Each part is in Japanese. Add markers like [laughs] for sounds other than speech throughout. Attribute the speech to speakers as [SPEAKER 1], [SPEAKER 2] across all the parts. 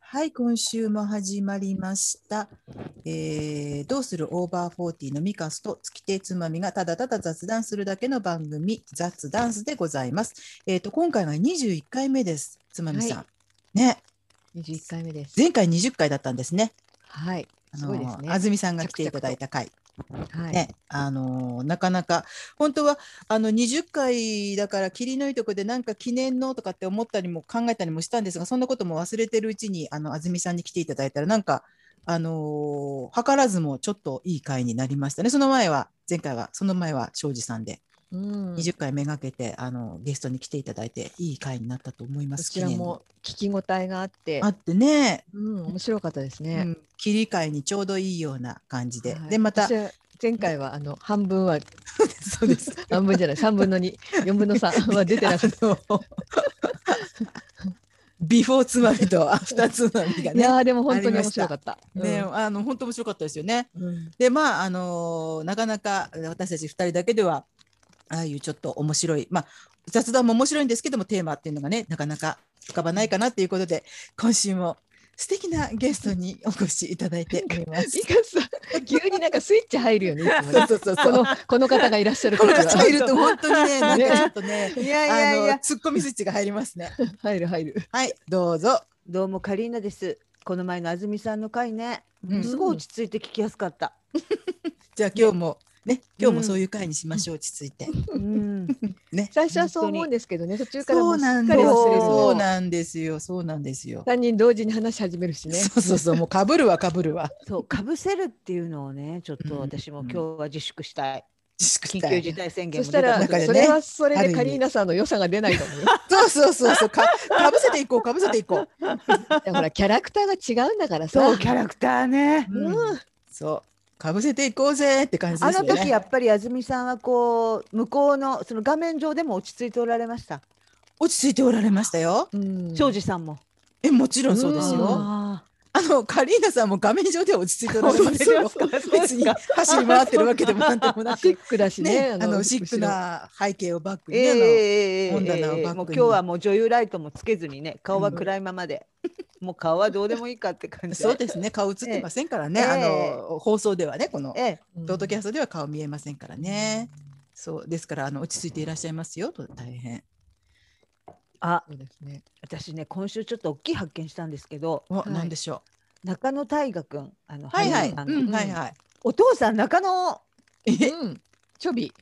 [SPEAKER 1] はい、今週も始まりました。えーどうするオーバーフォーティーのミカスと月手つまみがただただ雑談するだけの番組雑談スでございます。えっ、と今回が21回目です。つまみさん、
[SPEAKER 2] は
[SPEAKER 1] ね、
[SPEAKER 2] 21回目です。
[SPEAKER 1] 前回20回だったんですね。
[SPEAKER 2] はい。
[SPEAKER 1] あ
[SPEAKER 2] す
[SPEAKER 1] の
[SPEAKER 2] ごいですね
[SPEAKER 1] 安住さんが来ていただいた回
[SPEAKER 2] はい。
[SPEAKER 1] ね、あのーなかなか本当はあの20回だから切りのいいとこでなんか記念のとかって思ったりも考えたりもしたんですがそんなことも忘れてるうちにあの安住さんに来ていただいたらなんかあのー図らずもちょっといい回になりましたねその前は前回はその前は庄司さんで
[SPEAKER 2] うん。
[SPEAKER 1] 20回めがけて、あのゲストに来ていただいていい回になったと思いま
[SPEAKER 2] こ
[SPEAKER 1] す
[SPEAKER 2] ちら
[SPEAKER 1] 記念の
[SPEAKER 2] も聞き応えがあって
[SPEAKER 1] あ、ってね、
[SPEAKER 2] うん、面白かったです
[SPEAKER 1] う
[SPEAKER 2] ね。
[SPEAKER 1] ん、切り替えにちょうどいいような感じで、
[SPEAKER 2] はい
[SPEAKER 1] でまた
[SPEAKER 2] 私は前回はあの半分は
[SPEAKER 1] [laughs] そうです
[SPEAKER 2] 半分じゃない三分の
[SPEAKER 1] [laughs]
[SPEAKER 2] 二四分の三は出てなくて。
[SPEAKER 1] あのビフォーつまみとアフターつまみが
[SPEAKER 2] い
[SPEAKER 1] ね。
[SPEAKER 2] やーでも本当に
[SPEAKER 1] ありま
[SPEAKER 2] 面
[SPEAKER 1] した
[SPEAKER 2] 白かった。
[SPEAKER 1] ね、あの本当面白かったですよね。
[SPEAKER 2] うんうん
[SPEAKER 1] でまああのなかなか私たち2人だけではああいうちょっと面白いまあ雑談も面白いんですけどもテーマっていうのがねなかなか浮かばないかなということで今週も素敵なゲストにお越しいただいておりま
[SPEAKER 2] い
[SPEAKER 1] す。
[SPEAKER 2] かさ急になんかスイッチ入るよね。いつも
[SPEAKER 1] そう
[SPEAKER 2] ね
[SPEAKER 1] そうそう
[SPEAKER 2] こ
[SPEAKER 1] そう
[SPEAKER 2] の [laughs] この方がいらっしゃる
[SPEAKER 1] こ
[SPEAKER 2] か
[SPEAKER 1] の
[SPEAKER 2] ら
[SPEAKER 1] 方がいると本当
[SPEAKER 2] [laughs]
[SPEAKER 1] にねなんかちょっとね
[SPEAKER 3] いやいやい
[SPEAKER 1] あの
[SPEAKER 3] や、
[SPEAKER 1] ツッコミスイッチが入りますね。
[SPEAKER 2] 入る入る。
[SPEAKER 1] はいどうぞ。
[SPEAKER 3] どうもカリーナです。この前の安住さんの回ね、
[SPEAKER 1] うん
[SPEAKER 3] すごい落ち着いて聞きやすかった。
[SPEAKER 1] じゃあ今日もね、今日もそういう会にしましょう、落ち着いて。
[SPEAKER 3] うん、
[SPEAKER 1] ね。
[SPEAKER 2] 最初はそう思うんですけどね途中から
[SPEAKER 1] そう
[SPEAKER 2] も
[SPEAKER 1] う
[SPEAKER 2] すっか
[SPEAKER 1] なん
[SPEAKER 2] り
[SPEAKER 1] ですよ。
[SPEAKER 2] 忘れる
[SPEAKER 3] そ
[SPEAKER 1] そうなんですよ。そうなんですよ。
[SPEAKER 2] 三人同時に話し始めるしね。
[SPEAKER 1] そうそうそう、もうかぶるわ、かぶるわ。
[SPEAKER 3] そう、かぶせるっていうのをね、ちょっ
[SPEAKER 1] うん
[SPEAKER 3] と私も今日は自粛したい。
[SPEAKER 1] 自粛期
[SPEAKER 3] 緊急
[SPEAKER 1] 間
[SPEAKER 3] 事態宣言
[SPEAKER 2] そ
[SPEAKER 3] も
[SPEAKER 2] し
[SPEAKER 3] 出
[SPEAKER 2] た
[SPEAKER 3] た
[SPEAKER 2] ら、
[SPEAKER 1] 中でね
[SPEAKER 2] それはそれ
[SPEAKER 1] ある意
[SPEAKER 2] で
[SPEAKER 1] 味
[SPEAKER 2] カリーナさんの良さが出ないか
[SPEAKER 1] [laughs]
[SPEAKER 2] もね。
[SPEAKER 1] そうそうそうそう、か、かぶせていこう、かぶせていこう。
[SPEAKER 2] いやほらキャラクターが違うんだからさ。
[SPEAKER 3] そう、キャラクターね。
[SPEAKER 2] うん
[SPEAKER 1] そう、かぶせていこうぜって感じで
[SPEAKER 3] あ
[SPEAKER 1] すよ
[SPEAKER 3] の
[SPEAKER 1] ね。
[SPEAKER 3] 時やっぱり安住さんはこう向こうのその画面上でも落ち着いておられました。
[SPEAKER 1] 落ち着いておられましたよ。
[SPEAKER 2] うん
[SPEAKER 3] 庄司さんも。
[SPEAKER 1] え、もちろんそうです
[SPEAKER 2] うん
[SPEAKER 1] よ。
[SPEAKER 3] あ
[SPEAKER 1] あの、カリーナさんも画面上では落ち着いておられますよ
[SPEAKER 3] そうです。か
[SPEAKER 1] 別に走り回ってるわけでもなんでもな
[SPEAKER 2] シ
[SPEAKER 1] く
[SPEAKER 2] ッ。クだし
[SPEAKER 1] ね
[SPEAKER 2] [laughs] ね。、
[SPEAKER 1] あのシック。
[SPEAKER 2] 後ろ
[SPEAKER 1] な背景をバック
[SPEAKER 3] ー
[SPEAKER 1] に
[SPEAKER 3] え
[SPEAKER 1] ね、あの
[SPEAKER 3] えええええ
[SPEAKER 1] 本棚を
[SPEAKER 3] ええ
[SPEAKER 1] バック
[SPEAKER 3] え
[SPEAKER 1] に
[SPEAKER 3] もう今日はもう女優ライトもつけずにね、顔は暗いままで、もう顔はどうでもいいかって感じで。
[SPEAKER 1] そうですね、顔映ってませんからね、
[SPEAKER 3] ええ
[SPEAKER 1] あの放送ではね、この
[SPEAKER 3] ええ、
[SPEAKER 2] うん
[SPEAKER 1] ポッドキャストでは顔見えませんからね。そうですからあの落ち着いていらっしゃいますよと大変。
[SPEAKER 3] あ、
[SPEAKER 2] そうですね。
[SPEAKER 3] 私ね今週ちょっと大きい発見したんですけど
[SPEAKER 1] お、
[SPEAKER 2] はい
[SPEAKER 1] なんでしょ
[SPEAKER 3] 中野大河君あの
[SPEAKER 1] う。はいはい、
[SPEAKER 3] 俳優さん
[SPEAKER 1] う
[SPEAKER 3] の
[SPEAKER 1] ん、はいはい。
[SPEAKER 3] お父さん中野
[SPEAKER 1] え、
[SPEAKER 2] うん。ちょび。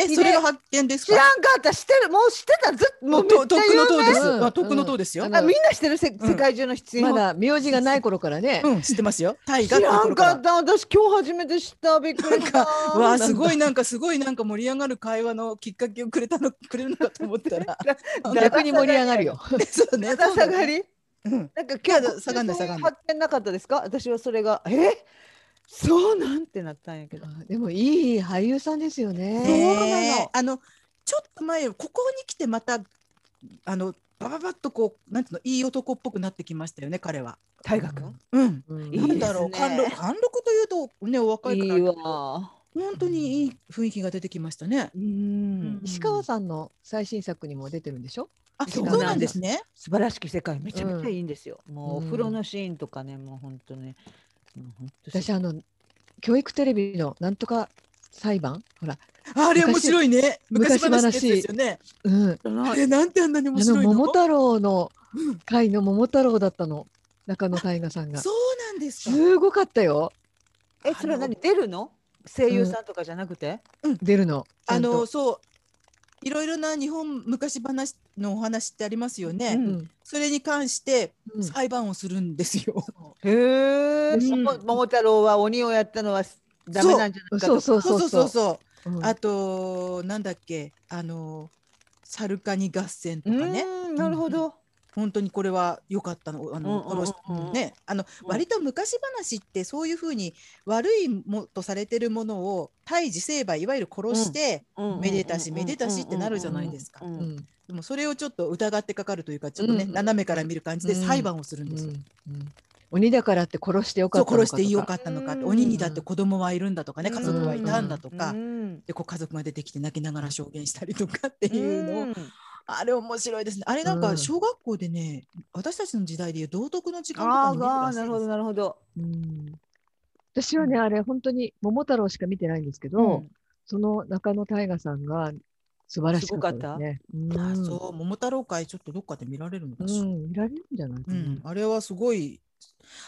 [SPEAKER 1] え、それが発見です
[SPEAKER 3] 知
[SPEAKER 1] か。
[SPEAKER 3] らんかった知ってるもう知ってたずっも
[SPEAKER 1] も
[SPEAKER 3] う
[SPEAKER 1] う
[SPEAKER 3] め
[SPEAKER 1] と、
[SPEAKER 3] っちゃ
[SPEAKER 1] 徳の
[SPEAKER 3] 有
[SPEAKER 1] 塔です。
[SPEAKER 2] うん
[SPEAKER 1] あ、徳の塔ですよ
[SPEAKER 2] うん。
[SPEAKER 3] 名あみんな知ってるせ、
[SPEAKER 1] ん
[SPEAKER 3] 世界中の必要、
[SPEAKER 2] まだ名字がない頃からね。
[SPEAKER 1] うん、知ってますよ。大河っ
[SPEAKER 3] 知
[SPEAKER 1] てと
[SPEAKER 3] ら
[SPEAKER 1] こ
[SPEAKER 3] ん
[SPEAKER 1] ろか
[SPEAKER 3] からっ。た私今日初めて知ったびっくりした
[SPEAKER 1] わ
[SPEAKER 3] わ
[SPEAKER 1] あすごいなんかすごいなんか盛り上がる会話のきっかけをくれたのくれるのかと思
[SPEAKER 3] [laughs]
[SPEAKER 1] ったら [laughs]
[SPEAKER 2] 逆に盛り上がるよ。
[SPEAKER 1] そうね
[SPEAKER 3] だだ下が
[SPEAKER 1] り、
[SPEAKER 3] り
[SPEAKER 1] うん、
[SPEAKER 3] なんか今
[SPEAKER 1] だ
[SPEAKER 3] 日
[SPEAKER 1] 下がんない
[SPEAKER 3] そうい
[SPEAKER 1] 下が
[SPEAKER 3] う
[SPEAKER 1] んない
[SPEAKER 3] 発見なかったですか私はそれがえそうなんてなったんやけど
[SPEAKER 2] でもいい俳優さんですよね。
[SPEAKER 1] ねえあのちょっと前よりここに来てまたあのバババッとこうなんていうのいい男っぽくなってきましたよね彼は。
[SPEAKER 3] 大河君
[SPEAKER 1] うん。
[SPEAKER 2] うん
[SPEAKER 3] い
[SPEAKER 1] ないん
[SPEAKER 3] で
[SPEAKER 1] だ
[SPEAKER 3] す
[SPEAKER 1] ろう
[SPEAKER 3] ね
[SPEAKER 1] 貫禄貫禄というとねお若い
[SPEAKER 3] い
[SPEAKER 1] から
[SPEAKER 3] いわ
[SPEAKER 1] 本当にいい雰囲気が出てきましたね。
[SPEAKER 3] うん
[SPEAKER 2] 石川さんの最新作にも出てるんでしょ。
[SPEAKER 1] あ
[SPEAKER 2] そ
[SPEAKER 1] そう
[SPEAKER 2] うなんだ
[SPEAKER 1] なんですね。
[SPEAKER 3] 素晴らしき世界めちゃめちゃいいんですよ、もうお
[SPEAKER 2] うん
[SPEAKER 3] 風呂のシーンとかねもう本当ねもう本当
[SPEAKER 2] 私あの教育テレビのなんとか裁判ほら。
[SPEAKER 1] あれ面白いね。昔
[SPEAKER 2] 昔
[SPEAKER 1] 話のやつですよね。
[SPEAKER 2] うん。
[SPEAKER 1] あ
[SPEAKER 3] の
[SPEAKER 1] れなんてあんなに面
[SPEAKER 2] あの
[SPEAKER 1] 白いの。
[SPEAKER 2] 桃太郎の回の桃太郎だったの中野大河さんが
[SPEAKER 1] そうなんですか。
[SPEAKER 2] すごかったよ
[SPEAKER 3] えそれは何出るの声優さんとかじゃなくて、
[SPEAKER 2] 出るの
[SPEAKER 1] あの
[SPEAKER 2] ち
[SPEAKER 1] そう。いろいろな日本昔話のお話ってありますよね。
[SPEAKER 2] ゃんと
[SPEAKER 3] うん
[SPEAKER 1] それに関して
[SPEAKER 2] うんうん
[SPEAKER 1] 裁判をするんですよ。
[SPEAKER 3] へえ、
[SPEAKER 1] うん
[SPEAKER 3] も桃太郎は鬼をやったのはダメなんじゃないかと
[SPEAKER 2] そう
[SPEAKER 3] か
[SPEAKER 2] そ
[SPEAKER 1] そ
[SPEAKER 2] うそうう
[SPEAKER 1] そう
[SPEAKER 2] そう
[SPEAKER 1] そうそう。
[SPEAKER 2] うん
[SPEAKER 1] あとなんだっけあの猿カニ合戦と
[SPEAKER 3] う
[SPEAKER 1] かね。
[SPEAKER 3] んなるほど、
[SPEAKER 1] 本当にこれは良かったのあの、
[SPEAKER 3] うんうんうんうん
[SPEAKER 1] このねあの、
[SPEAKER 3] うん
[SPEAKER 1] 割と昔話ってそういうふうに悪いもとされてるものを対治成敗いわゆる殺して、
[SPEAKER 3] うん
[SPEAKER 1] めでたしめでたしってなるじゃないですか
[SPEAKER 3] うん
[SPEAKER 2] うん
[SPEAKER 1] でもそれをちょっと疑ってかかるというかちょっとね、
[SPEAKER 2] うんうん
[SPEAKER 1] 斜めから見る感じで
[SPEAKER 2] うん
[SPEAKER 1] 裁判をするん
[SPEAKER 2] う
[SPEAKER 1] ですよ。
[SPEAKER 2] んうん鬼だからって殺してよか
[SPEAKER 1] そ
[SPEAKER 2] っ
[SPEAKER 1] う
[SPEAKER 2] たの
[SPEAKER 1] 殺
[SPEAKER 2] か
[SPEAKER 1] してよか
[SPEAKER 2] っ
[SPEAKER 1] ったのかって
[SPEAKER 3] うん
[SPEAKER 1] 鬼にだって子供はいるんだとかね家族はいたんだとか、
[SPEAKER 3] うん
[SPEAKER 1] でこう家族が出てきて泣きながら証言したりとかって
[SPEAKER 3] うん
[SPEAKER 1] いうのを、
[SPEAKER 3] うん
[SPEAKER 1] あれ面白いですね。あれなんか
[SPEAKER 2] うん
[SPEAKER 1] 小学校でね、私たちの時代でいう道徳の時間とかに見
[SPEAKER 3] あー
[SPEAKER 1] てたん
[SPEAKER 3] あー、
[SPEAKER 1] で
[SPEAKER 3] な
[SPEAKER 1] す
[SPEAKER 3] るほど、なるほど。
[SPEAKER 2] うん私はね、あれ、本当に桃太郎しか見てないんですけど、
[SPEAKER 3] うん
[SPEAKER 2] その中野大河さんが素晴らしかったですね。
[SPEAKER 1] あ
[SPEAKER 2] うん
[SPEAKER 1] そう、桃太郎会ちょっとどっかで見られるのかし
[SPEAKER 2] う
[SPEAKER 1] ら。
[SPEAKER 2] ん、見られるんじゃないか
[SPEAKER 1] う
[SPEAKER 2] な。
[SPEAKER 1] ん、あれはすごい。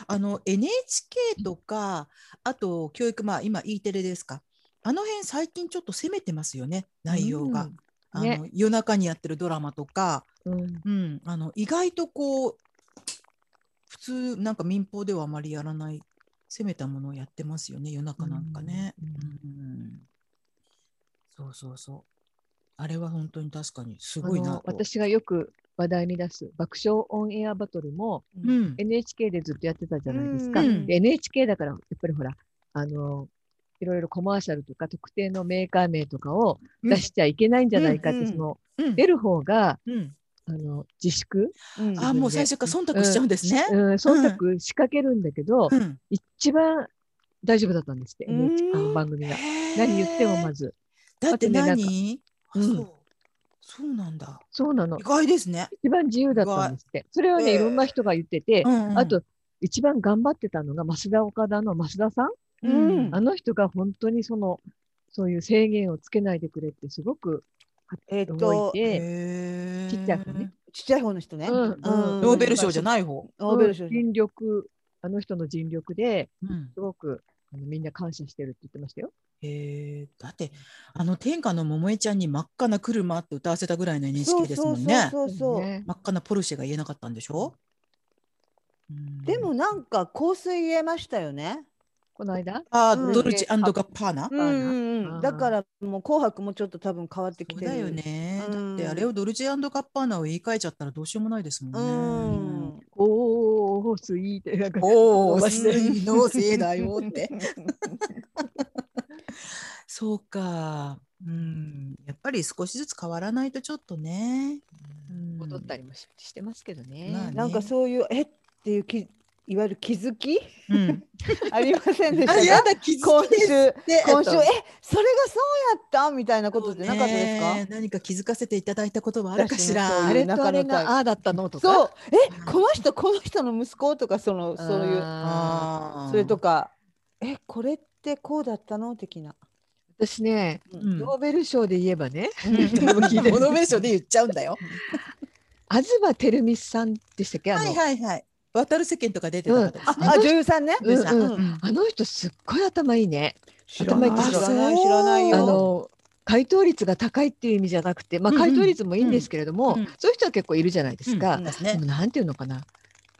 [SPEAKER 1] あの NHK とか、あと教育、まあ今 E テレですか。あの辺最近ちょっと攻めてますよね、内容が。
[SPEAKER 2] うんね
[SPEAKER 1] あの夜中にやってるドラマとか、
[SPEAKER 2] うん。うん
[SPEAKER 1] うん、あの意外とこう普通なんか民放ではあまりやらない攻めたものをやってますよね夜中なんかね。うんそうそうそう。あれは本当に確かにす
[SPEAKER 2] あ
[SPEAKER 1] ごいな
[SPEAKER 2] の
[SPEAKER 1] と。
[SPEAKER 2] 私がよく話題に出す爆笑オンエアバトルも
[SPEAKER 1] うん
[SPEAKER 2] NHK でずっとやってたじゃないですか。
[SPEAKER 1] うん
[SPEAKER 2] で NHK だからやっぱりほらあのいろいろコマーシャルとか特定のメーカー名とかを出しちゃいけないんじゃないかって、
[SPEAKER 3] うん
[SPEAKER 2] そ
[SPEAKER 1] うん
[SPEAKER 2] の出る方が
[SPEAKER 1] うん
[SPEAKER 2] あの自粛、
[SPEAKER 3] うん
[SPEAKER 1] あもう最初から忖度しちゃうんですね。
[SPEAKER 2] うん、忖度仕掛けるんだけど、
[SPEAKER 1] うん
[SPEAKER 2] 一番大丈夫だったんですって、
[SPEAKER 3] うん
[SPEAKER 2] NHK の番組が。何言ってもま
[SPEAKER 1] ず。
[SPEAKER 2] ず。
[SPEAKER 1] だって
[SPEAKER 2] あとねなんか
[SPEAKER 1] 何あ
[SPEAKER 2] うん
[SPEAKER 1] そうそうなんだ。
[SPEAKER 2] そうなの
[SPEAKER 1] 意。外ですね。
[SPEAKER 2] 一番自由だったんですって。それはね、
[SPEAKER 1] えー
[SPEAKER 2] いろんな人が言ってて、
[SPEAKER 1] うんうん
[SPEAKER 2] あと、一番頑張ってたのが、増田岡田の増田さん、
[SPEAKER 1] うん
[SPEAKER 2] あの人が本当にその、そういう制限をつけないでくれって、すごく
[SPEAKER 3] えっ
[SPEAKER 2] 動い
[SPEAKER 3] と、
[SPEAKER 2] て、
[SPEAKER 1] へー
[SPEAKER 2] ちっちゃい子ね
[SPEAKER 3] ちっちゃい方の人ね。
[SPEAKER 2] うんうん
[SPEAKER 1] ノーベル賞じゃない方。
[SPEAKER 3] ノーベル賞じゃない
[SPEAKER 2] 尽力、あの人の尽力で
[SPEAKER 1] うん
[SPEAKER 2] すごくあのみんな感謝してるって言ってましたよ。
[SPEAKER 1] へえだってあの天下の桃江ちゃんに真っ赤な車って歌わせたぐらいの NHK ですもんね。
[SPEAKER 3] そうそうそうそう。
[SPEAKER 2] ね
[SPEAKER 1] 真っ赤なポルシェが言えなかったんでしょ、うん
[SPEAKER 3] でもなんか香水言えましたよね。
[SPEAKER 2] この間、
[SPEAKER 1] あー、
[SPEAKER 3] うん
[SPEAKER 1] ドルチガッパーナ、
[SPEAKER 3] う
[SPEAKER 2] うんん
[SPEAKER 3] うんう
[SPEAKER 2] あ
[SPEAKER 3] ん。
[SPEAKER 2] ー
[SPEAKER 3] だからもう紅白もちょっと多分変わってき
[SPEAKER 1] そう
[SPEAKER 3] てる。
[SPEAKER 1] だよ。ね、
[SPEAKER 3] うん
[SPEAKER 1] だってあれをドルチガッパーナを言い換えちゃったらどうしようもないですも
[SPEAKER 3] うん
[SPEAKER 1] ね。
[SPEAKER 3] ん。
[SPEAKER 2] おー、スイーって、なんか、
[SPEAKER 1] おお、
[SPEAKER 2] うん
[SPEAKER 1] 水のせいだよって。そうか、うん、やっぱり少しずつ変わらないとちょっとね。うん
[SPEAKER 2] 戻ったりもししてますけどね。
[SPEAKER 1] まあね
[SPEAKER 3] なんかそういうえっていうきいわゆる気づき
[SPEAKER 1] [laughs] うん、
[SPEAKER 3] [laughs] ありませんでした
[SPEAKER 1] あ、
[SPEAKER 3] か。
[SPEAKER 1] やだ、気づ
[SPEAKER 3] 今
[SPEAKER 1] きです
[SPEAKER 3] 週
[SPEAKER 1] って
[SPEAKER 3] 今週えそれがそうやったみたいなことってなかったですか
[SPEAKER 1] そうね。何か気づかせていただいたことはあるかしら。
[SPEAKER 3] 私もそう
[SPEAKER 2] あ
[SPEAKER 3] いう
[SPEAKER 2] れとあれがああだったのとか。。
[SPEAKER 3] そううえこの人この人の息子とかそのそういう
[SPEAKER 1] あー
[SPEAKER 3] それとかえこれってこうだったの的な。
[SPEAKER 2] 私ね、
[SPEAKER 1] うん
[SPEAKER 2] ノーベル賞で言えばね、
[SPEAKER 1] モノベーションで言っちゃうんだよ。
[SPEAKER 2] 東照美さんでしたっ [laughs] けあの,、
[SPEAKER 1] はいはいはい。渡る世間とか出てた方ですね
[SPEAKER 3] あ、女優さんね。
[SPEAKER 2] うんうん
[SPEAKER 1] うんうん
[SPEAKER 2] あの人すっごい頭いいね。
[SPEAKER 3] 知らない
[SPEAKER 2] 頭いい
[SPEAKER 3] 知
[SPEAKER 2] です
[SPEAKER 3] ら
[SPEAKER 2] よ
[SPEAKER 3] ない知らない
[SPEAKER 2] あ
[SPEAKER 1] うん
[SPEAKER 3] よ。
[SPEAKER 2] の回答率が高いっていう意味じゃなくて、ま
[SPEAKER 1] う
[SPEAKER 2] あ、
[SPEAKER 1] んうん
[SPEAKER 2] 回答率もいいんですけれども、
[SPEAKER 1] うん
[SPEAKER 2] そういう人は結構いるじゃないですか。
[SPEAKER 1] うん
[SPEAKER 2] でもなんていうのかな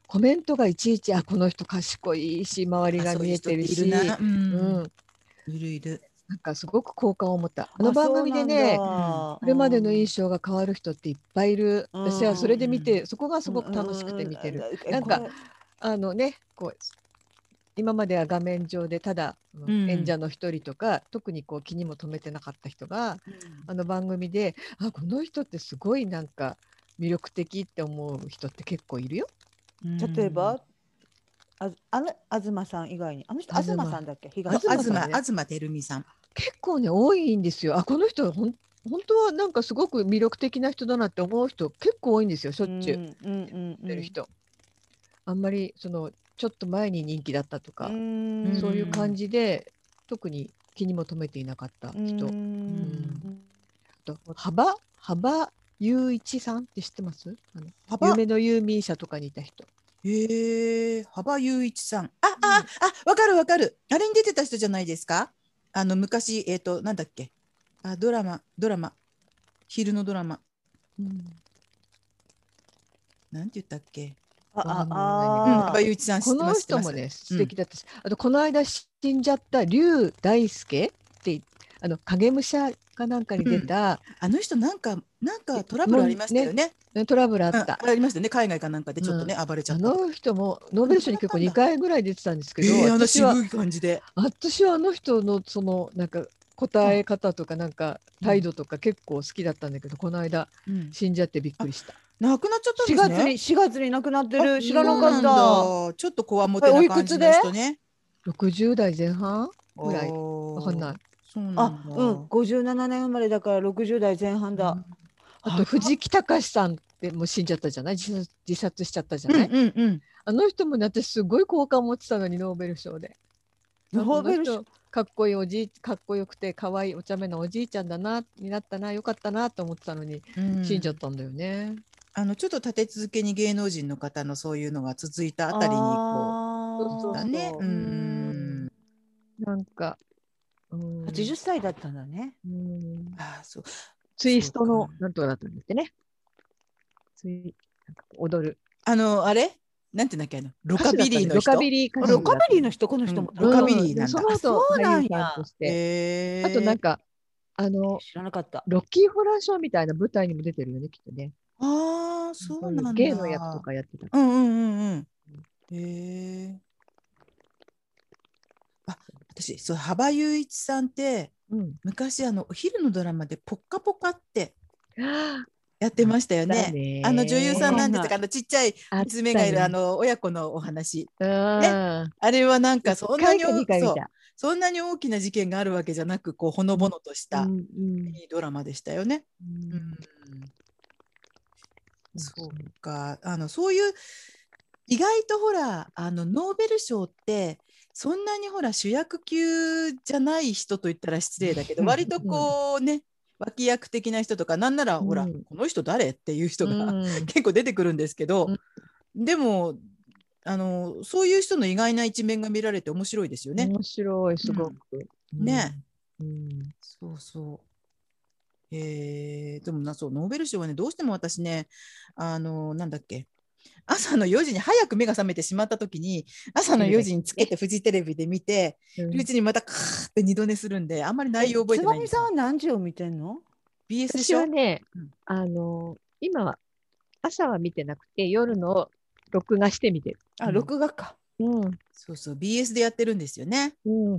[SPEAKER 2] コメントがいちいちあこの人賢いし周りが見えてるし
[SPEAKER 1] そういう人っているな。う。
[SPEAKER 2] うんん、
[SPEAKER 1] いるいる。
[SPEAKER 2] なんかすごく好感を持った。あの番組でね
[SPEAKER 3] そうなんだ
[SPEAKER 2] これまでの印象が変わる人っていっぱいいる。
[SPEAKER 3] うん
[SPEAKER 2] 私はそれで見て、そこがすごく楽しくて見てる。。
[SPEAKER 3] う
[SPEAKER 2] なんか、あのね、こう。今までは画面上でただ、
[SPEAKER 1] ん
[SPEAKER 2] 演者の一人とか特にこう気にも留めてなかった人があの番組であこの人ってすごいなんか魅力的って思う人って結構いるよ。
[SPEAKER 1] うん
[SPEAKER 3] 例えば。ああの東さん以外にあの人
[SPEAKER 2] 東
[SPEAKER 3] 東さんだっけ東
[SPEAKER 1] 東
[SPEAKER 2] 東さんね
[SPEAKER 1] 東照美さん。
[SPEAKER 2] 結構ね多いんですよ。あこの人ほん本当はなんかすごく魅力的な人だなって思う人結構多いんですよしょっちゅう。
[SPEAKER 3] うんうんうんうん
[SPEAKER 2] ってる人、あんまりそのちょっと前に人気だったとか、
[SPEAKER 3] うん
[SPEAKER 2] そういう感じで特に気にも留めていなかった
[SPEAKER 3] うん
[SPEAKER 2] 人、
[SPEAKER 3] うん
[SPEAKER 2] あと幅幅雄一さんって知ってますあの
[SPEAKER 1] 幅
[SPEAKER 2] 夢の遊民社とかにいた人
[SPEAKER 1] へえ、幅雄一さん。あ、あ、あ、わかるわかる。あれに出てた人じゃないですか。あの昔、えっ、と、なんだっけ。あ、ドラマ、ドラマ。昼のドラマ。なんて言ったっけ。
[SPEAKER 3] あ
[SPEAKER 2] わかんな
[SPEAKER 1] う
[SPEAKER 2] い
[SPEAKER 1] ん、
[SPEAKER 3] ああ
[SPEAKER 1] 幅雄一さん知
[SPEAKER 2] こ
[SPEAKER 1] って
[SPEAKER 2] の
[SPEAKER 1] ます。
[SPEAKER 2] 人も
[SPEAKER 1] 知って
[SPEAKER 2] ね素敵だったし、あとこの間死んじゃった龍大輔ってあの影武者かなんかに出た、
[SPEAKER 1] ます。あの人なんか、なんかトラブルありましたよね。
[SPEAKER 2] トラブルあった、
[SPEAKER 1] うんありましたね。海外かなんかでちょっとね、暴れちゃ
[SPEAKER 2] あ
[SPEAKER 1] った。
[SPEAKER 2] の人もノーベル賞に結構2回ぐらい出てたんですけ
[SPEAKER 1] え
[SPEAKER 2] ど、
[SPEAKER 1] ー、あの
[SPEAKER 2] 私は
[SPEAKER 1] 渋い感じで。
[SPEAKER 2] 私はあの人のそのなんか答え方とかなんか態度とか結構好きだったんだけど、この間
[SPEAKER 1] うん
[SPEAKER 2] 死んじゃってびっくりした。
[SPEAKER 1] 亡くなっちゃったんで
[SPEAKER 3] 4
[SPEAKER 1] すね。
[SPEAKER 3] 月に4月に亡くなって
[SPEAKER 1] あ
[SPEAKER 3] る知らなか
[SPEAKER 1] そ
[SPEAKER 3] っ
[SPEAKER 1] うなん
[SPEAKER 3] た。
[SPEAKER 1] だちょっとこわもてな感じの人ね。
[SPEAKER 2] 60代前半ぐらい
[SPEAKER 1] わ
[SPEAKER 2] わかんない。
[SPEAKER 1] そうなんだ。
[SPEAKER 3] あ、うん、五十七年生まれだから六十代前半だ。
[SPEAKER 2] あと藤木隆さんってもう死んじゃったじゃない自殺自殺しちゃったじゃ
[SPEAKER 1] うん
[SPEAKER 2] ない、
[SPEAKER 1] うんうん。
[SPEAKER 2] あの人もね私すごい好感持ってたのにノーベル賞で。
[SPEAKER 3] ノーベル
[SPEAKER 2] あこの
[SPEAKER 3] 賞
[SPEAKER 2] 人かっこいいおじいかっこよくて可愛いお茶目なおじいちゃんだなになったなよかったなと思ってたのに、
[SPEAKER 1] うん
[SPEAKER 2] 死んじゃったんだよね。
[SPEAKER 1] あのちょっと立て続けに芸能人の方のそういうのが続いたあたりにこ
[SPEAKER 2] ー
[SPEAKER 1] う
[SPEAKER 3] こ
[SPEAKER 1] だね。。
[SPEAKER 2] そううそうんなんか、うん
[SPEAKER 3] 八十歳だったんだね。
[SPEAKER 2] うん
[SPEAKER 1] ああそう。
[SPEAKER 2] ツイス
[SPEAKER 1] そう
[SPEAKER 2] トの
[SPEAKER 1] か
[SPEAKER 2] なんとかだったんですってね。ツイなんか踊る
[SPEAKER 1] あのあれなんていうんだっけあのロカビリーの
[SPEAKER 2] ロ
[SPEAKER 1] 人。
[SPEAKER 2] カビリー歌手だ
[SPEAKER 3] ロ
[SPEAKER 2] った
[SPEAKER 3] カビリーの人この人も。
[SPEAKER 1] うんロカビリーなんだ
[SPEAKER 2] でその後
[SPEAKER 3] あそうな
[SPEAKER 2] 俳
[SPEAKER 3] んや
[SPEAKER 2] 優さんとして、
[SPEAKER 1] へー
[SPEAKER 2] あとなんかあの
[SPEAKER 3] 知らなかった。
[SPEAKER 2] ロッキーホラーショーみたいな舞台にも出てるよねきっとね。
[SPEAKER 1] ああそうなんだ。
[SPEAKER 2] 芸の役と。かやってた。
[SPEAKER 1] うんうんうんうん。へえ。あ私そう羽場雄一さんって
[SPEAKER 2] うん。
[SPEAKER 1] 昔あのお昼のドラマでポッカポカって
[SPEAKER 2] あ
[SPEAKER 1] やってましたよね。
[SPEAKER 2] ね
[SPEAKER 1] あの女優さんなんです
[SPEAKER 3] わかんない
[SPEAKER 1] があのちっちゃい
[SPEAKER 2] あったね
[SPEAKER 1] 娘がいるあの親子のお話
[SPEAKER 2] うん
[SPEAKER 1] あれはなんかそんなに
[SPEAKER 2] 一回か二回見
[SPEAKER 1] そう
[SPEAKER 2] た
[SPEAKER 1] そんなに大きな事件があるわけじゃなくこうほのぼのとした
[SPEAKER 2] うんうん
[SPEAKER 1] いいドラマでしたよね。
[SPEAKER 2] うん
[SPEAKER 1] そうかあのそういう意外とほらあのノーベル賞ってそんなにほら主役級じゃない人と言ったら失礼だけど
[SPEAKER 3] うん
[SPEAKER 1] 割とこうね脇役的な人とかなんならほら、
[SPEAKER 2] うん
[SPEAKER 1] この人誰っていう人が、
[SPEAKER 2] うん
[SPEAKER 1] 結構出てくるんですけど、でもあのそういう人の意外な一面が見られて面白いですよね。
[SPEAKER 2] 面白いすごく。うん
[SPEAKER 1] ね。
[SPEAKER 2] うん
[SPEAKER 1] そうそう。えー、でもなそうノーベル賞はねどうしても私ねあのなんだっけ朝の4時に早く目が覚めてしまった時に朝の4時につけてフジテレビで見て
[SPEAKER 2] うん
[SPEAKER 1] るうちにまたカーって二度寝するんであんまり内容覚えてないん
[SPEAKER 3] つば
[SPEAKER 1] で
[SPEAKER 3] み
[SPEAKER 1] す
[SPEAKER 3] さん
[SPEAKER 1] よ
[SPEAKER 3] は何時を見てんの？
[SPEAKER 1] BS で
[SPEAKER 2] 私
[SPEAKER 1] しょ
[SPEAKER 2] はね
[SPEAKER 1] うん、
[SPEAKER 2] あの、今は、朝は見てなくて、夜の録画して見てる。
[SPEAKER 3] あ、録画か。
[SPEAKER 2] うん。
[SPEAKER 1] そうそう BS でやってるんですよね
[SPEAKER 2] うん。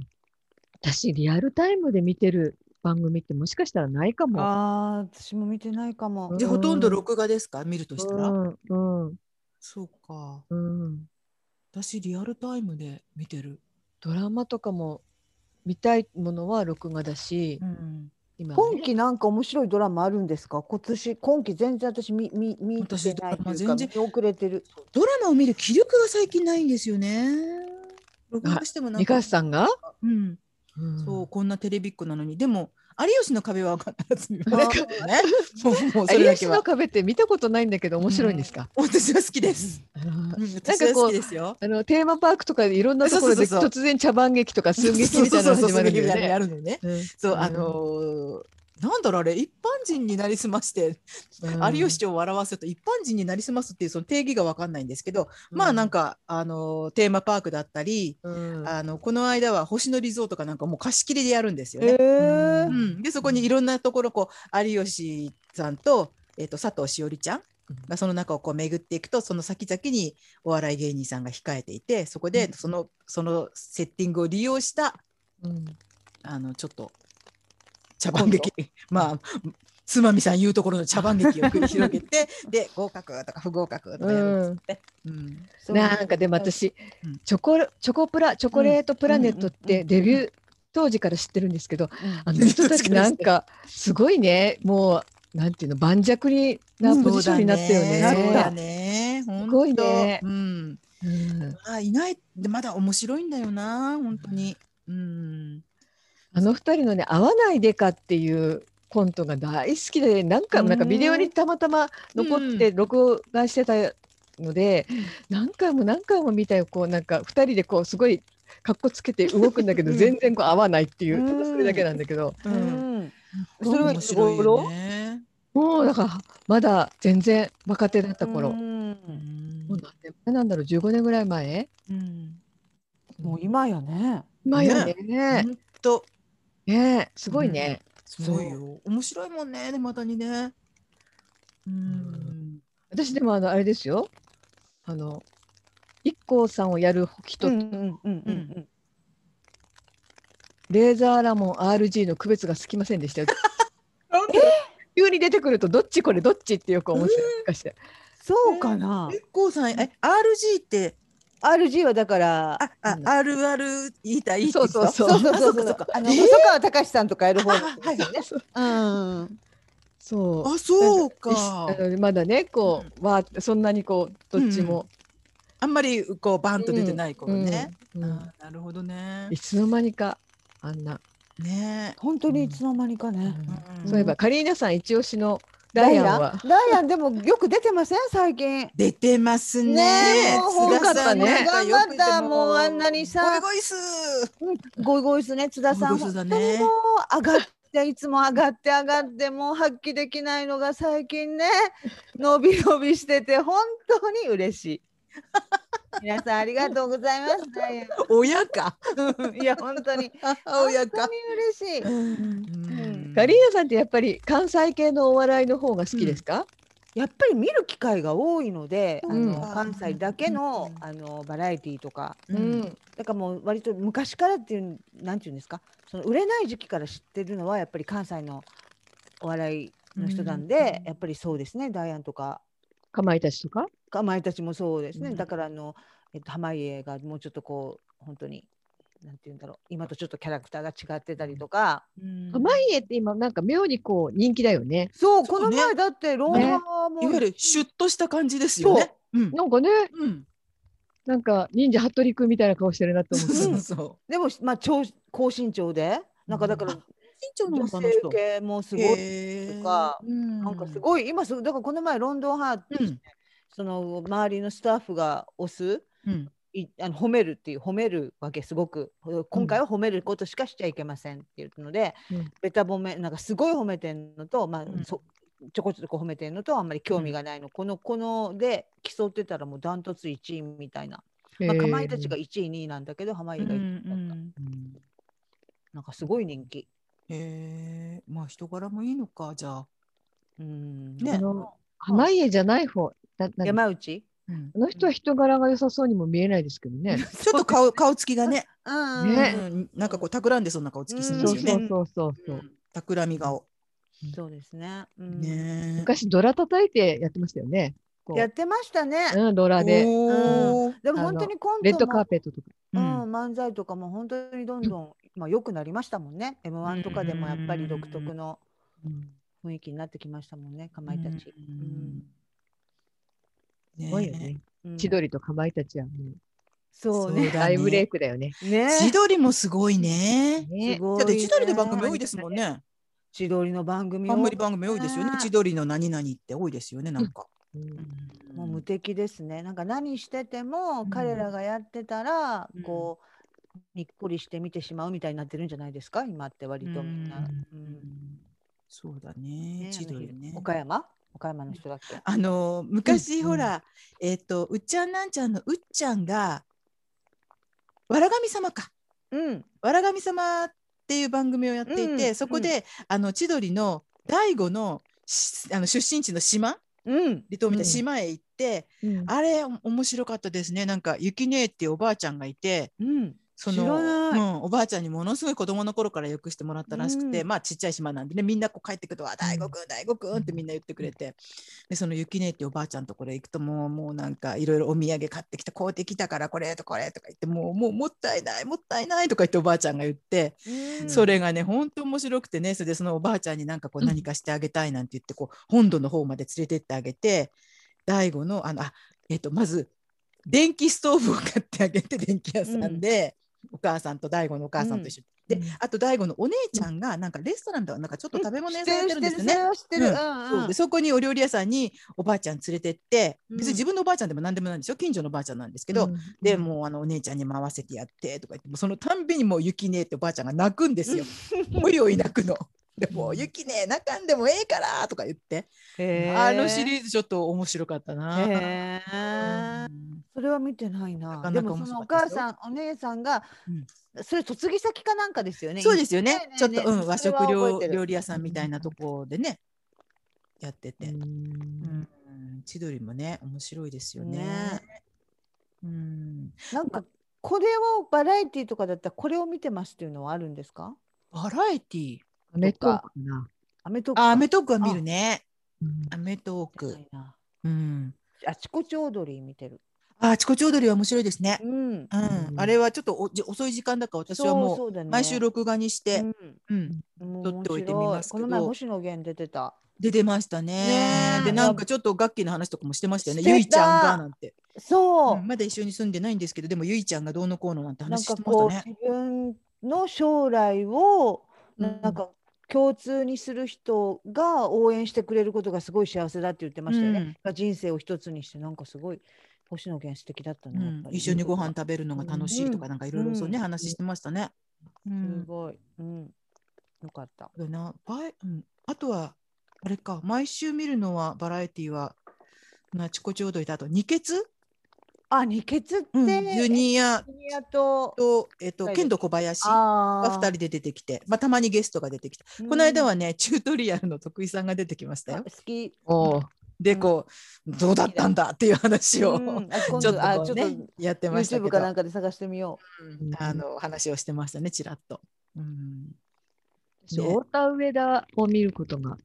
[SPEAKER 2] 私、リアルタイムで見てる番組ってもしかしたらないかも。
[SPEAKER 3] ああ、私も見てないかも。
[SPEAKER 1] でほとんど録画ですか見るとしたら、
[SPEAKER 2] うん。うん
[SPEAKER 1] そうか
[SPEAKER 2] うん。
[SPEAKER 1] 私リアルタイムで見てる、
[SPEAKER 2] ドラマとかも見たいものは録画だし、今はね
[SPEAKER 3] 今期なんか面白いドラマあるんですか？今年今期全然私見見見て
[SPEAKER 1] 私
[SPEAKER 3] ないと
[SPEAKER 1] ド
[SPEAKER 3] い
[SPEAKER 1] ラ
[SPEAKER 3] う
[SPEAKER 1] マ
[SPEAKER 3] か
[SPEAKER 1] 全然
[SPEAKER 3] 見遅れてる。
[SPEAKER 1] ドラマを見る気力が最近ないんですよね録画してもなん
[SPEAKER 2] 三
[SPEAKER 1] か
[SPEAKER 2] 笠さんが、
[SPEAKER 1] うんそう、こんなテレビっ子なのに、でも、有吉の壁は必ず見ますよね。も [laughs] う、もう、それ
[SPEAKER 2] 有
[SPEAKER 1] だけ
[SPEAKER 2] 吉の
[SPEAKER 1] は。
[SPEAKER 2] 壁って見たことないんだけど面白いんですか、
[SPEAKER 1] 私は好きです。
[SPEAKER 2] うん
[SPEAKER 1] うん、私は好きですよ。
[SPEAKER 2] あのテーマパークとかでいろんなところで
[SPEAKER 1] そうそうそう
[SPEAKER 2] 突然茶番劇とか寸劇
[SPEAKER 1] そう
[SPEAKER 2] みた
[SPEAKER 1] そ
[SPEAKER 2] いうな
[SPEAKER 1] そう
[SPEAKER 2] の
[SPEAKER 1] そう、そ
[SPEAKER 2] 始ま
[SPEAKER 1] う
[SPEAKER 2] るん
[SPEAKER 1] い
[SPEAKER 2] だ
[SPEAKER 1] う
[SPEAKER 2] よ
[SPEAKER 1] の
[SPEAKER 2] ね。
[SPEAKER 1] あるのね。
[SPEAKER 2] うん
[SPEAKER 1] そう、あのーなんだろうあれ一般人になりすまして、
[SPEAKER 2] うん
[SPEAKER 1] 有吉を笑わせると一般人になりすますっていうその定義が分かんないんですけど、まあなんか、あのーテーマパークだったり、
[SPEAKER 2] うん
[SPEAKER 1] あのこの間は星野リゾートかなんかもう貸し切りでやるんですよね。
[SPEAKER 3] ええ
[SPEAKER 1] う。ん、でそこにいろんなところこう有吉さんと,、えっと佐藤しおりちゃんがその中をこう巡っていくとその先々にお笑い芸人さんが控えていてそこ
[SPEAKER 2] う
[SPEAKER 1] で
[SPEAKER 2] ん
[SPEAKER 1] その,、そのセッティングを利用した
[SPEAKER 2] うん
[SPEAKER 1] あのちょっと茶番劇まあつまみさん言うところの茶番劇を繰り広げ [laughs] てで合格とか不合格とかやるんですって。うん
[SPEAKER 3] そう
[SPEAKER 2] なんかでも私、
[SPEAKER 1] うん
[SPEAKER 2] チョコレチョコプラチョコレートプラネットっ
[SPEAKER 3] うんうん
[SPEAKER 2] て
[SPEAKER 3] うん
[SPEAKER 2] デビュー当時から知ってるんですけど、
[SPEAKER 3] うん
[SPEAKER 1] [laughs]
[SPEAKER 2] あの人たちなんかすごいねもうなんていうの盤石になポジションになってるよね。
[SPEAKER 1] そうだ
[SPEAKER 2] ね
[SPEAKER 1] ね。
[SPEAKER 2] すごいね
[SPEAKER 1] 本当うん。
[SPEAKER 2] うん
[SPEAKER 1] あいないでまだ面白いんだよな本当に。うん。
[SPEAKER 2] あの二人のね「会わないでか」っていうコントが大好きで何回もなんかビデオにたまたま残って録画してたので、何回も何回も見たよこうなんか二人でこうすごいかっこつけて動くんだけど
[SPEAKER 1] うん
[SPEAKER 2] 全然こう合わないっていううんただそれだけなんだけど
[SPEAKER 1] う。
[SPEAKER 3] うんん。
[SPEAKER 2] それはい
[SPEAKER 1] 面
[SPEAKER 3] つ
[SPEAKER 1] 白い
[SPEAKER 3] 頃
[SPEAKER 1] よね。
[SPEAKER 2] もうだからまだ全然若手だった頃、
[SPEAKER 3] う
[SPEAKER 2] も
[SPEAKER 1] うんん
[SPEAKER 2] う何年前なんだろう15年ぐらい前
[SPEAKER 1] うん。
[SPEAKER 3] もう今よね。
[SPEAKER 2] 今よねね
[SPEAKER 1] 本当
[SPEAKER 2] すごいね、
[SPEAKER 1] すごいよ。面白いもんねでまたにね。うん。
[SPEAKER 2] 私でもあのあれですよあの一 k さんをやる人
[SPEAKER 3] うんうんうんうん
[SPEAKER 2] レーザーラモン RG の区別がつきませんでしたよ。急に出てくるとどっちこれどっちってよく思ってたもしかして。
[SPEAKER 3] そうかな。
[SPEAKER 1] 結構さんえ RG って
[SPEAKER 3] RG はだから
[SPEAKER 1] ああ
[SPEAKER 2] うん
[SPEAKER 1] RR 言いたいって人
[SPEAKER 2] そうそう
[SPEAKER 3] そうそうそうそう
[SPEAKER 1] あっかっか
[SPEAKER 3] あの細川隆さんとかやる方
[SPEAKER 1] あはいはい
[SPEAKER 2] そう
[SPEAKER 3] うん。
[SPEAKER 2] そう
[SPEAKER 1] あそうか
[SPEAKER 2] あのまだねこう、わーそんなにこうどっちも、
[SPEAKER 1] あんまりこうバンと出てない子が
[SPEAKER 2] うん
[SPEAKER 1] ね、
[SPEAKER 2] うん
[SPEAKER 1] あーなるほどね
[SPEAKER 2] いつの間にかあんな、
[SPEAKER 1] ね
[SPEAKER 3] 本当にいつの間にかね。
[SPEAKER 1] うん
[SPEAKER 2] そういえばカリーナさん一押しのダイアンは
[SPEAKER 3] ダイアンでもよく出てません最近。
[SPEAKER 1] 出てますね
[SPEAKER 3] ねえもう
[SPEAKER 1] 津田さん
[SPEAKER 2] よかったね
[SPEAKER 1] なんよく
[SPEAKER 3] 頑張ったもうあんなにさ
[SPEAKER 1] ゴイゴイス
[SPEAKER 3] ゴイゴイスね津田さ
[SPEAKER 1] ゴ
[SPEAKER 3] ん
[SPEAKER 1] イゴイスだ
[SPEAKER 3] 本
[SPEAKER 1] ね
[SPEAKER 3] 当にもう上がっていつも上がって上がってもう発揮できないのが最近ね伸び伸びしてて本当に嬉しい。皆さんありがとうございます。ダイ
[SPEAKER 1] 親か
[SPEAKER 3] アンいや本当に
[SPEAKER 1] 母
[SPEAKER 3] 本
[SPEAKER 1] 親
[SPEAKER 3] 当
[SPEAKER 1] か
[SPEAKER 3] に嬉しい。
[SPEAKER 1] うん
[SPEAKER 2] カリーナさんってやっぱり関西系のお笑いの方が好きですか、
[SPEAKER 3] やっぱり見る機会が多いので、
[SPEAKER 2] うん
[SPEAKER 3] あの関西だけの、
[SPEAKER 1] うん
[SPEAKER 3] あのバラエティーとか
[SPEAKER 1] うん
[SPEAKER 3] だからもう割と昔からっていうなんていうんですかその売れない時期から知ってるのはやっぱり関西のお笑いの人なんで、
[SPEAKER 1] うん
[SPEAKER 3] やっぱりそうですねダイアンとか
[SPEAKER 2] かまいたちとか
[SPEAKER 3] かまいたちもそうですね、
[SPEAKER 1] うん
[SPEAKER 3] だからあの、えっと、濱家がもうちょっとこう本当になんていうんだろう今とちょっとキャラクターが違ってたりとか、
[SPEAKER 1] うん
[SPEAKER 2] 濱家って今なんか妙にこう人気だよね。
[SPEAKER 3] そう
[SPEAKER 1] そ
[SPEAKER 3] こ
[SPEAKER 1] う
[SPEAKER 3] の
[SPEAKER 1] ね
[SPEAKER 3] 前だってロンハーも、
[SPEAKER 1] いわゆるシュッとした感じですよねうん
[SPEAKER 2] なんかね
[SPEAKER 1] うん
[SPEAKER 2] なんか忍者服部君みたいな顔してるなと思っ
[SPEAKER 1] そう
[SPEAKER 2] て。
[SPEAKER 1] そうそう
[SPEAKER 3] でもまあ長高身長でなんかだから
[SPEAKER 1] 身長な
[SPEAKER 3] 女
[SPEAKER 1] のか
[SPEAKER 3] 性
[SPEAKER 1] な人
[SPEAKER 3] 系もすごい
[SPEAKER 1] へー
[SPEAKER 3] とか
[SPEAKER 1] うん
[SPEAKER 3] なんかすごい今すぐだからこの前ロンドンハート、
[SPEAKER 1] うん
[SPEAKER 3] その周りのスタッフが押す
[SPEAKER 1] うん
[SPEAKER 3] いあの褒めるっていう褒めるわけすごく今回は褒めることしかしちゃいけませんって言うので、
[SPEAKER 2] うん
[SPEAKER 3] ベタ褒めなんかすごい褒めてんのと、まあ
[SPEAKER 1] ん
[SPEAKER 3] そちょこちょこ褒めてんのとあんまり興味がないの、このこので競ってたらもうダントツ1位みたいな、まあ、かまいたちが1位2位なんだけど濱家が1位、
[SPEAKER 1] うん
[SPEAKER 2] うん
[SPEAKER 3] なんかすごい人気。
[SPEAKER 1] へえまあ人柄もいいのかじゃあ
[SPEAKER 3] うん
[SPEAKER 1] ね
[SPEAKER 2] あの濱家じゃない方だなんだ
[SPEAKER 3] 山内
[SPEAKER 1] うん
[SPEAKER 2] あの人は人柄が良さそうにも見えないですけどね。
[SPEAKER 1] ちょっと顔顔つきがね
[SPEAKER 3] うん
[SPEAKER 2] ね
[SPEAKER 1] うんなんかこう企んでそんな顔つきして
[SPEAKER 3] うん
[SPEAKER 1] ま
[SPEAKER 2] そ
[SPEAKER 1] す
[SPEAKER 2] う
[SPEAKER 1] よ
[SPEAKER 2] そ
[SPEAKER 1] ね
[SPEAKER 2] うそうそうそう。
[SPEAKER 1] 企み顔
[SPEAKER 3] そうですね。うん
[SPEAKER 1] ね
[SPEAKER 2] 昔ドラ叩いてやってましたよね。こう
[SPEAKER 3] やってましたね。
[SPEAKER 2] うん、ドラで。
[SPEAKER 1] おー
[SPEAKER 3] でも本当にコントも
[SPEAKER 2] レッドカーペットとか。
[SPEAKER 1] う
[SPEAKER 3] うん
[SPEAKER 1] ん
[SPEAKER 3] 漫才とかも本当にどんどん、まあ、良くなりましたもんね。M1 とかでもやっぱり独特の雰囲気になってきましたもんね、かまいたち。
[SPEAKER 1] うん
[SPEAKER 2] すごいよね。
[SPEAKER 3] うん
[SPEAKER 2] 千鳥とかまいたちはもう
[SPEAKER 3] そうね。
[SPEAKER 1] そうだね
[SPEAKER 2] 大ブレイクだよね。
[SPEAKER 3] ね
[SPEAKER 1] 千鳥もすごいね。
[SPEAKER 2] ね
[SPEAKER 3] すごい、
[SPEAKER 1] だ
[SPEAKER 3] ね。
[SPEAKER 1] って千鳥の番組多いですもんね。
[SPEAKER 3] 千鳥の番組
[SPEAKER 1] 冠番組多いですよね
[SPEAKER 3] ね。
[SPEAKER 1] 千鳥の何々って多いですよね。なんか。
[SPEAKER 2] うん
[SPEAKER 3] もう無敵ですね。なんか何してても彼らがやってたら、
[SPEAKER 1] うん
[SPEAKER 3] こうにっこりして見てしまうみたいになってるんじゃないですか今って割とみんな。う
[SPEAKER 1] うんんそうだ
[SPEAKER 3] ね
[SPEAKER 1] ね。千
[SPEAKER 3] あの
[SPEAKER 1] 鳥
[SPEAKER 3] 人
[SPEAKER 1] ね。
[SPEAKER 3] 岡山岡山の人だっけ
[SPEAKER 1] あの昔ほら、えっとうっちゃんなんちゃんのうっちゃんがわら神様か。
[SPEAKER 3] うん。
[SPEAKER 1] わら神様っていう番組をやっていて、
[SPEAKER 3] うん
[SPEAKER 1] そこで、あの千鳥の大悟のしあの出身地の島
[SPEAKER 3] うん。
[SPEAKER 1] 離島みたいな
[SPEAKER 2] うん
[SPEAKER 1] 島へ行って、
[SPEAKER 2] うん
[SPEAKER 1] あれお面白かったですねなんかゆきねえっていうおばあちゃんがいて
[SPEAKER 3] うん。
[SPEAKER 1] そ
[SPEAKER 3] 知
[SPEAKER 1] の
[SPEAKER 3] らない
[SPEAKER 1] うん、おばあちゃんにものすごい子供の頃からよくしてもらったらしくて、
[SPEAKER 3] うん
[SPEAKER 1] まあちっちゃい島なんでねみんなこう帰ってくると「あ大悟くん大悟くん」ってみんな言ってくれてでそのゆきねえっていうおばあちゃんとこれ行くともうもうなんかいろいろお土産買ってきた買うてきたからこれとこれとか言ってもうもうもったいないもったいないとか言っておばあちゃんが言って。
[SPEAKER 3] うん
[SPEAKER 1] それがね、本当面白くてね、それでそのおばあちゃんになんかこう
[SPEAKER 2] うん
[SPEAKER 1] 何かしてあげたいなんて言って、こう本土の方まで連れてってあげて、大悟の、あの、あ、えっと、まず、電気ストーブを買ってあげて、電気屋さんで、お母さんと大悟のお母さんと一緒に。
[SPEAKER 2] うん
[SPEAKER 1] で、あと大悟のお姉ちゃんが、なんかレストランではなんかちょっと食べ物屋さんやってるんですよ
[SPEAKER 3] 知
[SPEAKER 1] ね。
[SPEAKER 3] ってる知ってるそれは知ってる。
[SPEAKER 1] そ
[SPEAKER 3] うん
[SPEAKER 1] ううんでそこにお料理屋さんにおばあちゃん連れてって、別
[SPEAKER 3] うん
[SPEAKER 1] に自分のおばあちゃんでも何でもないんですよ近所のおばあちゃんなんですけど、
[SPEAKER 2] うん
[SPEAKER 1] でもうあのお姉ちゃんにも合わせてやってとか言ってもうそのたんびにもう「雪ねえ」っておばあちゃんが泣くんです
[SPEAKER 3] [laughs]
[SPEAKER 1] よ。おいおい泣くの。でもう「雪ねえ泣かんでもええから」とか言って、
[SPEAKER 3] へー
[SPEAKER 1] あのシリーズちょっと面白かったな。
[SPEAKER 3] へ
[SPEAKER 1] う
[SPEAKER 3] ー
[SPEAKER 1] ん
[SPEAKER 3] それは見てないな。
[SPEAKER 1] なか
[SPEAKER 3] で
[SPEAKER 1] なか
[SPEAKER 3] も
[SPEAKER 1] 面
[SPEAKER 3] その
[SPEAKER 1] 白
[SPEAKER 3] お
[SPEAKER 1] かった
[SPEAKER 3] 母
[SPEAKER 1] ですよ
[SPEAKER 3] さんお姉さんが、それ嫁ぎ先かなんかですよね。
[SPEAKER 1] そうですよね
[SPEAKER 3] ねえ
[SPEAKER 1] ちょっと、うん、和
[SPEAKER 3] それ
[SPEAKER 1] 食
[SPEAKER 3] は覚え
[SPEAKER 1] 料
[SPEAKER 3] てる
[SPEAKER 1] 料理屋さんみたいなとこでねやってて、
[SPEAKER 2] うん
[SPEAKER 1] うん千鳥もね面白いですよね。
[SPEAKER 3] ね
[SPEAKER 1] うん、
[SPEAKER 3] なんかこれをバラエティーとかだったらこれを見てますっていうのはあるんですか？
[SPEAKER 1] バラエティー
[SPEAKER 2] アメトークかな。
[SPEAKER 3] アメトークか。
[SPEAKER 1] あアメトークは見るね
[SPEAKER 2] うん
[SPEAKER 1] アメトー
[SPEAKER 3] じゃな
[SPEAKER 1] ク
[SPEAKER 3] い。な
[SPEAKER 1] うん、
[SPEAKER 3] あちこちオードリー見てる。
[SPEAKER 1] あチコチ踊りは面白いですね。
[SPEAKER 3] うん。
[SPEAKER 1] う、
[SPEAKER 2] うんん
[SPEAKER 1] あれはちょっとおじ遅い時間だから私はも
[SPEAKER 3] うだ
[SPEAKER 1] う
[SPEAKER 3] ね
[SPEAKER 1] 毎週録画にして、
[SPEAKER 3] うん
[SPEAKER 1] うん
[SPEAKER 3] もう
[SPEAKER 1] 撮っておいて
[SPEAKER 3] 面白
[SPEAKER 1] みますけど
[SPEAKER 3] この前星野源出てた。
[SPEAKER 1] 出てましたね
[SPEAKER 3] ねえ
[SPEAKER 1] でなんかちょっと楽器の話とかもしてましたよね
[SPEAKER 3] してた
[SPEAKER 1] ゆいちゃんがなんて、
[SPEAKER 3] そう、
[SPEAKER 1] うんまだ一緒に住んでないんですけどでもゆいちゃんがどうのこうのなんて
[SPEAKER 3] なん
[SPEAKER 1] 話し
[SPEAKER 3] か
[SPEAKER 1] てました
[SPEAKER 3] こう、
[SPEAKER 1] ね
[SPEAKER 3] 自分の将来を
[SPEAKER 1] うん
[SPEAKER 3] なんか共通にする人が応援してくれることがすごい幸せだって言ってましたよ
[SPEAKER 1] うん
[SPEAKER 3] ね。が人生を一つにしてなんかすごい星野源素敵だった
[SPEAKER 1] う
[SPEAKER 3] な、やっ
[SPEAKER 1] ん
[SPEAKER 3] ぱ、り
[SPEAKER 1] 一緒にご飯食べるのが楽しいとか、
[SPEAKER 3] う
[SPEAKER 1] なんかいろいろそうね、
[SPEAKER 3] うん
[SPEAKER 1] 話してましたね。うん
[SPEAKER 3] すごい、うん、よかった。
[SPEAKER 1] だなバイうん、あとは、あれか、毎週見るのはバラエティは、なちこち踊りと、あと、二血、
[SPEAKER 3] あ、二欠って、
[SPEAKER 1] うん、ジュニア
[SPEAKER 3] ジュニアと、
[SPEAKER 1] と、えっと、
[SPEAKER 3] はい
[SPEAKER 1] 剣道小林が
[SPEAKER 3] あ
[SPEAKER 1] 2人で出てきて、まあ、たまにゲストが出てきて、
[SPEAKER 3] 人
[SPEAKER 1] この間はね、チュートリアルの徳井さんが出てきましたよ
[SPEAKER 3] 好。き。
[SPEAKER 2] おー
[SPEAKER 1] で、こう、どうだったんだっていう話を、
[SPEAKER 3] うんあ
[SPEAKER 1] [laughs]
[SPEAKER 3] 今
[SPEAKER 1] ちょっ
[SPEAKER 3] 度
[SPEAKER 1] と
[SPEAKER 3] あ
[SPEAKER 1] こ
[SPEAKER 3] ち
[SPEAKER 1] う
[SPEAKER 3] ょっ
[SPEAKER 1] ね
[SPEAKER 3] と、
[SPEAKER 1] やってましたけ
[SPEAKER 3] YouTube
[SPEAKER 1] ど。
[SPEAKER 3] かなんかで探してみよ
[SPEAKER 1] うんあの話をしてましたね、ちらっと。うん、
[SPEAKER 2] 私
[SPEAKER 1] ね
[SPEAKER 2] 太田上田を見ることが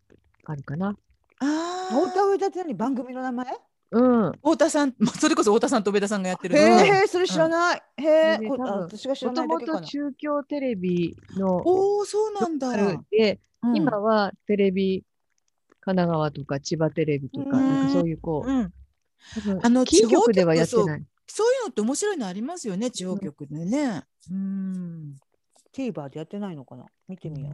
[SPEAKER 2] あるかな。
[SPEAKER 3] う。
[SPEAKER 1] あ
[SPEAKER 3] 太田上田って何番組の名前？
[SPEAKER 2] うん。
[SPEAKER 1] 太田さん、まあそれこそ太田さんと上田さんがやってる
[SPEAKER 3] へ
[SPEAKER 1] の
[SPEAKER 2] うん
[SPEAKER 1] ね。
[SPEAKER 3] え、それ知らない。へ
[SPEAKER 2] そ
[SPEAKER 3] え、
[SPEAKER 2] れで
[SPEAKER 3] こ
[SPEAKER 2] 多分
[SPEAKER 3] あ私が知ら
[SPEAKER 2] も
[SPEAKER 3] な
[SPEAKER 2] と
[SPEAKER 3] い
[SPEAKER 2] も
[SPEAKER 3] だけか
[SPEAKER 2] と
[SPEAKER 3] な。
[SPEAKER 2] 中京テレビの
[SPEAKER 1] おお、そうなんだ。
[SPEAKER 2] ローカルで、
[SPEAKER 1] うん
[SPEAKER 2] 今はテレビ神奈川とか千葉テレビとか、
[SPEAKER 3] うん
[SPEAKER 2] なんかそういうこう、
[SPEAKER 1] うん、
[SPEAKER 2] 多分
[SPEAKER 1] あの
[SPEAKER 2] キー局ではやってない。
[SPEAKER 1] そういうのって面白いのありますよね、地方局でね。うん。
[SPEAKER 3] TVer でやってないのかな。見てみよ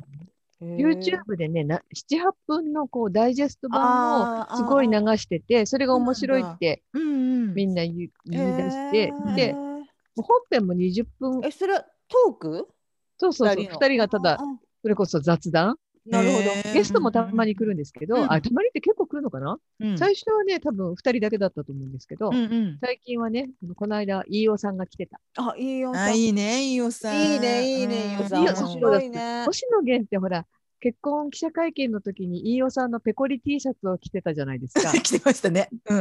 [SPEAKER 3] う。へえ
[SPEAKER 2] YouTube でね、な7、8分のこうダイジェスト版を
[SPEAKER 3] あー
[SPEAKER 2] すごい流
[SPEAKER 3] あー
[SPEAKER 2] してて、それが面白いって
[SPEAKER 1] うんうん。
[SPEAKER 2] みんな言う
[SPEAKER 3] へ
[SPEAKER 2] 言い出し
[SPEAKER 3] ー
[SPEAKER 2] て、で、
[SPEAKER 3] う
[SPEAKER 2] も
[SPEAKER 3] ん
[SPEAKER 2] う本編も20分、
[SPEAKER 3] え、それはトーク？
[SPEAKER 2] そうそうそう、
[SPEAKER 3] 二人の
[SPEAKER 2] 2人がただ
[SPEAKER 3] あ、あ
[SPEAKER 2] それこそ雑談、
[SPEAKER 3] なるほど。
[SPEAKER 1] へー
[SPEAKER 2] ゲストもたまに来るんですけど、
[SPEAKER 1] うん
[SPEAKER 2] あ、たまにって結構来るのかな、
[SPEAKER 1] うん
[SPEAKER 2] 最初はね、多分2人だけだったと思うんですけど、
[SPEAKER 1] うんうん
[SPEAKER 2] 最近はね、この間、飯尾さんが来てた。
[SPEAKER 3] あ、いいよ。
[SPEAKER 1] あ、いいね、いいよさん。
[SPEAKER 3] いいね、いいね、いいよ。さん
[SPEAKER 2] いいよ
[SPEAKER 3] 面白いね。
[SPEAKER 2] 星野源ってほら、結婚記者会見の時に飯尾さんのペコリ T シャツを着てたじゃないですか。
[SPEAKER 1] 来てました [laughs] ね。うん。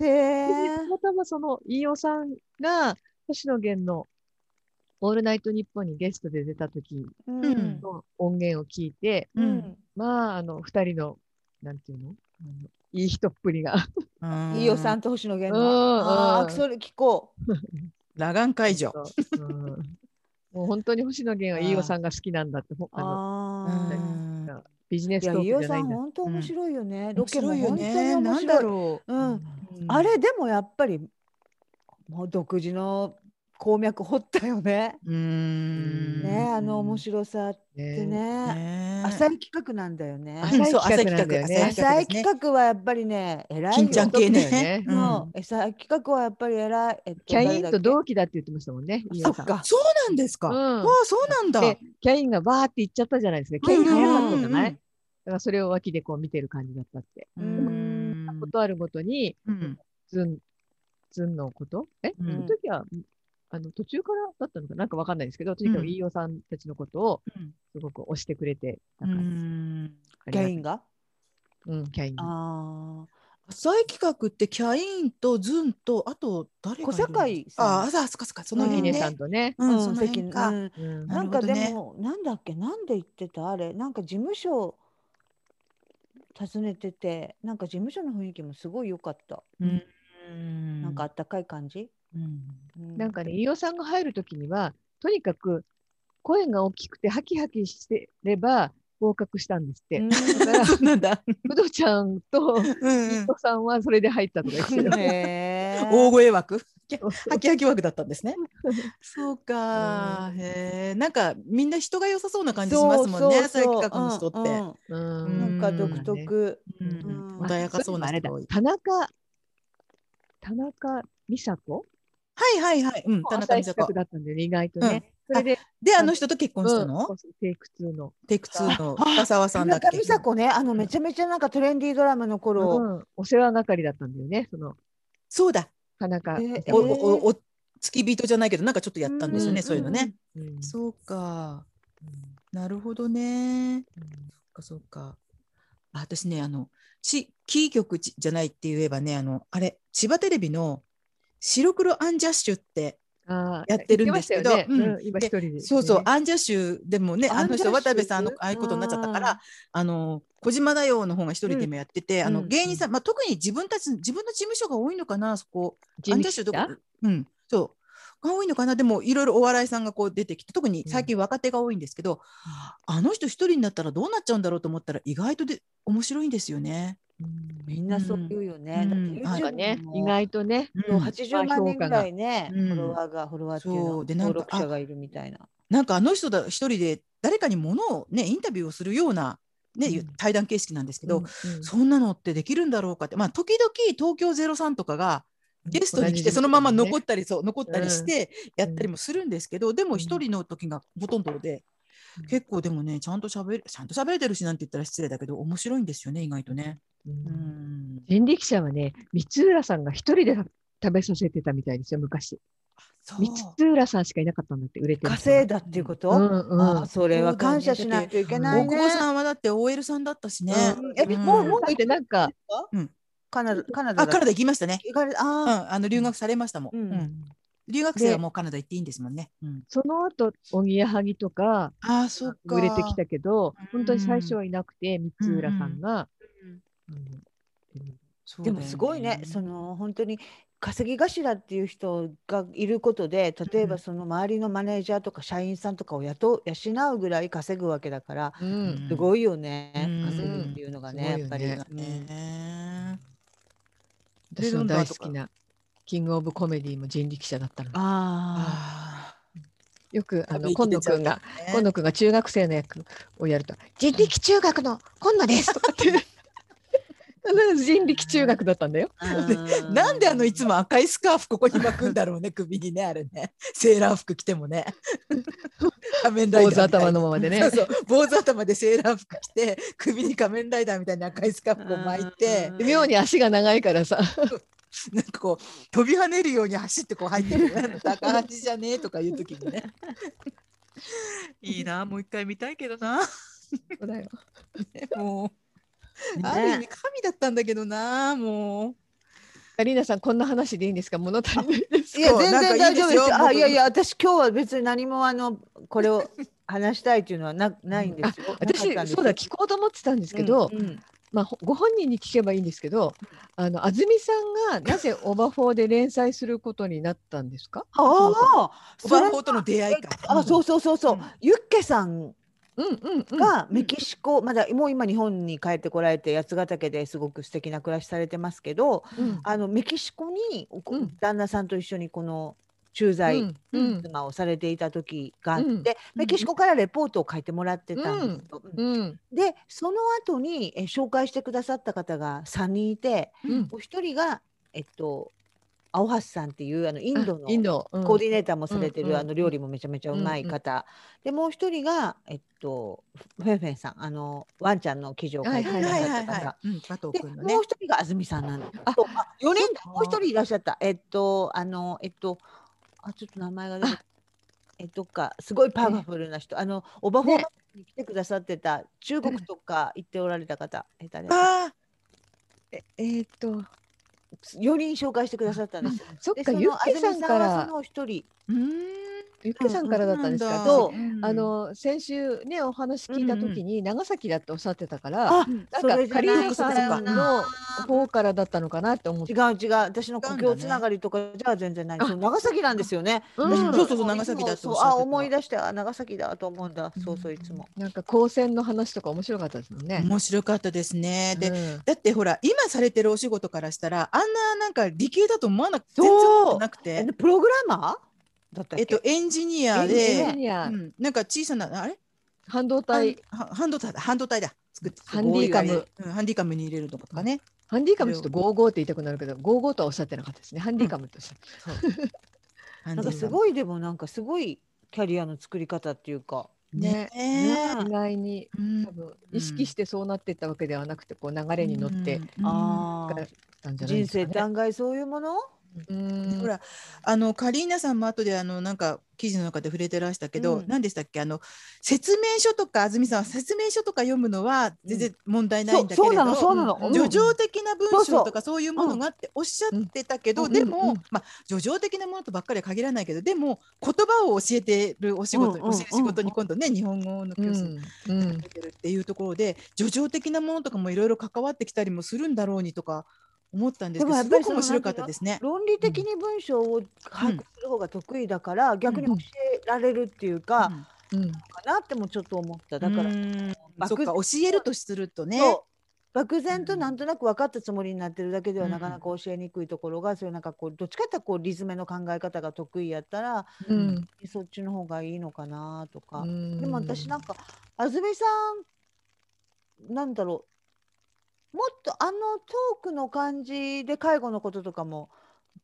[SPEAKER 3] へ
[SPEAKER 2] で
[SPEAKER 3] え。
[SPEAKER 2] たまたまその飯尾さんが星野源の「オールナイトニッポン」にゲストで出た時
[SPEAKER 1] ん
[SPEAKER 2] の音源を聞いて、
[SPEAKER 1] う
[SPEAKER 3] うんん。
[SPEAKER 2] まあ、あの、二人の、なんていうのあのいい人っぷりが。
[SPEAKER 1] うん
[SPEAKER 3] いいよさん。と星野源
[SPEAKER 2] うん
[SPEAKER 3] の。あ
[SPEAKER 2] うん
[SPEAKER 3] あ、それ聞こう。
[SPEAKER 1] 裸眼解除。
[SPEAKER 2] うんもう本当に星野源は飯尾さんが好きなんだって、ほあの
[SPEAKER 3] あ
[SPEAKER 1] う
[SPEAKER 3] あ。
[SPEAKER 1] ん
[SPEAKER 2] なんビジネ
[SPEAKER 3] い
[SPEAKER 2] ス
[SPEAKER 3] や、
[SPEAKER 2] トー
[SPEAKER 3] 飯尾
[SPEAKER 2] クじゃ
[SPEAKER 3] さ
[SPEAKER 2] ない
[SPEAKER 3] ん、
[SPEAKER 2] んだ。
[SPEAKER 3] 本当面白いよね。
[SPEAKER 1] 面
[SPEAKER 3] ロケも
[SPEAKER 1] 白い
[SPEAKER 3] 本当
[SPEAKER 1] よね。
[SPEAKER 3] に面
[SPEAKER 1] なんだ
[SPEAKER 3] 白い。
[SPEAKER 1] ろう。
[SPEAKER 3] うん。あれ、でもやっぱり、もう独自の鉱脈掘ったよね。
[SPEAKER 1] うん。
[SPEAKER 3] ね、あの面白さって
[SPEAKER 2] ね
[SPEAKER 3] ね。
[SPEAKER 1] ね
[SPEAKER 3] 浅い企画なんだよね。
[SPEAKER 2] 浅い
[SPEAKER 1] そう
[SPEAKER 2] 企画なんだよね
[SPEAKER 1] 浅い
[SPEAKER 3] 浅い
[SPEAKER 1] 企画ですね
[SPEAKER 3] 企画はやっぱりね、偉いよ。
[SPEAKER 1] 金ちゃん系
[SPEAKER 2] そうだ
[SPEAKER 1] ね
[SPEAKER 2] よね。
[SPEAKER 1] うん
[SPEAKER 3] うん浅い企画はやっぱり偉い。えっと
[SPEAKER 2] キャインと
[SPEAKER 3] 誰だっ
[SPEAKER 2] 同期だって言ってましたもんね。飯
[SPEAKER 3] け
[SPEAKER 2] 尾
[SPEAKER 3] そ
[SPEAKER 2] さ
[SPEAKER 3] っ
[SPEAKER 2] ん
[SPEAKER 3] か。
[SPEAKER 1] そうなんですか。
[SPEAKER 2] う
[SPEAKER 1] わあ、
[SPEAKER 2] ん
[SPEAKER 1] そうなんだ。
[SPEAKER 2] で、キャインがバーって行っちゃったじゃないですか。キャイン早かったじゃない、だからそれを脇でこう見てる感じだったって。
[SPEAKER 1] う
[SPEAKER 3] うんん
[SPEAKER 1] うんうんうん
[SPEAKER 2] ことあるごとに、
[SPEAKER 1] うん
[SPEAKER 2] ずん、ずんのことえ、
[SPEAKER 1] うん
[SPEAKER 2] その時は、あの、途中からだったのかなんかわかんないですけど、とにか
[SPEAKER 1] う
[SPEAKER 2] く
[SPEAKER 1] ん
[SPEAKER 2] 飯尾さんたちのことを
[SPEAKER 1] うん
[SPEAKER 2] すごく推してくれてた
[SPEAKER 1] う
[SPEAKER 2] 感じ、
[SPEAKER 1] ん
[SPEAKER 2] あり
[SPEAKER 3] キ
[SPEAKER 2] が
[SPEAKER 3] ャ
[SPEAKER 2] と
[SPEAKER 3] インが
[SPEAKER 2] ううん、キャインが。
[SPEAKER 3] あ
[SPEAKER 1] 浅い企画ってキャインとズンとあと誰がいる
[SPEAKER 3] 小堺さん
[SPEAKER 1] ああそうそっかそっかその
[SPEAKER 2] 関
[SPEAKER 1] 辺
[SPEAKER 2] 根
[SPEAKER 1] ね
[SPEAKER 2] さんとね。
[SPEAKER 3] あ。
[SPEAKER 1] うんその
[SPEAKER 3] 関
[SPEAKER 1] 辺か、
[SPEAKER 3] うん
[SPEAKER 2] うん
[SPEAKER 1] なる
[SPEAKER 3] なん
[SPEAKER 1] ほ
[SPEAKER 3] か
[SPEAKER 1] ど
[SPEAKER 3] で
[SPEAKER 1] ね
[SPEAKER 3] も、なんだっけなんで言ってたあれなんか事務所訪ねててなんか事務所の雰囲気もすごい良かった、
[SPEAKER 1] うん
[SPEAKER 3] なんかあったかい感じ、
[SPEAKER 1] うん
[SPEAKER 3] うん
[SPEAKER 2] なんかね、飯尾さんが入るときには、とにかく声が大きくてハキハキしてれば合格したんですって。
[SPEAKER 3] うん
[SPEAKER 2] だから、
[SPEAKER 1] そう [laughs] なんだ、
[SPEAKER 2] 工藤ちゃんと
[SPEAKER 1] うんう
[SPEAKER 2] 伊
[SPEAKER 1] ん
[SPEAKER 2] 藤さんはそれで入ったとか言って
[SPEAKER 3] [laughs]
[SPEAKER 2] たよ
[SPEAKER 3] へー
[SPEAKER 1] [laughs] 大声 [laughs] 枠
[SPEAKER 2] そう
[SPEAKER 1] ハキハキ枠だったんですね [laughs] そうか
[SPEAKER 2] うん
[SPEAKER 1] へえなんかみんな人が良さそうな感じしますもんね浅い企画の人って、
[SPEAKER 3] うんうん
[SPEAKER 2] う
[SPEAKER 3] なん
[SPEAKER 2] ん
[SPEAKER 3] か独特、
[SPEAKER 1] うん
[SPEAKER 3] うん
[SPEAKER 1] 穏やかそうな
[SPEAKER 2] あれ
[SPEAKER 1] 人
[SPEAKER 2] だ
[SPEAKER 1] が多い。
[SPEAKER 2] 田中、田中美佐子
[SPEAKER 1] はいはいはい、うん、田中美佐
[SPEAKER 2] 浅い企
[SPEAKER 1] 子
[SPEAKER 2] 画だったんだよね、意外とね。
[SPEAKER 1] うん
[SPEAKER 2] それで、
[SPEAKER 1] であの人と結婚したの、
[SPEAKER 2] うんテイク2の。
[SPEAKER 1] テイク2の深澤さ
[SPEAKER 3] 田
[SPEAKER 1] んだっ
[SPEAKER 3] 中
[SPEAKER 1] け
[SPEAKER 3] 美佐子ねあのめちゃめちゃなんかトレンディードラマの頃、
[SPEAKER 2] うんお世話係だったんだよね、その
[SPEAKER 1] そうだ
[SPEAKER 2] 田中美佐
[SPEAKER 3] え
[SPEAKER 1] お
[SPEAKER 2] 子。
[SPEAKER 3] ー
[SPEAKER 1] おおお付き人じゃないけどなんかちょっとやったんですよね、
[SPEAKER 2] うん
[SPEAKER 1] そういうのね。
[SPEAKER 2] うん
[SPEAKER 1] そうかなるほどね。そっかそうか。あ私ねあのちキー局じじゃないって言えばねあのあれ千葉テレビの白黒アンジャッシュって
[SPEAKER 2] あー
[SPEAKER 1] やってるんですけど
[SPEAKER 2] 言ってましたよね
[SPEAKER 1] うん
[SPEAKER 2] うん今一人で。
[SPEAKER 1] そうそう、アンジャッシュでもねあの人
[SPEAKER 3] アンジャッシュ
[SPEAKER 1] 渡部さんのああいうことになっちゃったからあの小島だよの方が一人でもやってて、
[SPEAKER 3] うん
[SPEAKER 1] あの
[SPEAKER 3] うん
[SPEAKER 1] 芸人さん、まあ、特に自分たち自分の事務所が多いのかなそこ
[SPEAKER 2] ジ
[SPEAKER 1] アン
[SPEAKER 2] ミ
[SPEAKER 1] ジャッ
[SPEAKER 2] キ
[SPEAKER 1] シュ
[SPEAKER 2] シ
[SPEAKER 1] ど
[SPEAKER 2] タ
[SPEAKER 1] こうん、そう。が多いのかなでもいろいろお笑いさんがこう出てきて特に最近若手が多いんですけど、あの人一人になったらどうなっちゃうんだろうと思ったら意外とで面白いんですよね。
[SPEAKER 3] みんなそう言うよね。
[SPEAKER 1] うん
[SPEAKER 3] だ
[SPEAKER 2] な
[SPEAKER 3] っ
[SPEAKER 2] ん
[SPEAKER 3] て
[SPEAKER 2] か
[SPEAKER 3] YouTube
[SPEAKER 2] ね
[SPEAKER 3] も
[SPEAKER 2] 意外とね
[SPEAKER 1] うん
[SPEAKER 3] 80万人ぐらいね、
[SPEAKER 1] うん
[SPEAKER 3] フォロワーが、フォロワーっていう
[SPEAKER 1] そ
[SPEAKER 3] の
[SPEAKER 1] うでなん
[SPEAKER 3] 登
[SPEAKER 1] か
[SPEAKER 3] 録者がいるみたいな。
[SPEAKER 1] なんかあの人だ一人で誰かにものを、ね、インタビューをするような、ね
[SPEAKER 2] うん
[SPEAKER 1] 対談形式なんですけど、
[SPEAKER 2] うんうん
[SPEAKER 1] そんなのってできるんだろうかって、まあ、時々東京03とかがゲストに来
[SPEAKER 2] 同じ
[SPEAKER 1] て
[SPEAKER 2] 事務所でね
[SPEAKER 1] そのまま残ったりそう残ったりしてやったりもするんですけど、でも一人の時がほとんどで、
[SPEAKER 2] うん
[SPEAKER 1] 結構でもねちゃんと喋れちゃんと喋れてるしなんて言ったら失礼だけど面白いんですよね意外とね。うん
[SPEAKER 2] 人力車はね光浦さんが一人で食べさせてたみたいですよ昔
[SPEAKER 1] そう
[SPEAKER 2] 光浦さんしかいなかったんだって売れてる人
[SPEAKER 3] 稼いだっていうこと、
[SPEAKER 2] うんうん
[SPEAKER 3] あそれは感謝しないといけな
[SPEAKER 1] 大
[SPEAKER 3] いね。
[SPEAKER 1] 久保さんはだって OL さんだったしね。
[SPEAKER 3] うんえ
[SPEAKER 1] うん
[SPEAKER 3] もうもう
[SPEAKER 2] だってなんか
[SPEAKER 3] カナダカナダ
[SPEAKER 1] あカナダ行きましたね。
[SPEAKER 3] 行かれ
[SPEAKER 1] うん、
[SPEAKER 3] あ
[SPEAKER 1] あの留学されましたもん。
[SPEAKER 3] うん
[SPEAKER 1] うん留学生はもうカナダ行っていいんですもんね。うん、
[SPEAKER 2] その後おぎやはぎとか
[SPEAKER 1] ああ、そっか。
[SPEAKER 2] 売れてきたけど
[SPEAKER 1] うん
[SPEAKER 2] 本当に最初はいなくて光浦さんが、うん
[SPEAKER 1] そ
[SPEAKER 3] ー
[SPEAKER 1] うだ
[SPEAKER 3] で
[SPEAKER 1] よね。
[SPEAKER 3] もすごいねその本当に稼ぎ頭っていう人がいることで例え
[SPEAKER 1] う
[SPEAKER 3] ば
[SPEAKER 1] ん
[SPEAKER 3] その周りのマネージャーとか社員さんとかを雇う養うぐらい稼ぐわけだから
[SPEAKER 1] うん
[SPEAKER 3] すごいよね、
[SPEAKER 1] うん
[SPEAKER 3] 稼ぐっていうのがね、やっぱり。
[SPEAKER 1] すごいよね
[SPEAKER 2] 私の大好きなキングオブコメディも人力車だったの
[SPEAKER 3] あ
[SPEAKER 1] あ
[SPEAKER 2] よく
[SPEAKER 1] あ
[SPEAKER 2] あの今野くんが、今
[SPEAKER 1] 度
[SPEAKER 2] 野くんが中学生の役をやると「人力中学の今野です」とかって必ず人力中学だったんだよ。
[SPEAKER 3] あ
[SPEAKER 1] [laughs]
[SPEAKER 3] ー
[SPEAKER 1] なんであのいつも赤いスカーフここに巻くんだろう [laughs] ね、首にね、あれね。セーラー服着ても [laughs] ね。仮面ライ
[SPEAKER 2] 坊
[SPEAKER 1] ダーみ
[SPEAKER 2] 主
[SPEAKER 1] たいな。
[SPEAKER 2] 頭のままでね。
[SPEAKER 1] そうそう坊主頭でセーラー服着て首に仮面ライダーみたいな赤いスカーフを巻いて
[SPEAKER 3] うん
[SPEAKER 2] で妙に足が長いからさ
[SPEAKER 1] なんかこう飛び跳ねるように走ってこう入ってくるね高橋じゃねえとかいう時にね [laughs] いいなもう一回見たいけどな [laughs] もう、ある意味神だったんだけどなもう
[SPEAKER 2] アリーナさんこんな話でいいんですか物足りないです
[SPEAKER 3] いや
[SPEAKER 1] そう
[SPEAKER 3] 全
[SPEAKER 1] なんか
[SPEAKER 3] 然大丈夫です
[SPEAKER 1] いいですよ
[SPEAKER 3] よ。
[SPEAKER 1] 僕
[SPEAKER 3] あいやいや私今日は別に何もあのこれを話したいっていうのはなないんですよ。なかったん
[SPEAKER 2] 私
[SPEAKER 3] ですよ
[SPEAKER 2] そうだ聞こうと思ってたんですけど、
[SPEAKER 3] うんうん
[SPEAKER 2] まあ、ほご本人に聞けばいいんですけどあの安住さんがなぜオバフォーで連載することになったんですか
[SPEAKER 3] ああ
[SPEAKER 1] オ
[SPEAKER 3] そ
[SPEAKER 1] バ
[SPEAKER 3] れ
[SPEAKER 1] フォーとの出会いか
[SPEAKER 3] あそうそうそうそう、
[SPEAKER 1] うん
[SPEAKER 3] ユッケさん
[SPEAKER 2] うんうんうん、
[SPEAKER 3] がメキシコ、まだもう今日本に帰ってこられて八ヶ岳ですごく素敵な暮らしされてますけど
[SPEAKER 2] うん
[SPEAKER 3] あのメキシコに、
[SPEAKER 2] ん
[SPEAKER 3] 旦那さんと一緒にこの駐在、
[SPEAKER 2] うんうん
[SPEAKER 3] 妻をされていた時があって、
[SPEAKER 2] うん
[SPEAKER 3] メキシコからレポートを書いてもらってたんですよ。うん
[SPEAKER 2] うん
[SPEAKER 3] でその後にえー紹介してくださった方が3人いて
[SPEAKER 2] うん
[SPEAKER 3] お一人がえっと青橋さんっていうあのインドの
[SPEAKER 2] あインド、うん
[SPEAKER 3] コーディネーターもされて
[SPEAKER 2] う
[SPEAKER 3] る、
[SPEAKER 2] んうん
[SPEAKER 3] あの料理もめちゃめちゃうまい方、でもう一人がえっとフェンフェンさんあのワンちゃんの記事を書いてく
[SPEAKER 1] は
[SPEAKER 2] はい
[SPEAKER 3] だ
[SPEAKER 1] は
[SPEAKER 3] さ
[SPEAKER 1] い
[SPEAKER 3] っ
[SPEAKER 1] は
[SPEAKER 3] た
[SPEAKER 1] いは
[SPEAKER 3] 方。
[SPEAKER 1] い、うん、加藤
[SPEAKER 3] で
[SPEAKER 1] 君のね
[SPEAKER 3] もう一人が安住さんなんだ。
[SPEAKER 2] あ
[SPEAKER 3] あとあ
[SPEAKER 1] そ
[SPEAKER 3] 4人だ
[SPEAKER 1] っか
[SPEAKER 3] もう一人いらっしゃった。えっとあのえっとあちょっと名前が出てえっとかすごいパワフルな人、あのオバフォーマッチに来てくださってた、中国とか行っておられた方、え誰だ
[SPEAKER 1] あ
[SPEAKER 2] ええーっと
[SPEAKER 3] 4人紹介してくださったんですよ。
[SPEAKER 2] そっ
[SPEAKER 3] で
[SPEAKER 2] か
[SPEAKER 3] その
[SPEAKER 2] ユッケさんか
[SPEAKER 3] 安住
[SPEAKER 2] ら
[SPEAKER 3] はその一人
[SPEAKER 1] ーうーん
[SPEAKER 2] ユッケさんからだったんですか
[SPEAKER 3] そう
[SPEAKER 2] ど
[SPEAKER 1] うん
[SPEAKER 2] あの先週ねお話聞いた時に長崎だっておっしゃってたから、な
[SPEAKER 3] あ
[SPEAKER 2] んかカリーナ
[SPEAKER 1] それじゃな
[SPEAKER 2] さ
[SPEAKER 1] い
[SPEAKER 2] んの方からだったのかなって思って、
[SPEAKER 3] 違う違う私の故郷つながりとかじゃ全然ない、
[SPEAKER 2] あ
[SPEAKER 3] そう長崎なんですよね、
[SPEAKER 2] うん
[SPEAKER 3] 私
[SPEAKER 1] そうそうそう長崎だって
[SPEAKER 3] そ
[SPEAKER 1] おっ
[SPEAKER 3] う
[SPEAKER 1] しゃってた
[SPEAKER 3] あ思い出してあ長崎だと思うんだそうそういつも、
[SPEAKER 2] なんか高専の話とか面白かったですもんね。
[SPEAKER 1] 面白かったですね。で、
[SPEAKER 2] うん
[SPEAKER 1] だってほら今されてるお仕事からしたらあんななんか理系だと思わなく
[SPEAKER 3] そう
[SPEAKER 1] 全然思ってなく
[SPEAKER 3] え
[SPEAKER 1] て、
[SPEAKER 3] プログラマーだったっ
[SPEAKER 1] え
[SPEAKER 3] け、
[SPEAKER 1] っと、エンジニア
[SPEAKER 3] エンジ
[SPEAKER 1] で
[SPEAKER 3] ニ
[SPEAKER 2] エンジニア
[SPEAKER 1] うん、なんか小さなあれ
[SPEAKER 2] 半導体
[SPEAKER 1] 半半導体だ半導体だ作って
[SPEAKER 2] ハンディカム、
[SPEAKER 1] うん、ハンディカムに入れるのとかね、
[SPEAKER 2] ハンディカムちょっと55って言いたくなるけど55とはおっしゃってなかったですねハンディカムとして、
[SPEAKER 1] ハンデ
[SPEAKER 3] な
[SPEAKER 1] ィ
[SPEAKER 3] ん
[SPEAKER 1] カ
[SPEAKER 3] か
[SPEAKER 1] ム
[SPEAKER 3] すごいでもなんかすごいキャリアの作り方っていうか、
[SPEAKER 1] ね
[SPEAKER 3] ね
[SPEAKER 2] 意外に
[SPEAKER 1] うん
[SPEAKER 2] 多分意識してそうなっていったわけではなくてこう流れに乗って
[SPEAKER 1] うん
[SPEAKER 3] あー
[SPEAKER 2] たんじゃない
[SPEAKER 3] 人
[SPEAKER 2] ですか、
[SPEAKER 3] 生
[SPEAKER 2] ね、
[SPEAKER 3] って案外そういうもの、
[SPEAKER 2] うん
[SPEAKER 1] ほらあのカリーナさんも後であのなんか記事の中で触れてらしたけど、
[SPEAKER 3] うん
[SPEAKER 1] 何でしたっけあの説明書とか安住さんは [laughs] 説明書とか読むのは全然問題ない
[SPEAKER 3] そ
[SPEAKER 1] ん
[SPEAKER 3] う
[SPEAKER 1] だけれど、
[SPEAKER 3] そうなのそうなの、
[SPEAKER 2] うん
[SPEAKER 1] 叙
[SPEAKER 3] うん
[SPEAKER 1] 情的な文章とかそういうものがあっておっしゃってたけど、
[SPEAKER 2] うん
[SPEAKER 1] で
[SPEAKER 2] うんう
[SPEAKER 1] も、
[SPEAKER 2] ん
[SPEAKER 1] まあ、叙情的なものとばっかりは限らないけどでも言葉を教えてるお仕事、
[SPEAKER 3] うんうんうん
[SPEAKER 1] 教える仕事に今度ね日本語の教
[SPEAKER 2] う
[SPEAKER 1] 室に
[SPEAKER 2] んう
[SPEAKER 1] っ
[SPEAKER 2] ん
[SPEAKER 1] てるっていうところで叙情的なものとかもいろいろ関わってきたりもするんだろうにとか思ったんですけ
[SPEAKER 3] でも
[SPEAKER 1] どすご
[SPEAKER 3] やっぱり
[SPEAKER 1] く
[SPEAKER 3] その
[SPEAKER 1] 面白かったですね。
[SPEAKER 3] 論理的に文章を把握する方が得意だから、逆に教えられるっていうか、
[SPEAKER 1] うん
[SPEAKER 2] うん
[SPEAKER 3] かなってもちょっと思っただ
[SPEAKER 1] だ
[SPEAKER 3] か、
[SPEAKER 1] からら
[SPEAKER 3] 漠
[SPEAKER 1] そっ
[SPEAKER 3] 然
[SPEAKER 1] か教えるとするとね。
[SPEAKER 3] そう漠然
[SPEAKER 1] う
[SPEAKER 3] と
[SPEAKER 1] ん
[SPEAKER 3] なんとなく分かったつもりになってるだけでは
[SPEAKER 1] うん
[SPEAKER 3] なかなか教えにくいところが、そういうなんかこうどっちかっていうとこうリズムの考え方が得意やったら
[SPEAKER 2] う
[SPEAKER 1] うん
[SPEAKER 2] ん
[SPEAKER 3] そっちの方がいいのかなとか、
[SPEAKER 2] うん
[SPEAKER 3] でも私なんか安住さんなんだろうもっとあのトークの感じで介護のこととかも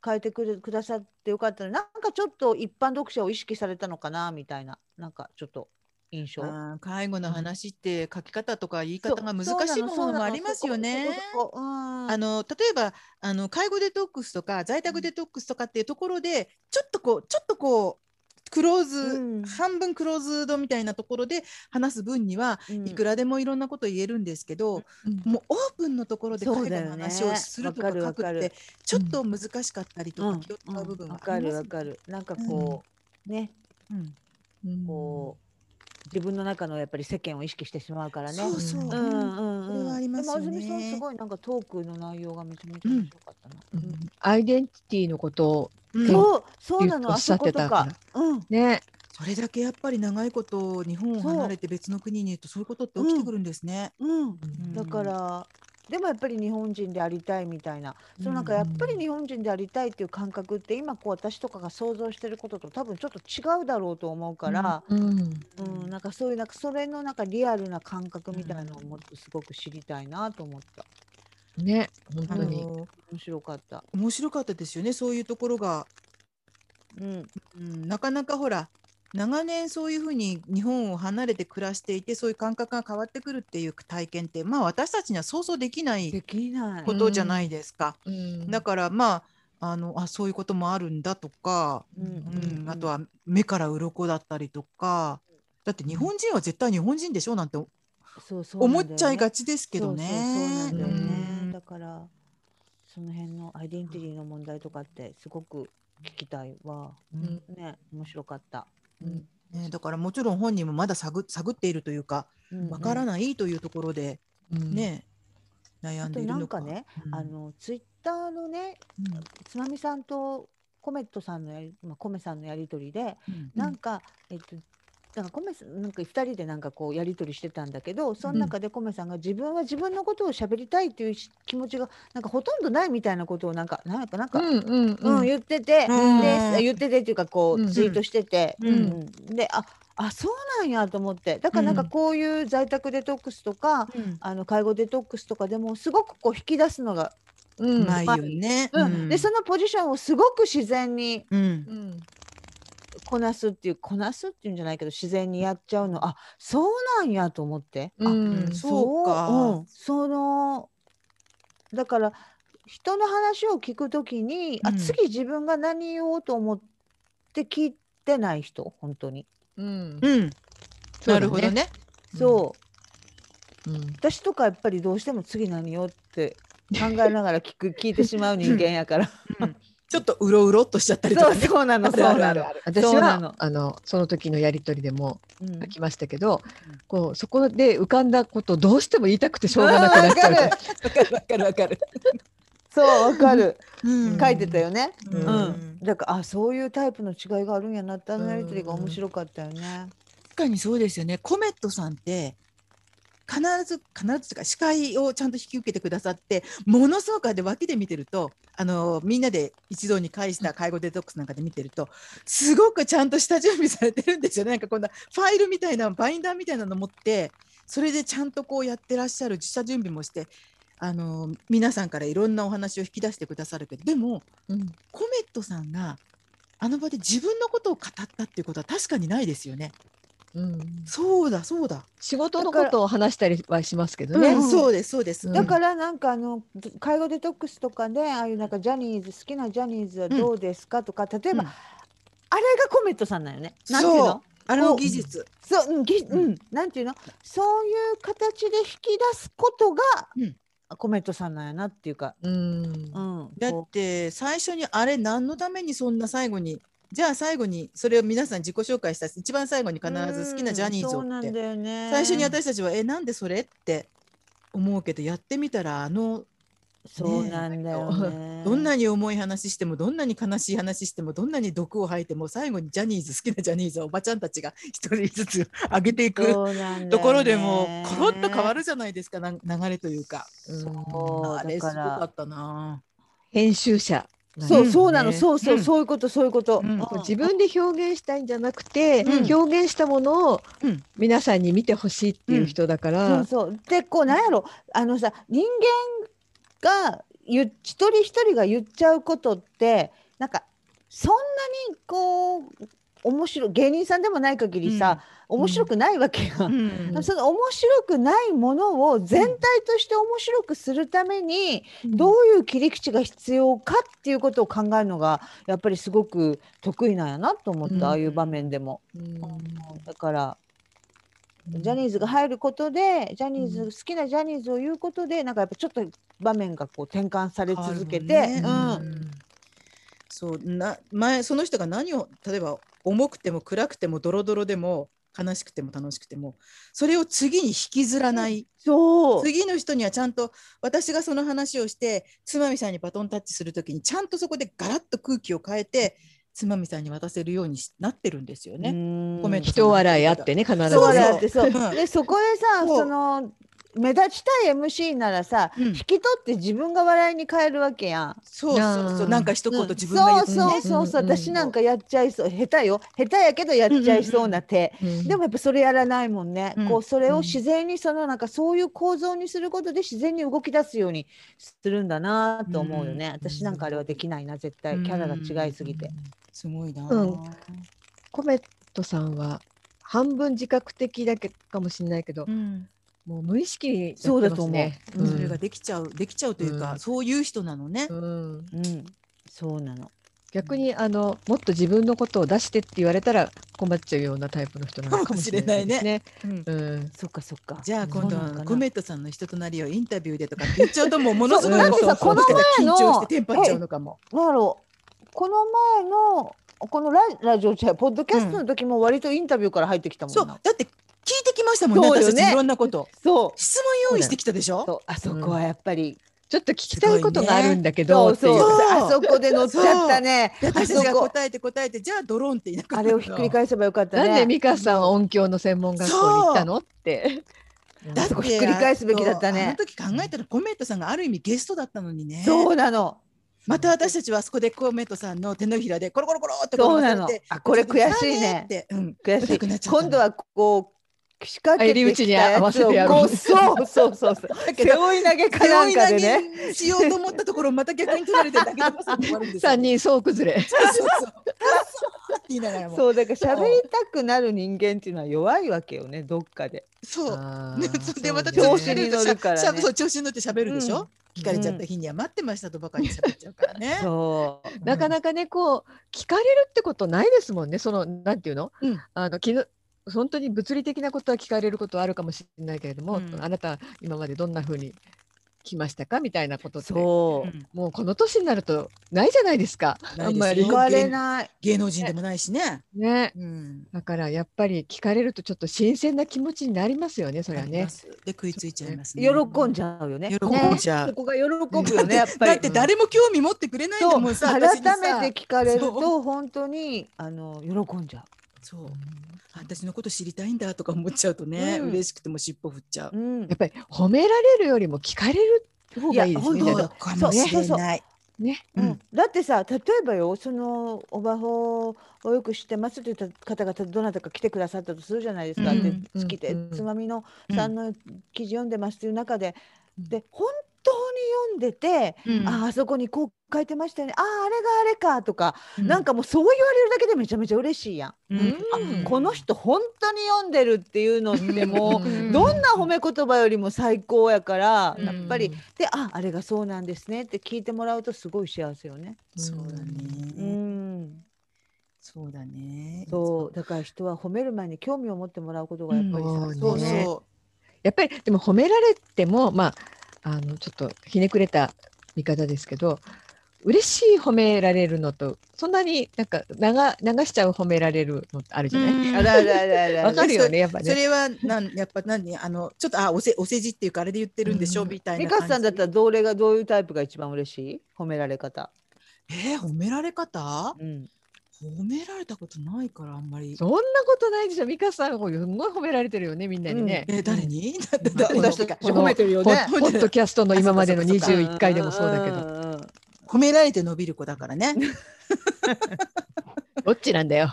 [SPEAKER 3] 変えてくれくださってよかったのなんかちょっと一般読者を意識されたのかなみたいななんかちょっと印象。
[SPEAKER 1] あー介護の話って書き方とか言い
[SPEAKER 3] そう
[SPEAKER 1] 方が難
[SPEAKER 3] そうな
[SPEAKER 1] しい
[SPEAKER 3] の
[SPEAKER 1] も
[SPEAKER 3] そう
[SPEAKER 1] のも
[SPEAKER 3] なの
[SPEAKER 1] ありますよね
[SPEAKER 3] そこ。そこそこうん
[SPEAKER 1] あの例えばあの介護デトックスとか在宅デトックスとかっていうところでちょっとこうちょっとこうクローズ、
[SPEAKER 3] うん
[SPEAKER 1] 半分クローズドみたいなところで話す分には
[SPEAKER 3] うん
[SPEAKER 1] いくらでもいろんなこと言えるんですけど、
[SPEAKER 2] うん
[SPEAKER 1] もうオープンのところで介
[SPEAKER 3] そ
[SPEAKER 1] 護
[SPEAKER 3] うだよね
[SPEAKER 1] の話をするとか
[SPEAKER 3] わかる
[SPEAKER 1] 書く
[SPEAKER 3] わ
[SPEAKER 1] っ
[SPEAKER 3] か
[SPEAKER 1] て
[SPEAKER 3] る
[SPEAKER 1] ちょっと難しかったりと
[SPEAKER 3] う
[SPEAKER 1] か
[SPEAKER 3] ん
[SPEAKER 1] 気を使う部分が
[SPEAKER 3] わ
[SPEAKER 1] あ
[SPEAKER 3] か
[SPEAKER 1] りま
[SPEAKER 3] る
[SPEAKER 1] す
[SPEAKER 3] わ
[SPEAKER 1] ね
[SPEAKER 3] かる。なんかこう、ね、
[SPEAKER 1] うん
[SPEAKER 2] うん
[SPEAKER 3] こう自分の中のやっぱり世間を意識してしまうからね。
[SPEAKER 1] そうそう、
[SPEAKER 3] うんうんうん。
[SPEAKER 1] それはありますよね
[SPEAKER 3] でも安住さんすごいなんかトークの内容がめちゃめちゃ面白かったな。
[SPEAKER 2] う
[SPEAKER 3] うん
[SPEAKER 2] んアイデンティティのことを
[SPEAKER 1] うん
[SPEAKER 3] そうそうなの
[SPEAKER 2] おっ
[SPEAKER 3] あ
[SPEAKER 2] しゃ
[SPEAKER 3] そ
[SPEAKER 2] っ
[SPEAKER 3] こ
[SPEAKER 2] て
[SPEAKER 3] と
[SPEAKER 2] た
[SPEAKER 3] か
[SPEAKER 2] から。
[SPEAKER 3] うん。
[SPEAKER 2] ね
[SPEAKER 1] それだけやっぱり長いこと日本を離れて別の国にいるとそういうことって起きてくるんですね。
[SPEAKER 3] うん。
[SPEAKER 1] うん
[SPEAKER 3] だから。でもやっぱり日本人でありたいみたいな、そのなんかやっぱり日本人でありたいっていう感覚って今こう私とかが想像してることと多分ちょっと違うだろうと思うから、
[SPEAKER 2] うん
[SPEAKER 3] うんなんかそういうなんかそれのなんかリアルな感覚みたいなのをもっとすごく知りたいなと思った。
[SPEAKER 2] ね本
[SPEAKER 1] あ
[SPEAKER 2] 当に
[SPEAKER 1] の
[SPEAKER 3] 面白かった。
[SPEAKER 1] 面白かったですよねそういうところが、
[SPEAKER 3] うん。
[SPEAKER 1] うん、なかなかほら長年そういうふうに日本を離れて暮らしていてそういう感覚が変わってくるっていう体験ってまあ私たちには想像できない
[SPEAKER 3] できない
[SPEAKER 1] こ。とじゃないですか。
[SPEAKER 2] うん
[SPEAKER 1] だからまああのあそういうこともあるんだとか、
[SPEAKER 3] うん
[SPEAKER 1] うん、あとは目から鱗だったりとかだって日本人は絶対日本人でしょなんて
[SPEAKER 3] そうそう
[SPEAKER 1] 思っちゃいが
[SPEAKER 3] ち
[SPEAKER 1] ちですけどね
[SPEAKER 3] そう。そうそうなんだよね。
[SPEAKER 1] うん
[SPEAKER 3] だからその辺のアイデンティティの問題とかってすごく聞きたいわ。
[SPEAKER 2] うん
[SPEAKER 3] ね、面白かった。
[SPEAKER 2] うん
[SPEAKER 1] ね、だからもちろん本人もまだ探探っているというかわから
[SPEAKER 3] い。
[SPEAKER 1] ないというところで、
[SPEAKER 2] うん
[SPEAKER 1] ね悩んでいるのか
[SPEAKER 3] あとなんかね、
[SPEAKER 1] うん
[SPEAKER 3] あのツイッターのね、つまみさんとコメットさんのやり、まあコメさんのやりとりで、
[SPEAKER 1] うん
[SPEAKER 3] なんか、えっと。なんかコメさんなんか2人でなんかこうやり取りしてたんだけどその中でコメさんが自分は自分のことを喋りたいっていうし気持ちがなんかほとんどないみたいなことをなんかなんかなんか、
[SPEAKER 2] うんうん
[SPEAKER 3] うん
[SPEAKER 2] うん
[SPEAKER 3] 言ってて、
[SPEAKER 1] うん
[SPEAKER 3] で言っててっていうかこう、
[SPEAKER 2] うん
[SPEAKER 3] ツイートしてて、
[SPEAKER 1] うん
[SPEAKER 3] でああそうなんやと思ってだからなんか
[SPEAKER 1] うん
[SPEAKER 3] こういう在宅デトックスとか、あの介護デトックスとかでもすごくこう引き出すのが、
[SPEAKER 2] う
[SPEAKER 1] うんんうまいよね。
[SPEAKER 3] うん
[SPEAKER 1] うん
[SPEAKER 3] でそのポジションをすごく自然に
[SPEAKER 1] うん
[SPEAKER 2] うん
[SPEAKER 3] こなすっていうこなすっていうんじゃないけど自然にやっちゃうのあそうなんやと思って。
[SPEAKER 1] う
[SPEAKER 2] う
[SPEAKER 1] ん
[SPEAKER 2] ん
[SPEAKER 1] そうか
[SPEAKER 3] うん、そのだから人の話を聞くときに、
[SPEAKER 1] う
[SPEAKER 3] あ
[SPEAKER 1] ん
[SPEAKER 3] 次自分が何言おうと思って聞いてない人本当に
[SPEAKER 2] うん
[SPEAKER 1] うん
[SPEAKER 2] そ
[SPEAKER 1] な
[SPEAKER 2] うだね
[SPEAKER 1] るほどね。
[SPEAKER 3] そう、
[SPEAKER 2] うん
[SPEAKER 3] 私とかやっぱりどうしても次何言おうって考えながら聞く聞いてしまう人間やから
[SPEAKER 1] ちょっとうろうろっとしちゃったりと
[SPEAKER 3] そ
[SPEAKER 1] か
[SPEAKER 3] う
[SPEAKER 1] ね。
[SPEAKER 3] そうなのそうなの、
[SPEAKER 2] 私
[SPEAKER 3] そうな
[SPEAKER 2] は
[SPEAKER 3] の
[SPEAKER 2] あのその時のやりとりでも
[SPEAKER 3] うん、
[SPEAKER 2] 書きましたけど、
[SPEAKER 1] うん
[SPEAKER 2] こうそこで浮かんだことをどうしても言いたくてしょうがなくなっちゃう
[SPEAKER 3] うんわか
[SPEAKER 1] わかるわかるわかる。
[SPEAKER 3] そうわかる
[SPEAKER 1] うん
[SPEAKER 3] 書いてたよね
[SPEAKER 1] う
[SPEAKER 3] うんん、だからあそういうタイプの違いがあるんやなってあのやりとりが面白かったよね、
[SPEAKER 1] 確かにそうですよね。コメットさんって必ず必ずというか司会をちゃんと引き受けてくださってものすごくあれ脇で見てるとあのみんなで一堂に会した介護デトックスなんかで見てるとすごくちゃんと下準備されてるんですよねなんかこんなファイルみたいなバインダーみたいなの持ってそれでちゃんとこうやってらっしゃる下準備もしてあの皆さんからいろんなお話を引き出してくださるけどでも
[SPEAKER 2] うん
[SPEAKER 1] コメットさんがあの場で自分のことを語ったっていうことは確かにないですよね。
[SPEAKER 2] うん
[SPEAKER 1] そうだそうだ
[SPEAKER 2] 仕事のことを話したりはしますけど
[SPEAKER 1] ね、
[SPEAKER 2] ね。
[SPEAKER 3] うん
[SPEAKER 1] そうですそうです。
[SPEAKER 2] うん
[SPEAKER 3] だからなんかあの介護デトックスとかでああいうなんかジャニーズ好きなジャニーズはどうですかとか、例えば、
[SPEAKER 1] うん
[SPEAKER 3] あれがコメットさんなんよね。なんていう
[SPEAKER 1] そう
[SPEAKER 3] の
[SPEAKER 1] あの技術、
[SPEAKER 3] そう、うんぎ
[SPEAKER 1] うん
[SPEAKER 3] うん、なんていうのそういう形で引き出すことが、
[SPEAKER 1] うん
[SPEAKER 3] コメットさんなんやなっていうか、
[SPEAKER 2] うん
[SPEAKER 3] うん、
[SPEAKER 1] だっ
[SPEAKER 3] こ
[SPEAKER 1] て最初にあれ何のためにそんな最後にじゃあ最後にそれを皆さん自己紹介した一番最後に
[SPEAKER 3] う
[SPEAKER 1] 必ず好きなジャニーズ
[SPEAKER 3] うんそう
[SPEAKER 1] を
[SPEAKER 3] な
[SPEAKER 1] って、
[SPEAKER 3] んだよね
[SPEAKER 1] 最初に私たちはえなんでそれって思うけどやってみたらあの
[SPEAKER 3] そうなんだよ
[SPEAKER 1] [laughs]
[SPEAKER 3] ね。
[SPEAKER 1] どんなに重い話してもどんなに悲しい話してもどんなに毒を吐いても最後にジャニーズ好きなジャニーズはおばちゃんたちが一人ずつ上げていく
[SPEAKER 3] そうなんだよね
[SPEAKER 1] ところでもうコロッと変わるじゃないですかな流れというか。
[SPEAKER 2] うん
[SPEAKER 3] そう
[SPEAKER 1] あれすご
[SPEAKER 3] だから
[SPEAKER 1] かったな。
[SPEAKER 2] 編集者がね
[SPEAKER 3] そう、
[SPEAKER 1] うん
[SPEAKER 3] そうなの、
[SPEAKER 2] ね
[SPEAKER 3] そうそう、
[SPEAKER 1] うん
[SPEAKER 3] そういうこと、そういうこと。
[SPEAKER 1] うん
[SPEAKER 2] こう自分で表現したいんじゃなくて、
[SPEAKER 1] うん
[SPEAKER 2] 表現したものを
[SPEAKER 1] うん
[SPEAKER 2] 皆さんに見てほしいっていう人だから、
[SPEAKER 3] そうそう、で、こう、なんやろあのさ、人間が、ゆ、一人一人が言っちゃうことって、なんか。そんなに、こう、面白い、芸人さんでもない限りさ、面白くないわけよ。
[SPEAKER 1] うん
[SPEAKER 2] うん
[SPEAKER 3] その面白くないものを全体として面白くするためにどういう切り口が必要かっていうことを考えるのがやっぱりすごく得意なんやなと思った、
[SPEAKER 1] うん
[SPEAKER 3] ああいう場面でも。
[SPEAKER 2] うん
[SPEAKER 3] だからジャニーズが入ることでジャニーズ、
[SPEAKER 2] うん
[SPEAKER 3] 好きなジャニーズを言うことでなんかやっぱちょっと場面がこう転換され続けて、
[SPEAKER 1] 変
[SPEAKER 3] うん
[SPEAKER 1] わるもんねそうな前その人が何を例えば重くても暗くてもドロドロでも悲しくても楽しくてもそれを次に引きずらない、
[SPEAKER 3] そう
[SPEAKER 1] 次の人にはちゃんと私がその話をしてつまみさんにバトンタッチするときにちゃんとそこでガラッと空気を変えてつまみさんに渡せるようにしなってるんですよね。
[SPEAKER 3] ね
[SPEAKER 1] コメント
[SPEAKER 2] 人笑いあってね必ずね
[SPEAKER 3] そう
[SPEAKER 1] そう
[SPEAKER 3] だってそう
[SPEAKER 1] うん
[SPEAKER 3] でそこでさ
[SPEAKER 1] そう
[SPEAKER 3] その目立ちたい MC ならさ、
[SPEAKER 1] うん
[SPEAKER 3] 引き取って自分が笑いに変えるわけやん。
[SPEAKER 1] そうそうそう
[SPEAKER 2] うん
[SPEAKER 1] なんか一言自分が言
[SPEAKER 3] そう
[SPEAKER 1] って
[SPEAKER 3] そ
[SPEAKER 1] ね
[SPEAKER 3] うそうそう、
[SPEAKER 2] うんうん
[SPEAKER 3] 私なんかやっちゃいそう下手よ下手やけどやっちゃいそうな手、
[SPEAKER 2] うん
[SPEAKER 3] でもやっぱそれやらないもんね、
[SPEAKER 1] うん
[SPEAKER 3] こうそれを自然にそのなんかそういう構造にすることで自然に動き出すようにするんだなと思うよ
[SPEAKER 1] う
[SPEAKER 3] ね、
[SPEAKER 1] ん
[SPEAKER 3] 私なんかあれはできないな絶対
[SPEAKER 1] うん
[SPEAKER 3] キャラが違いすぎて、
[SPEAKER 1] すごいな、
[SPEAKER 2] うんコメットさんは半分自覚的だけかもしれないけど、
[SPEAKER 1] うん
[SPEAKER 2] もう無意識にやって
[SPEAKER 3] そうだ
[SPEAKER 2] ますね
[SPEAKER 3] と思ううん
[SPEAKER 1] それができちゃうできちゃうというか、
[SPEAKER 2] うん
[SPEAKER 1] そういう人なのね。
[SPEAKER 2] うん
[SPEAKER 3] うん、そうなの
[SPEAKER 2] 逆にあのもっと自分のことを出してって言われたら困っちゃうようなタイプの人なのかもしれないですね。
[SPEAKER 1] うん
[SPEAKER 2] うん
[SPEAKER 3] そっかそっか
[SPEAKER 1] じゃあ今
[SPEAKER 3] そ
[SPEAKER 1] 度
[SPEAKER 3] うなのか
[SPEAKER 1] は
[SPEAKER 3] な
[SPEAKER 1] コメットさんの人となりをインタビューでとかって言っちゃうと
[SPEAKER 3] [laughs]
[SPEAKER 1] もうものすごい
[SPEAKER 2] そうだってさ
[SPEAKER 1] そうそう
[SPEAKER 2] この
[SPEAKER 3] 前の
[SPEAKER 1] 緊張してテンパっちゃうのかも。
[SPEAKER 3] なんだろうこの前のこのララジオじゃないポッドキャストの時も割とインタビューから入ってきたもんな、
[SPEAKER 1] そうだって聞いてきましたもんね
[SPEAKER 3] そうよね
[SPEAKER 1] 私たちいろんなこと
[SPEAKER 3] そう
[SPEAKER 1] 質問用意してきたでしょ。
[SPEAKER 3] そうあそこはやっぱり、
[SPEAKER 2] ちょっと聞きたいことがあるんだけど
[SPEAKER 3] そ
[SPEAKER 2] っ
[SPEAKER 3] う
[SPEAKER 2] てい
[SPEAKER 3] そうう
[SPEAKER 1] すごいね
[SPEAKER 3] あそこで乗っちゃったね
[SPEAKER 1] で
[SPEAKER 3] あ
[SPEAKER 1] 私
[SPEAKER 3] そ
[SPEAKER 1] が
[SPEAKER 3] こ
[SPEAKER 1] 答えて答えてじゃあドローンって言いなかった
[SPEAKER 3] あれをひっくり返せばよかったね
[SPEAKER 2] なんで美香さんは音響の専門学校に行ったのって。
[SPEAKER 1] だ
[SPEAKER 3] そこひっくり返すべきだったね
[SPEAKER 1] あの時考えたらコメットさんがある意味ゲストだったのにね。
[SPEAKER 3] そうなの
[SPEAKER 1] また私たちはあそこでコメットさんの手のひらでコロコロコロって転
[SPEAKER 3] そ
[SPEAKER 1] が
[SPEAKER 3] うな
[SPEAKER 1] さ
[SPEAKER 3] の
[SPEAKER 1] れて。
[SPEAKER 3] あこれ悔しいね
[SPEAKER 1] って、うん、
[SPEAKER 3] 悔
[SPEAKER 1] 痛くなっ
[SPEAKER 3] し
[SPEAKER 1] ち
[SPEAKER 3] い
[SPEAKER 1] ゃったの
[SPEAKER 3] 今度はこう仕掛け
[SPEAKER 2] 入り
[SPEAKER 3] て
[SPEAKER 2] 口
[SPEAKER 3] き
[SPEAKER 2] に
[SPEAKER 3] た
[SPEAKER 2] 合わ
[SPEAKER 3] や
[SPEAKER 2] せ
[SPEAKER 3] つを
[SPEAKER 2] てやる
[SPEAKER 3] こうそうそうそうそう
[SPEAKER 1] だけ
[SPEAKER 3] 背
[SPEAKER 1] ど
[SPEAKER 3] 負い投げか
[SPEAKER 1] 背
[SPEAKER 3] な
[SPEAKER 1] 負
[SPEAKER 3] ん
[SPEAKER 1] い
[SPEAKER 3] かでね
[SPEAKER 1] 投げしようと思ったところまた逆に取られてだけでもさ終わる
[SPEAKER 3] [laughs]
[SPEAKER 1] んですよ
[SPEAKER 2] 三人総崩れ。
[SPEAKER 1] そうそうそう。くっそーって言いながらも。
[SPEAKER 3] そうだから喋りたくなる人間っていうのは弱いわけよねどっかで
[SPEAKER 1] そう。
[SPEAKER 2] あ
[SPEAKER 1] ね
[SPEAKER 2] ー
[SPEAKER 1] それでまた
[SPEAKER 2] そ
[SPEAKER 1] 調
[SPEAKER 2] う
[SPEAKER 3] 調
[SPEAKER 1] 子
[SPEAKER 3] 子
[SPEAKER 1] に
[SPEAKER 3] に
[SPEAKER 1] 乗
[SPEAKER 3] 乗
[SPEAKER 1] る
[SPEAKER 3] る
[SPEAKER 1] か、
[SPEAKER 3] からら
[SPEAKER 1] しゃ
[SPEAKER 3] ね
[SPEAKER 1] そう調子に乗って喋るでしょ。聞かれちゃった日には待ってましたとばかり喋っちゃうからね。
[SPEAKER 3] そう
[SPEAKER 2] なかなかねこう聞かれるってことないですもんねそのなんていうの,、
[SPEAKER 1] うん
[SPEAKER 2] あの昨日本当に物理的なことは聞かれることはあるかもしれないけれども、
[SPEAKER 1] うん
[SPEAKER 2] あなた今までどんな風に来ましたかみたいなことって
[SPEAKER 3] そう
[SPEAKER 1] うん
[SPEAKER 2] もうこの年になるとないじゃないですか
[SPEAKER 1] ないですよ
[SPEAKER 2] あんまり
[SPEAKER 3] 言われない
[SPEAKER 1] 芸能人でもないしね。
[SPEAKER 2] ね
[SPEAKER 1] うん。
[SPEAKER 2] だからやっぱり聞かれるとちょっと新鮮な気持ちになりますよねそれは
[SPEAKER 1] あり
[SPEAKER 2] ね
[SPEAKER 1] ます。で食いついちゃいますね。
[SPEAKER 3] 喜んじゃうよね
[SPEAKER 1] 喜
[SPEAKER 3] ね
[SPEAKER 1] んじゃ。
[SPEAKER 3] そうこが喜ぶよねやっぱり
[SPEAKER 1] だって誰も興味持ってくれないん
[SPEAKER 3] そ
[SPEAKER 1] だ
[SPEAKER 3] う
[SPEAKER 1] もんさ。
[SPEAKER 3] 改
[SPEAKER 1] 私にさ
[SPEAKER 3] めて聞かれる
[SPEAKER 1] そ
[SPEAKER 3] と本当にあの喜んじゃ
[SPEAKER 1] そう。私のこと知りたいんだとか思っちゃうとね、
[SPEAKER 3] うん
[SPEAKER 1] 嬉しくても尻尾振っちゃう
[SPEAKER 3] う。。うん
[SPEAKER 2] やっ、ぱり褒められるよりも聞かれる方がいいですね
[SPEAKER 3] いや
[SPEAKER 1] そ
[SPEAKER 3] 本
[SPEAKER 1] うかもしれない。
[SPEAKER 2] ね
[SPEAKER 1] う
[SPEAKER 3] うんん、だってさ例えばよそのおばほをよく知ってますという方がどなたか来てくださったとするじゃないですか、
[SPEAKER 1] うん
[SPEAKER 3] で好きで、
[SPEAKER 2] うん
[SPEAKER 3] つまみの
[SPEAKER 1] うん
[SPEAKER 3] さんの記事読んでますという中で、
[SPEAKER 2] うん
[SPEAKER 3] で本当に読んでて、
[SPEAKER 1] うん
[SPEAKER 3] あーあそこにこう書いてましたよねあああれがあれかとか、
[SPEAKER 1] うん
[SPEAKER 3] なんかもうそう言われるだけでめちゃめちゃ嬉しいや
[SPEAKER 1] う
[SPEAKER 3] ん。
[SPEAKER 1] ん
[SPEAKER 3] あこの人本当に読んでるっていうのっても
[SPEAKER 2] う
[SPEAKER 3] うんどんな褒め言葉よりも最高やから、
[SPEAKER 1] うん
[SPEAKER 3] やっぱりでああれがそうなんですねって聞いてもらうとすごい幸せよね。
[SPEAKER 1] そうだね。
[SPEAKER 3] うん、
[SPEAKER 1] そうだね。
[SPEAKER 3] そうだから人は褒める前に興味を持ってもらうことがやっぱりさ、
[SPEAKER 2] うん
[SPEAKER 3] そうね。
[SPEAKER 1] そ
[SPEAKER 2] やっぱりでも褒められてもまああのちょっとひねくれた見方ですけど嬉しい褒められるのとそんなになんか流流しちゃう褒められるのってあるじゃない、
[SPEAKER 3] あらあらあらあら。
[SPEAKER 2] わかるよねやっぱ
[SPEAKER 1] そ
[SPEAKER 2] ね。
[SPEAKER 1] れはなんやっぱ何あのちょっとあおせお世辞っていうかあれで言ってるんでしょ、
[SPEAKER 2] うん
[SPEAKER 1] みたい
[SPEAKER 3] 美
[SPEAKER 1] な
[SPEAKER 3] 香さんだった
[SPEAKER 1] ら
[SPEAKER 3] らどれがどういうタイプが一番嬉しい褒められ方。
[SPEAKER 1] えー褒められ方
[SPEAKER 3] うん。
[SPEAKER 1] 褒められたことないからあんまり
[SPEAKER 2] そんなことないでしょ美香さんすごい褒められてるよねみんなにね。
[SPEAKER 1] えー誰に、だだ
[SPEAKER 3] 私たち
[SPEAKER 1] 私
[SPEAKER 2] この
[SPEAKER 3] 褒めてるよ
[SPEAKER 2] ポ
[SPEAKER 3] ね。
[SPEAKER 2] ッポッドキャストの今までの
[SPEAKER 1] あそっかそっか
[SPEAKER 2] 21回でもそうだけど
[SPEAKER 3] ど。
[SPEAKER 1] 褒められて伸びる子だから [laughs] ね
[SPEAKER 2] どっちなんだよ。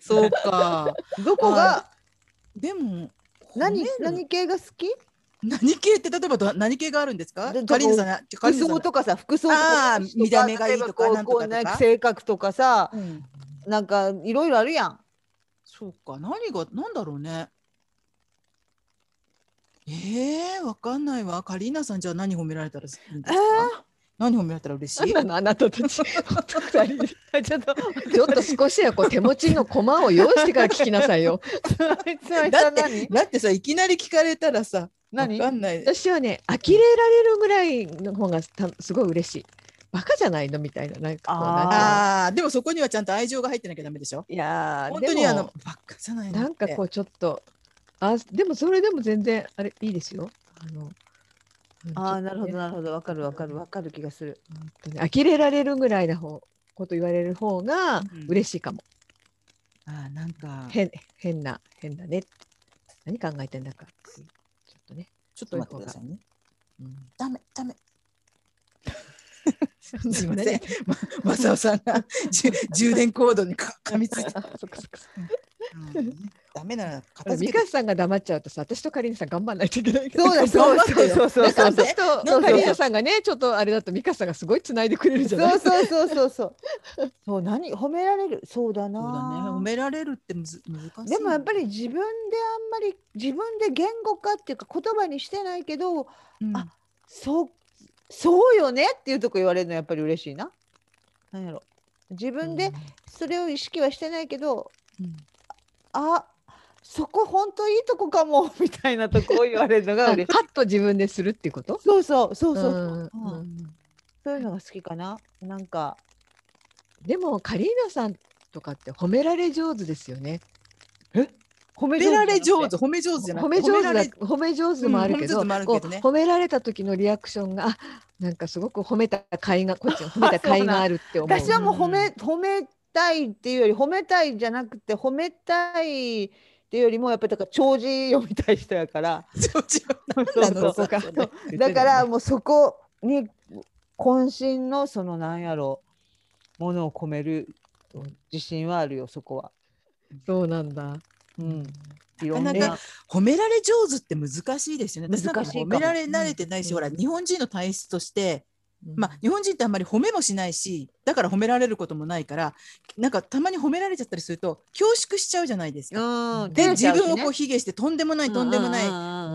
[SPEAKER 1] そうか
[SPEAKER 3] どこが
[SPEAKER 1] でも
[SPEAKER 3] 何
[SPEAKER 1] 褒める
[SPEAKER 3] 何系が好き？
[SPEAKER 1] 何系って例えばど何系があるんですか
[SPEAKER 3] で
[SPEAKER 1] カリーナさんなカ
[SPEAKER 3] 服
[SPEAKER 1] リーナさん
[SPEAKER 3] 装
[SPEAKER 1] な
[SPEAKER 3] とかさ服装とか
[SPEAKER 1] あー見た目がいいとか
[SPEAKER 3] 例えばこう
[SPEAKER 1] なんとかとか
[SPEAKER 3] こうね性格とかさ
[SPEAKER 1] うん
[SPEAKER 3] なんかいろいろあるや
[SPEAKER 1] [laughs]
[SPEAKER 3] ん。
[SPEAKER 1] そうか何が何だろうねえー、わかんないわカリーナさんじゃあ何褒められたらいいんですか、
[SPEAKER 3] えー
[SPEAKER 1] 何褒められたら嬉し
[SPEAKER 2] なん
[SPEAKER 1] い
[SPEAKER 2] なのあなたたち。本当二人で
[SPEAKER 3] ち [laughs] ょっと
[SPEAKER 2] ちょっと少しはこう手持ちの駒を用意してから聞きなさいよ。
[SPEAKER 3] つまり
[SPEAKER 1] だ
[SPEAKER 3] さ
[SPEAKER 1] って
[SPEAKER 3] 何
[SPEAKER 1] だってさいきなり聞かれたらさわ
[SPEAKER 3] 何
[SPEAKER 1] かんない
[SPEAKER 2] 私はね呆れられるぐらいの方がたすごい嬉しい。バカじゃないのみたいななんかこうなんか
[SPEAKER 1] あーでもそこにはちゃんと愛情が入ってなきゃダメでしょ
[SPEAKER 2] いやー
[SPEAKER 1] 本当に
[SPEAKER 2] でも
[SPEAKER 1] あのばっかじゃないの
[SPEAKER 2] なんかこ
[SPEAKER 1] う
[SPEAKER 2] うちょっとあでもそれでも全然あれいいですよ。あのうん
[SPEAKER 3] ああ
[SPEAKER 2] ち
[SPEAKER 3] な
[SPEAKER 2] ょっと
[SPEAKER 3] るほ
[SPEAKER 2] ね
[SPEAKER 3] どなるほどわかるわかるわかる気がする。
[SPEAKER 2] 本当に呆れられるぐらいの方こと言われる方が
[SPEAKER 1] うん
[SPEAKER 2] 嬉しいかも。
[SPEAKER 1] あーなんか
[SPEAKER 2] 変変な変だね。何考えてんだかっていう。ちょっとね。
[SPEAKER 1] ちょっと待ってくださいね
[SPEAKER 2] うん
[SPEAKER 1] ダメダメす
[SPEAKER 2] す
[SPEAKER 1] い
[SPEAKER 2] い
[SPEAKER 1] ま
[SPEAKER 2] ま
[SPEAKER 1] せん
[SPEAKER 2] せん。
[SPEAKER 1] ま、マサオさんがじゅ充電コードに [laughs] か噛みついて、
[SPEAKER 2] そっかそっかそっか
[SPEAKER 1] うんダメなら
[SPEAKER 2] あの
[SPEAKER 1] 片
[SPEAKER 2] 美
[SPEAKER 1] 付けて
[SPEAKER 2] 香さんが黙っちゃうとさ、私とカリンさん頑張らないといけない
[SPEAKER 3] そうだ
[SPEAKER 1] そ
[SPEAKER 3] そうう
[SPEAKER 1] だ
[SPEAKER 3] そうそうそうそう
[SPEAKER 2] だ
[SPEAKER 3] そう。
[SPEAKER 2] 私と
[SPEAKER 1] なんか
[SPEAKER 2] カリンさんがね、ちょっとあれだと美香さんがすごい繋いでくれるじゃない
[SPEAKER 3] そうそうそうそうそう。
[SPEAKER 1] [laughs]
[SPEAKER 3] そう何褒められるそうだ
[SPEAKER 1] そうだね
[SPEAKER 3] な。
[SPEAKER 1] 褒められるってむず難しい
[SPEAKER 3] でもやっぱり自分であんまり自分で言語化っていうか言葉にしてないけど
[SPEAKER 1] り、うん
[SPEAKER 3] あそうそうよねっていうとこ言われるのやっぱり嬉しいな。なんやろ自分でそれを意識はしてないけど、
[SPEAKER 1] うん
[SPEAKER 3] あそこ本当いいとこかも [laughs] みたいなとこを言われるのが
[SPEAKER 1] [laughs]
[SPEAKER 2] あ
[SPEAKER 3] 嬉しい。
[SPEAKER 2] パッと自分でするっていうこと
[SPEAKER 3] そうそうそうそうそう、
[SPEAKER 2] うん
[SPEAKER 3] う
[SPEAKER 2] うんん
[SPEAKER 3] そういうのが好きかな。なんか
[SPEAKER 2] でもカリーナさんとかって褒められ上手ですよね。
[SPEAKER 3] 褒め
[SPEAKER 1] 褒められ
[SPEAKER 3] 上
[SPEAKER 1] 上
[SPEAKER 3] 手
[SPEAKER 1] 手褒め上手じゃない
[SPEAKER 2] 褒め上手
[SPEAKER 1] 褒
[SPEAKER 2] だ
[SPEAKER 1] められ
[SPEAKER 2] 褒め上手でもあるけど、
[SPEAKER 1] うん褒め上手でもあるけどね
[SPEAKER 2] こう褒められた時のリアクションがあなんかすごく褒めた甲
[SPEAKER 1] [laughs]
[SPEAKER 2] 斐がこっちが褒めた甲斐があるって思う。
[SPEAKER 3] 私はもう褒め褒めたいっていうより褒めたいじゃなくて褒めたいっていうよりもやっぱりだから長寿読みたい人やから
[SPEAKER 1] 上手
[SPEAKER 3] そう
[SPEAKER 1] なの
[SPEAKER 3] そう
[SPEAKER 1] そか
[SPEAKER 3] だからもうそこに渾身のそのなんやろものを込める自信はあるよそこは。
[SPEAKER 2] そうなんだ。
[SPEAKER 3] うん、
[SPEAKER 1] な
[SPEAKER 3] いろ
[SPEAKER 1] か
[SPEAKER 3] んな
[SPEAKER 1] なか褒められ上手って難しいですよね。私なんか
[SPEAKER 3] 難しいか
[SPEAKER 1] 褒
[SPEAKER 3] も
[SPEAKER 1] められ慣れてないし、
[SPEAKER 2] うん
[SPEAKER 1] ほら、日本人の体質として、まあ、
[SPEAKER 2] よ
[SPEAKER 1] 日本人ってあんまり褒めもしないし、だから褒められることもないから、なんかたまに褒められちゃったりすると、恐縮しちゃうじゃないですか。
[SPEAKER 3] うん
[SPEAKER 1] で、
[SPEAKER 3] 照れ
[SPEAKER 1] 自
[SPEAKER 3] ちゃうしね
[SPEAKER 1] 分をこう卑下して、とんでもない、とんでもな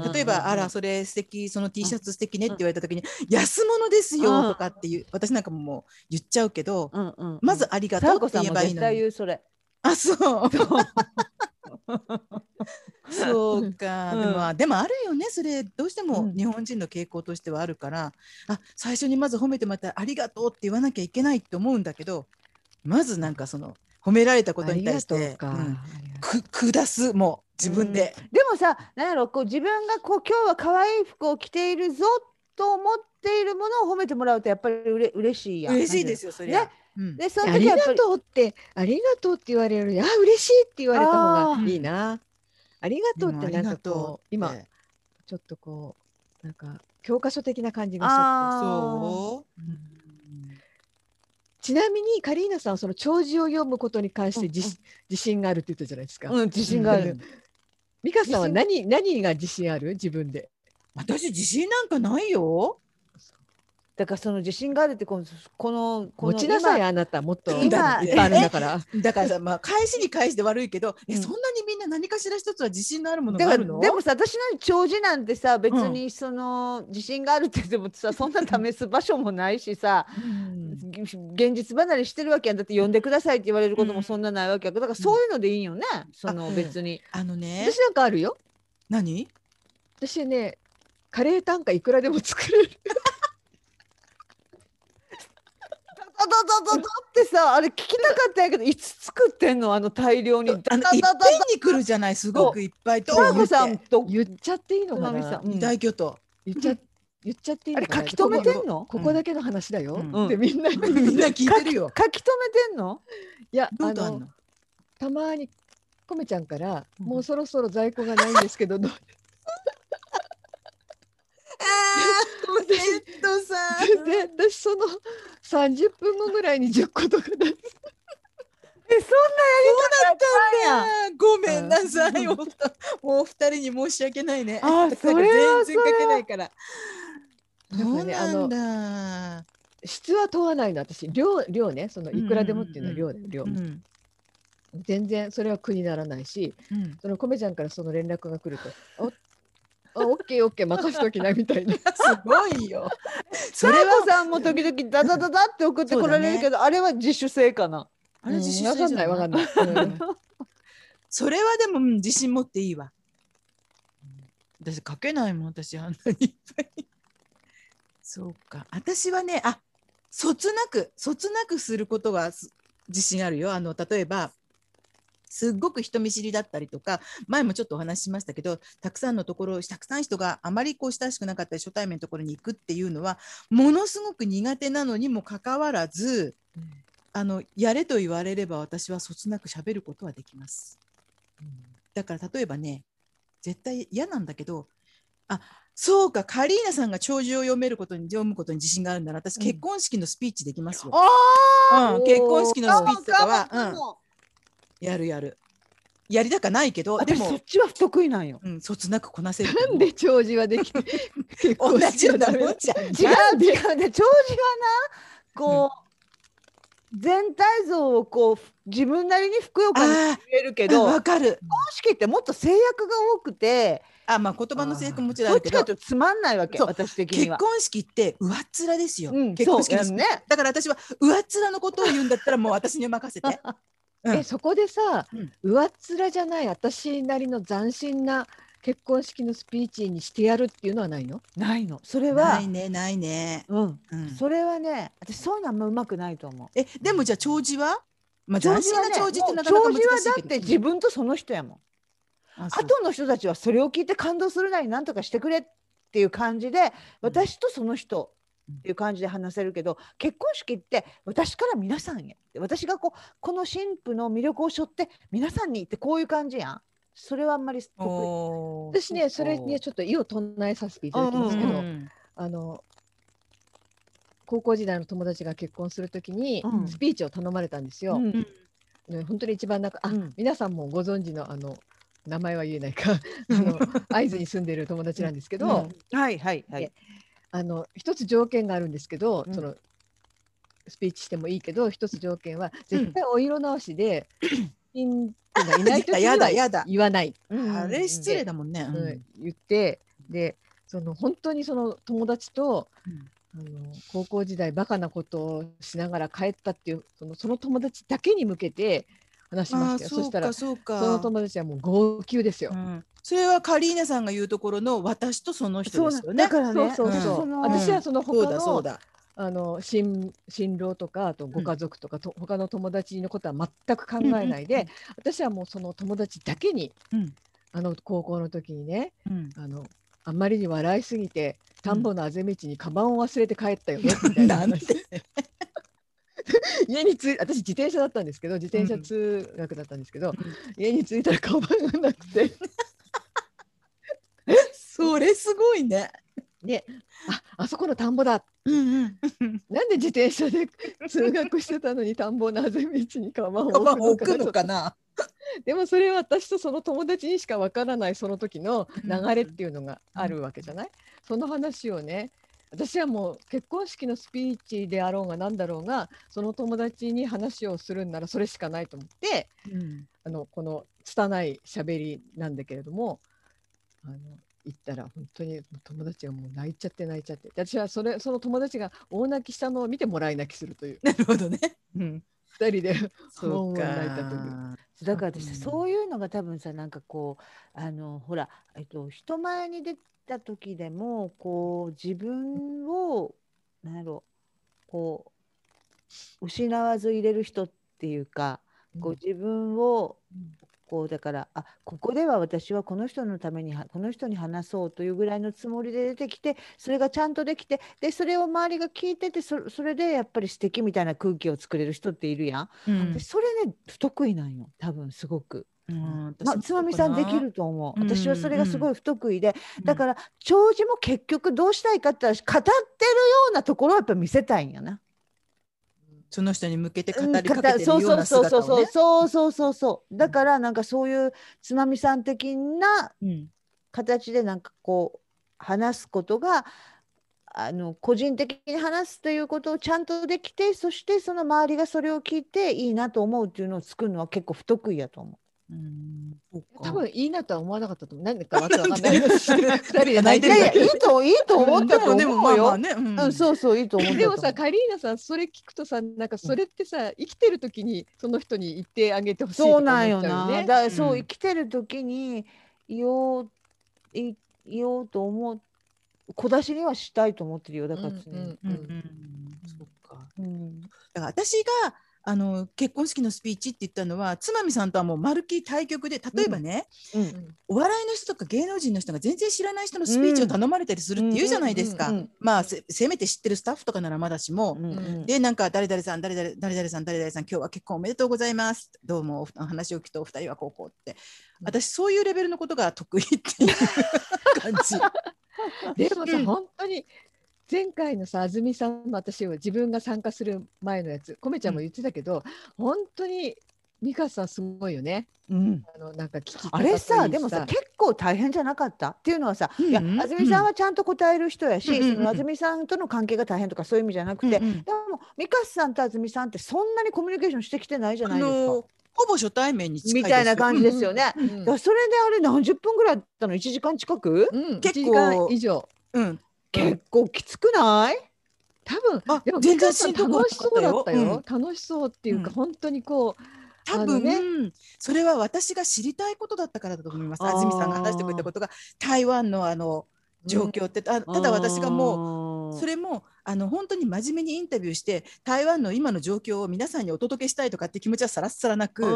[SPEAKER 1] い。
[SPEAKER 3] い
[SPEAKER 1] 例えば、あら、それ素敵、その T シャツ素敵ねって言われたときに、安物ですよとかっていう、私なんかもう言っちゃうけど、
[SPEAKER 3] うんうん、
[SPEAKER 1] まずありが
[SPEAKER 3] さ
[SPEAKER 1] と
[SPEAKER 3] あ
[SPEAKER 1] う
[SPEAKER 3] こ
[SPEAKER 1] って
[SPEAKER 3] さん
[SPEAKER 1] 言え
[SPEAKER 3] も
[SPEAKER 1] ばいい
[SPEAKER 3] 絶
[SPEAKER 1] の
[SPEAKER 3] 対
[SPEAKER 1] に。
[SPEAKER 3] 言うそれ。
[SPEAKER 1] あ、
[SPEAKER 3] [laughs]
[SPEAKER 1] そう。そううんか、
[SPEAKER 3] うん
[SPEAKER 1] でもあでもあるよねそれどうして
[SPEAKER 3] う
[SPEAKER 1] も
[SPEAKER 3] ん
[SPEAKER 1] 日本人の傾向としてはあるから、あ最初にまず褒めてまた「ありがとう」って言わなきゃいけないって思うんだけどまずなんかその褒められたこと
[SPEAKER 2] あり
[SPEAKER 1] に対
[SPEAKER 2] が
[SPEAKER 1] し
[SPEAKER 2] と
[SPEAKER 1] て
[SPEAKER 2] うか。
[SPEAKER 1] うんく下すもう自分で、
[SPEAKER 3] でもさなんやろこう自分がこう今日は可愛い服を着ているぞと思っているものを褒めてもらうとやっぱりうれ嬉しいやん。。
[SPEAKER 1] 嬉しいですすよそりゃ、
[SPEAKER 3] ね
[SPEAKER 1] うん
[SPEAKER 3] でその
[SPEAKER 2] あ
[SPEAKER 3] 時
[SPEAKER 2] り
[SPEAKER 3] は
[SPEAKER 2] が
[SPEAKER 3] やっぱり
[SPEAKER 2] とうって、ありがとうって言われるより、あ、嬉しいって言われた方がいいな。ありがとうってなんか
[SPEAKER 1] でもありが
[SPEAKER 2] ことう、
[SPEAKER 1] うっ
[SPEAKER 2] 今
[SPEAKER 1] て
[SPEAKER 2] ちょっとこう、なんか教科書的な感じがしちゃって。
[SPEAKER 3] あ
[SPEAKER 1] そう、うん
[SPEAKER 2] ちなみにカリーナさんはその長寿を読むことに関して自,、
[SPEAKER 3] うんうん
[SPEAKER 2] 自信があるって言ったじゃないですか。
[SPEAKER 3] うん自信がある。
[SPEAKER 2] 美香さんは何何が自信ある自分で。
[SPEAKER 1] 私自信なんかないよ
[SPEAKER 3] だからその自信があるってこのこのこ
[SPEAKER 2] 持
[SPEAKER 3] の
[SPEAKER 2] ちなさいあなたもっと [laughs] いっぱ
[SPEAKER 3] 今
[SPEAKER 2] いあるんだから。
[SPEAKER 1] だからさ、まあ、返しに返して悪いけ
[SPEAKER 3] [laughs]
[SPEAKER 1] ど、え
[SPEAKER 3] うん
[SPEAKER 1] そんなにみんな何かしら一つは自信のあるもの
[SPEAKER 3] だ
[SPEAKER 1] が
[SPEAKER 3] か
[SPEAKER 1] あ
[SPEAKER 3] ら
[SPEAKER 1] る
[SPEAKER 3] で
[SPEAKER 1] の
[SPEAKER 3] もさ私の長寿なんてさ別にその、自信があるって言ってもさそんな試す場所もないしさ
[SPEAKER 1] うん
[SPEAKER 3] ぎ現実離れしてるわけやんだって呼んでくださいって言われることもそんなないわけやからだからそういうのでいいよね、その
[SPEAKER 2] うん
[SPEAKER 3] 別に。
[SPEAKER 1] あのね
[SPEAKER 2] 私なんかあるよ。
[SPEAKER 1] 何
[SPEAKER 2] 私ねカレー単価いくらでも作れる。
[SPEAKER 3] ダダダダってさあれ聞きたかったんやけどいつ作ってんのあの大量に
[SPEAKER 1] あ
[SPEAKER 3] ダダ
[SPEAKER 1] の
[SPEAKER 3] ダ
[SPEAKER 1] いっ
[SPEAKER 3] ダ
[SPEAKER 1] ぺんに来るじゃないすごくいっぱいと
[SPEAKER 3] トラコさんと
[SPEAKER 2] 言っちゃっていいのか
[SPEAKER 3] つまみさ
[SPEAKER 2] なん
[SPEAKER 3] うん
[SPEAKER 1] 大巨頭
[SPEAKER 2] 言っちゃ言っちゃっていい
[SPEAKER 3] あ
[SPEAKER 2] の
[SPEAKER 3] れ
[SPEAKER 2] かな
[SPEAKER 3] 書き留めてんの
[SPEAKER 2] ここだけの話だよ、
[SPEAKER 1] うん
[SPEAKER 2] ってみんなに、い
[SPEAKER 1] みんな聞いてるよ
[SPEAKER 3] 書き留めてんの
[SPEAKER 2] や
[SPEAKER 1] ど
[SPEAKER 2] あ
[SPEAKER 1] うだん
[SPEAKER 2] の
[SPEAKER 1] の
[SPEAKER 2] たまにコメちゃんから、
[SPEAKER 1] うん
[SPEAKER 2] もうそろそろ在庫がないんですけどどう
[SPEAKER 1] あーコメントさん [laughs]
[SPEAKER 2] で私その30分後ぐらいに10個とか出す
[SPEAKER 3] えそん
[SPEAKER 1] そうだ
[SPEAKER 3] な
[SPEAKER 1] っ
[SPEAKER 3] や
[SPEAKER 1] たんだごめんなさい、
[SPEAKER 2] う
[SPEAKER 1] お二もう二人に申し訳 [laughs] ないね
[SPEAKER 3] あーそれは
[SPEAKER 1] 全然書けないから
[SPEAKER 2] れは
[SPEAKER 1] そうなんだ
[SPEAKER 2] 質は問わないの私量量ねそのいくらでもっていうのは量だよ量、
[SPEAKER 1] うん
[SPEAKER 2] 全然それは苦にならないし
[SPEAKER 1] うん
[SPEAKER 2] そのコメちゃんからその連絡が来ると「おあオッケーオッケー任しときな」みたいな
[SPEAKER 1] すごいよそ
[SPEAKER 3] ト
[SPEAKER 1] れ
[SPEAKER 3] ラコ
[SPEAKER 1] は
[SPEAKER 3] さんも時々ダダダダって送ってこられるけど、あれは自主性かな
[SPEAKER 1] あれ自信
[SPEAKER 2] うんわかんないわかんない、うん
[SPEAKER 1] それはでもうん自信持っていいわ。私書けないもん私あんなにいっぱい。そうか私はねあそつなくそつなくすることがす自信あるよあの例えばすっごく人見知りだったりとか前もちょっとお話ししましたけどたくさんのところたくさん人があまりこう親しくなかったり初対面のところに行くっていうのはものすごく苦手なのにもかかわらず、あのやれと言われれば私はそつなく喋ることはできます。だから例えばね絶対嫌なんだけどあそうかカリーナさんが弔辞を読めることに読むことに自信があるなら私
[SPEAKER 2] うん
[SPEAKER 1] 結婚式のスピーチできますよ、
[SPEAKER 3] あ
[SPEAKER 1] うん結婚式の
[SPEAKER 3] あ
[SPEAKER 1] スピーチとかは、う
[SPEAKER 3] も、
[SPEAKER 1] ん、やるやるやりたかないけど
[SPEAKER 3] で
[SPEAKER 1] で
[SPEAKER 3] もそ
[SPEAKER 1] も
[SPEAKER 3] っ、ちは不得意なんよ
[SPEAKER 1] うん、そつなくこなせる
[SPEAKER 2] なんで長寿はできて
[SPEAKER 1] [laughs] 同
[SPEAKER 2] 結婚
[SPEAKER 1] じ
[SPEAKER 2] 式
[SPEAKER 1] よう
[SPEAKER 2] は
[SPEAKER 1] な
[SPEAKER 2] ダメな
[SPEAKER 1] も
[SPEAKER 2] の
[SPEAKER 1] んじゃん
[SPEAKER 3] 違う違うね長寿はなこう、全体像をこう自分なりにふくよかに
[SPEAKER 1] あ
[SPEAKER 3] 言えるけ
[SPEAKER 1] あ
[SPEAKER 3] ど
[SPEAKER 1] わ
[SPEAKER 3] 結婚
[SPEAKER 1] かる
[SPEAKER 3] 式ってもっと制約が多くて
[SPEAKER 1] あまあ言葉の制約ももちろんあ
[SPEAKER 3] どっ
[SPEAKER 1] るけ
[SPEAKER 3] ちか
[SPEAKER 1] ど
[SPEAKER 3] というとつまんないわけ
[SPEAKER 1] そう
[SPEAKER 3] 私的
[SPEAKER 1] 結
[SPEAKER 3] には。
[SPEAKER 1] 婚式って上っ面ですよ、
[SPEAKER 3] うん、
[SPEAKER 1] 結婚式の
[SPEAKER 3] そう
[SPEAKER 1] ス
[SPEAKER 3] や
[SPEAKER 1] ピ
[SPEAKER 3] ん
[SPEAKER 1] ーチ
[SPEAKER 3] ね。
[SPEAKER 1] だから私は上っ面のことを言うんだったらもう私に任せてうん
[SPEAKER 2] えそこでさ、
[SPEAKER 1] うん
[SPEAKER 2] 上っ面じゃない私なりの斬新な結婚式のスピーチにしてやるっていうのはないの
[SPEAKER 3] ないの。それは
[SPEAKER 1] ない、ねないね、
[SPEAKER 3] うん、
[SPEAKER 1] うん、
[SPEAKER 3] それはね、私そういうのあんまうまくないと思う。
[SPEAKER 1] えでもじゃあ弔辞はまあ
[SPEAKER 3] 弔
[SPEAKER 1] 斬
[SPEAKER 3] 辞
[SPEAKER 1] 新
[SPEAKER 3] は
[SPEAKER 1] な
[SPEAKER 3] ね、
[SPEAKER 1] 弔辞ってなかな
[SPEAKER 3] も
[SPEAKER 1] か
[SPEAKER 3] う
[SPEAKER 1] 難し
[SPEAKER 3] 弔
[SPEAKER 1] い
[SPEAKER 3] 辞はだ
[SPEAKER 1] け
[SPEAKER 3] っ
[SPEAKER 1] ど
[SPEAKER 3] て自分とその人やもん。
[SPEAKER 1] あそう
[SPEAKER 3] 後の人たちはそれを聞いて感動するなりなんとかしてくれっていう感じで私とその人っていう感じで話せるけど結婚式って私から皆さんへ私がこうこの新婦の魅力を背負って皆さんにってこういう感じやんそれはあんまり得意
[SPEAKER 1] おー
[SPEAKER 2] 私ねそれにちょっと意を唱えさせていただきますけど、
[SPEAKER 3] うんうん
[SPEAKER 2] あの高校時代の友達が結婚するときに
[SPEAKER 3] うん
[SPEAKER 2] スピーチを頼まれたんですよ。
[SPEAKER 3] うん
[SPEAKER 2] ね本当に一番なんかあ、
[SPEAKER 3] うん
[SPEAKER 2] 皆さんもご存知のあの名前は言えない
[SPEAKER 3] [laughs]
[SPEAKER 2] かあの会津に住んでる友達なんですけど、
[SPEAKER 3] うんはいはいはい
[SPEAKER 2] であの一つ条件があるんですけど、
[SPEAKER 3] うん
[SPEAKER 2] そのスピーチしてもいいけど一つ条件は絶対お色直
[SPEAKER 1] [clears throat]
[SPEAKER 2] しで金粉がいない時に
[SPEAKER 1] やだ
[SPEAKER 2] は
[SPEAKER 1] やだ
[SPEAKER 2] 言わない、
[SPEAKER 1] あれ失礼だもんね、
[SPEAKER 2] う
[SPEAKER 1] うんん
[SPEAKER 2] 言ってでその本当にその友達とあの高校時代バカなことをしながら帰ったっていうそのその友達だけに向けて話しま
[SPEAKER 1] ああ
[SPEAKER 2] したよそ
[SPEAKER 1] そ
[SPEAKER 2] し
[SPEAKER 1] う
[SPEAKER 2] たら
[SPEAKER 1] か
[SPEAKER 2] そ
[SPEAKER 1] そうか
[SPEAKER 2] の友達はもう号泣ですよ
[SPEAKER 1] う。んそれはカリーナさんが言うところの私とその人ですよね
[SPEAKER 3] だから
[SPEAKER 2] そう
[SPEAKER 3] ね
[SPEAKER 2] そう
[SPEAKER 1] うん
[SPEAKER 2] そう、
[SPEAKER 3] その
[SPEAKER 2] 私はその
[SPEAKER 1] そう
[SPEAKER 2] 他
[SPEAKER 1] だ
[SPEAKER 2] の
[SPEAKER 1] そうだ
[SPEAKER 2] あの新新郎とかあとご家族とかと、他の友達のことは全く考えないで、
[SPEAKER 1] うんうん
[SPEAKER 2] 私はもうその友達だけに、
[SPEAKER 1] うん
[SPEAKER 2] あの高校の時にね
[SPEAKER 1] うん
[SPEAKER 2] あのあんまりに笑いすぎて田んぼのあぜ道にカバンを忘れて帰ったよねみたいな話家につい私自転車だったんですけど自転車通学だったんですけど、家に着いたらカバンがなくて
[SPEAKER 1] それすごいね
[SPEAKER 2] でああそこの田んぼだ
[SPEAKER 1] うんうん
[SPEAKER 2] なんで自転車で通学してたのに田んぼのあぜ道にカバンを
[SPEAKER 1] カバンを
[SPEAKER 2] 置
[SPEAKER 1] 置
[SPEAKER 2] く
[SPEAKER 1] く
[SPEAKER 2] の
[SPEAKER 1] の
[SPEAKER 2] か
[SPEAKER 1] かな
[SPEAKER 2] でもそれは私とその友達にしかわからないその時の流れっていうのがあるわけじゃない、その話をね私はもう結婚式のスピーチであろうが何だろうがその友達に話をするんならそれしかないと思って
[SPEAKER 1] うん
[SPEAKER 2] あのこの拙い喋りなんだけれどもあの行ったら本当に友達がもう泣いちゃって泣いちゃってで私はそれその友達が大泣きしたのを見てもらい泣きするという
[SPEAKER 1] なるほどねうん
[SPEAKER 2] 二人で
[SPEAKER 1] そうか
[SPEAKER 2] 本を泣いたという
[SPEAKER 3] だから私、
[SPEAKER 1] うん
[SPEAKER 3] そういうのが多分さなんかこうあのほら、えっと、人前に出た時でもこう自分をなんやろこ失わず入れる人っていうかこう
[SPEAKER 2] うん
[SPEAKER 3] 自分を
[SPEAKER 2] うん
[SPEAKER 3] こうだからあここでは私はこの人のためにはこの人に話そうというぐらいのつもりで出てきてそれがちゃんとできてでそれを周りが聞いててそそれでやっぱり素敵みたいな空気を作れる人っているやん。
[SPEAKER 1] うん
[SPEAKER 3] でそれね不得意なんよ多分すごく。
[SPEAKER 1] うん、
[SPEAKER 3] まあ、つまみさんできると思う私はそれがすごい不得意で、だからら長寿も結局どうしたいかって言ったら語ってるようなところをやっぱ見せたいんやな。
[SPEAKER 1] その人に向けて語
[SPEAKER 3] うん
[SPEAKER 1] りかけてるよ
[SPEAKER 3] そううそ
[SPEAKER 1] な
[SPEAKER 3] うそう
[SPEAKER 1] 姿を
[SPEAKER 3] そうそう
[SPEAKER 1] ね。
[SPEAKER 3] そうそうそうそうだからなんかそういうつまみさん的な
[SPEAKER 1] うん
[SPEAKER 3] 形でなんかこう話すことがあの個人的に話すということをちゃんとできてそしてその周りがそれを聞いていいなと思うっていうのを作るのは結構不得意やと思う。
[SPEAKER 1] うんそうか
[SPEAKER 2] 多分いいなとは思わなかったと思う。なんでかわけわかん
[SPEAKER 1] [laughs]
[SPEAKER 2] ないです。
[SPEAKER 1] なんで
[SPEAKER 2] 二人で泣い
[SPEAKER 3] い
[SPEAKER 2] て
[SPEAKER 3] や
[SPEAKER 2] る
[SPEAKER 3] い
[SPEAKER 2] だ
[SPEAKER 3] や
[SPEAKER 2] け
[SPEAKER 3] いいといいと思ったと
[SPEAKER 1] でもでも
[SPEAKER 3] 思
[SPEAKER 1] ま
[SPEAKER 3] う
[SPEAKER 1] あまあ
[SPEAKER 3] よ。
[SPEAKER 1] ね、うん
[SPEAKER 3] うん、そうそういいと思った
[SPEAKER 2] で
[SPEAKER 3] と思
[SPEAKER 2] も
[SPEAKER 3] う。
[SPEAKER 2] さカリーナさんそれ聞くとさなんかそれってさ生きてる時にその人に言ってあげてほしいとか
[SPEAKER 3] そ
[SPEAKER 2] 思
[SPEAKER 3] う
[SPEAKER 2] っちゃ
[SPEAKER 3] なん
[SPEAKER 2] う
[SPEAKER 3] よ
[SPEAKER 2] よ
[SPEAKER 3] な。
[SPEAKER 2] ね。
[SPEAKER 3] だからそううん生きてる時に言おうい言おうと思う小出しにはしたいと思ってるよだから常に。
[SPEAKER 1] うんう
[SPEAKER 2] うん
[SPEAKER 1] んそうか
[SPEAKER 3] うん
[SPEAKER 1] だから私があの結婚式のスピーチって言ったのはつまみさんとはもうまるっきり対局で例えばね、
[SPEAKER 3] うん
[SPEAKER 1] お笑いの人とか芸能人の人が全然知らない人のスピーチを頼まれたりするって言うじゃないですか、
[SPEAKER 3] うん
[SPEAKER 1] まあせせめて知ってるスタッフとかならまだしも、
[SPEAKER 3] うんうん
[SPEAKER 1] でなんか誰々さん誰々誰々さん誰々さん今日は結婚おめでとうございますどうもおお話を聞くとお二人はこうこうって
[SPEAKER 2] うん
[SPEAKER 1] 私そういうレベルのことが得意っていう感じ。
[SPEAKER 2] でもさ、
[SPEAKER 1] うん
[SPEAKER 2] 本当に前回のさ安住さんも私は自分が参加する前のやつコメちゃんも言ってたけど、本当に美香さんすごいよね。
[SPEAKER 3] うん
[SPEAKER 2] あのなんか聞き方
[SPEAKER 3] あれ
[SPEAKER 2] といい
[SPEAKER 3] さでもさ結構大変じゃなかったっていうのはさ、
[SPEAKER 1] うんうん
[SPEAKER 3] いや安住さんはちゃんと答える人やし、
[SPEAKER 1] うんうんうん
[SPEAKER 3] その安住さんとの関係が大変とかそういう意味じゃなくて、
[SPEAKER 1] うんうん
[SPEAKER 3] でも美香さんと安住さんってそんなにコミュニケーションしてきてないじゃ
[SPEAKER 1] あ
[SPEAKER 3] ないですか
[SPEAKER 1] の。ほぼ初対面に近い
[SPEAKER 3] みたいな感じですよね。
[SPEAKER 2] うん
[SPEAKER 3] だからそれであれ何十分ぐらいだったの1時間近く、
[SPEAKER 2] うん、
[SPEAKER 1] 結構
[SPEAKER 2] 1時間以上
[SPEAKER 1] うん、
[SPEAKER 3] 結構きつくない、
[SPEAKER 2] 多分
[SPEAKER 1] あ
[SPEAKER 2] でも
[SPEAKER 1] 全
[SPEAKER 2] 美
[SPEAKER 1] 然
[SPEAKER 2] 香
[SPEAKER 1] し
[SPEAKER 2] さ
[SPEAKER 1] ん
[SPEAKER 2] ん
[SPEAKER 1] どくなか
[SPEAKER 2] 楽しそうだ
[SPEAKER 1] っ
[SPEAKER 2] ったた
[SPEAKER 1] よ
[SPEAKER 2] よ、楽しそうっていうか、
[SPEAKER 1] うん
[SPEAKER 2] 本当にこう
[SPEAKER 1] 多
[SPEAKER 2] あの
[SPEAKER 1] 分、
[SPEAKER 2] ね
[SPEAKER 1] それは私が知りたいことだったからだと思います
[SPEAKER 3] あー
[SPEAKER 1] 安住さんが話してくれたことが台湾のあの状況って、あただ私がもう
[SPEAKER 3] も
[SPEAKER 1] それもあの本当に真面目にインタビューして台湾の今の状況を皆さんにお届けしたいとかって気持ちはさらっさらなく、
[SPEAKER 3] も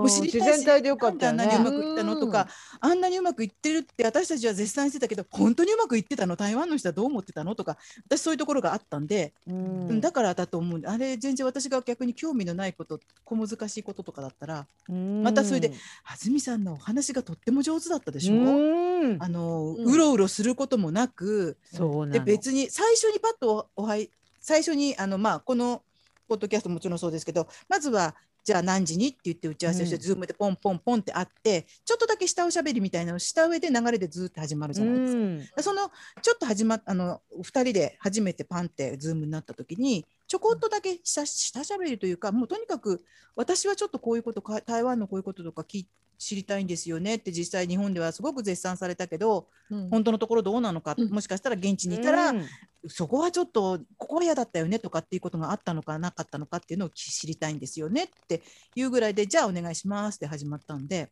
[SPEAKER 1] もう知りたい
[SPEAKER 3] 自然体でよか
[SPEAKER 1] な
[SPEAKER 3] っ
[SPEAKER 1] んで
[SPEAKER 3] た
[SPEAKER 1] あ
[SPEAKER 3] よ
[SPEAKER 1] んな
[SPEAKER 3] ね
[SPEAKER 1] にうまくいったのとか、あんなにうまくいってるって私たちは絶賛してたけど本当にうまくいってたの台湾の人はどう思ってたのとか私そういうところがあったんで、
[SPEAKER 3] うん
[SPEAKER 1] うんだからだと思うんあれ全然私が逆に興味のないこと小難しいこととかだったらまたそれで安住さんのお話がとっても上手だったでしょ、
[SPEAKER 3] うん
[SPEAKER 1] あの
[SPEAKER 2] うん
[SPEAKER 1] うろうろすることもなく、
[SPEAKER 3] そうな
[SPEAKER 1] で
[SPEAKER 3] の
[SPEAKER 1] 別に最初にパッとおおはい最初にあのまあこのポッドキャストもちろんそうですけどまずはじゃあ何時にって言って打ち合わせをして、
[SPEAKER 3] うん
[SPEAKER 1] ズームでポンポンポンってあってちょっとだけ下おしゃべりみたいなのをした上で流れでずーっと始まるじゃないですか。
[SPEAKER 3] うん
[SPEAKER 1] そのちょっと始まっあの2人で初めてパンってズームになった時にちょこっとだけ下下しゃべりというかもうとにかく私はちょっとこういうことか台湾のこういうこととか聞い知りたいんですよねって実際日本ではすごく絶賛されたけど
[SPEAKER 2] うん
[SPEAKER 1] 本当のところどうなのか、
[SPEAKER 2] うん
[SPEAKER 1] もしかしたら現地にいたら
[SPEAKER 3] うん
[SPEAKER 1] そこはちょっとここは嫌だったよねとかっていうことがあったのかなかったのかっていうのを知りたいんですよねっていうぐらいでじゃあお願いしますって始まったんで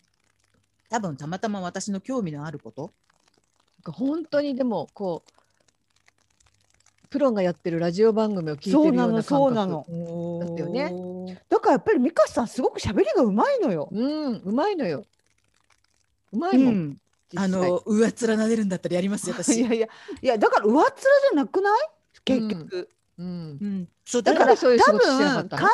[SPEAKER 1] 多分たまたま私の興味のあること
[SPEAKER 2] なんか本当にでもこうプロがやってるラジオ番組を聞いてるような感覚
[SPEAKER 3] そうなの
[SPEAKER 2] だったよね。
[SPEAKER 3] だからやっぱり美香さんすごく喋りがうまいのよ。
[SPEAKER 2] うんうまいのようまいうもん、
[SPEAKER 1] ん、
[SPEAKER 2] 実際
[SPEAKER 1] あの上っ面なでるんだったらやりますよ
[SPEAKER 3] い
[SPEAKER 1] 私。
[SPEAKER 3] やいやいやだから上っ面じゃなくない結局。
[SPEAKER 2] うん
[SPEAKER 1] うん、そうだ
[SPEAKER 3] だ
[SPEAKER 1] か
[SPEAKER 3] か
[SPEAKER 2] な
[SPEAKER 3] らら
[SPEAKER 2] んでそういう仕事
[SPEAKER 3] 多
[SPEAKER 2] して
[SPEAKER 3] 分
[SPEAKER 2] なかったの
[SPEAKER 3] 簡単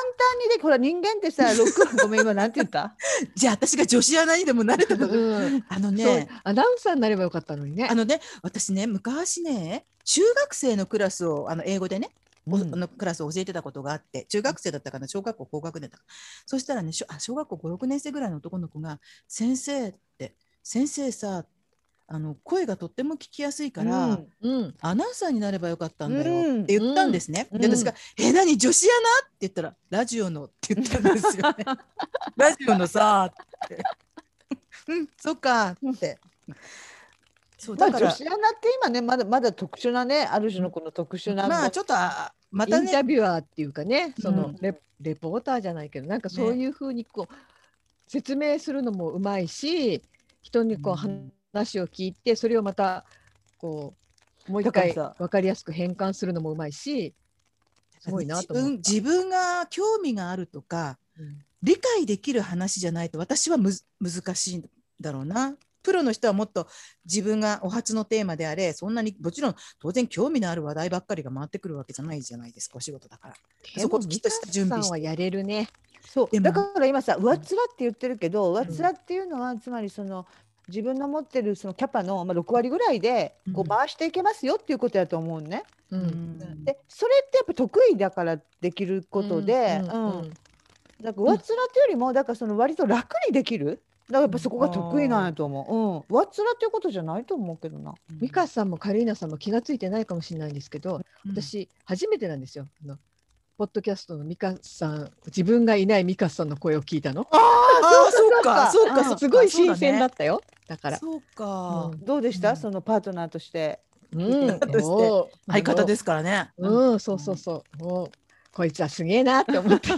[SPEAKER 3] にでほら人間ってさ録音ごめん今なんて言った
[SPEAKER 1] じゃあ私が女子アナにでも
[SPEAKER 2] [laughs]
[SPEAKER 1] なれたの
[SPEAKER 2] うん
[SPEAKER 1] あの
[SPEAKER 2] そう
[SPEAKER 1] ね
[SPEAKER 2] アナウンサーになればよかったのにね
[SPEAKER 1] あのね私ね昔ね中学生のクラスをあの英語でねおあのクラスを教えてたことがあって中学生だったかな小学校高学年だからそしたらねしょあ小学校56年生ぐらいの男の子が「先生」って「先生さあの声がとっても聞きやすいから、
[SPEAKER 3] うん
[SPEAKER 2] うん
[SPEAKER 1] アナウンサーになればよかったんだ
[SPEAKER 3] う
[SPEAKER 1] よ」
[SPEAKER 3] ん
[SPEAKER 1] って言ったんですね。
[SPEAKER 3] うん
[SPEAKER 1] で
[SPEAKER 2] うん
[SPEAKER 1] 私が「え何女子アナ?」って言ったら「ラジオの」って言ったんですよ
[SPEAKER 3] [laughs]
[SPEAKER 1] ね。ラジオのさって。うんそっかって。そう
[SPEAKER 3] まあ
[SPEAKER 1] だか
[SPEAKER 3] 女
[SPEAKER 1] ら、
[SPEAKER 3] 子アナって今ねまだまだ特殊なねある種のこの特殊
[SPEAKER 1] ま
[SPEAKER 3] な
[SPEAKER 1] あ、ちょっとあま
[SPEAKER 2] イ
[SPEAKER 1] た
[SPEAKER 2] ン
[SPEAKER 1] ね
[SPEAKER 2] タビュアーっていうかねその、
[SPEAKER 1] うん
[SPEAKER 2] レレポーターじゃないけどなんかそういうふうにこう、説明するのもうまいし人にこ
[SPEAKER 1] う
[SPEAKER 2] う
[SPEAKER 1] ん
[SPEAKER 2] 話を聞いてそれをまたこうもう一
[SPEAKER 3] だから
[SPEAKER 2] 回
[SPEAKER 3] さ
[SPEAKER 2] 分かりやすく変換するのもうまいしすごいな
[SPEAKER 1] 自
[SPEAKER 2] と思っ
[SPEAKER 1] 分自分が興味があるとか
[SPEAKER 2] たうん
[SPEAKER 1] 理解できる話じゃないと私はむず難しいんだろうな。プロの人はもっと自分がお初のテーマであれそんなにもちろん当然興味のある話題ばっかりが回ってくるわけじゃないじゃないですかお仕事だから。
[SPEAKER 2] で
[SPEAKER 1] そ
[SPEAKER 2] も
[SPEAKER 1] こきっとした準備
[SPEAKER 2] ミカさんはやれるね。
[SPEAKER 3] そう
[SPEAKER 1] でも
[SPEAKER 3] だから今さ上っ面って言ってるけど上
[SPEAKER 2] ん
[SPEAKER 3] っ面っていうのはつまりその自分の持ってるそのキャパの、まあ、6割ぐらいでこ
[SPEAKER 1] うん
[SPEAKER 3] う回していけますよっていうことやと思うね。
[SPEAKER 2] う
[SPEAKER 1] うん
[SPEAKER 3] でそれってやっぱ得意だからできることで、うん
[SPEAKER 2] うんうん
[SPEAKER 3] だから上っ面っていうよりもだからその割と楽にできるだからやっぱそこが得意なんやと思う。うん、上っ面っていうことじゃないと思うけどな。
[SPEAKER 2] ミカさんもカリーナさんも気がついてないかもしれないんですけど、
[SPEAKER 1] うん
[SPEAKER 2] 私初めてなんですよ。あのポッドキャストのミカさん、自分がいないミカさんの声を聞いたの。
[SPEAKER 1] ああそうか
[SPEAKER 3] そ
[SPEAKER 1] そうう
[SPEAKER 3] か
[SPEAKER 1] か
[SPEAKER 3] あ
[SPEAKER 1] そうか
[SPEAKER 2] すごい新鮮だったよ。だか、
[SPEAKER 1] からそうか、
[SPEAKER 2] うん
[SPEAKER 3] どうでした、
[SPEAKER 1] うん
[SPEAKER 3] そのパートナーとして。
[SPEAKER 2] うん
[SPEAKER 1] として
[SPEAKER 2] おー
[SPEAKER 1] 相方ですからね。
[SPEAKER 2] うん、そうそうそう。もうこいつはすげえなって思って。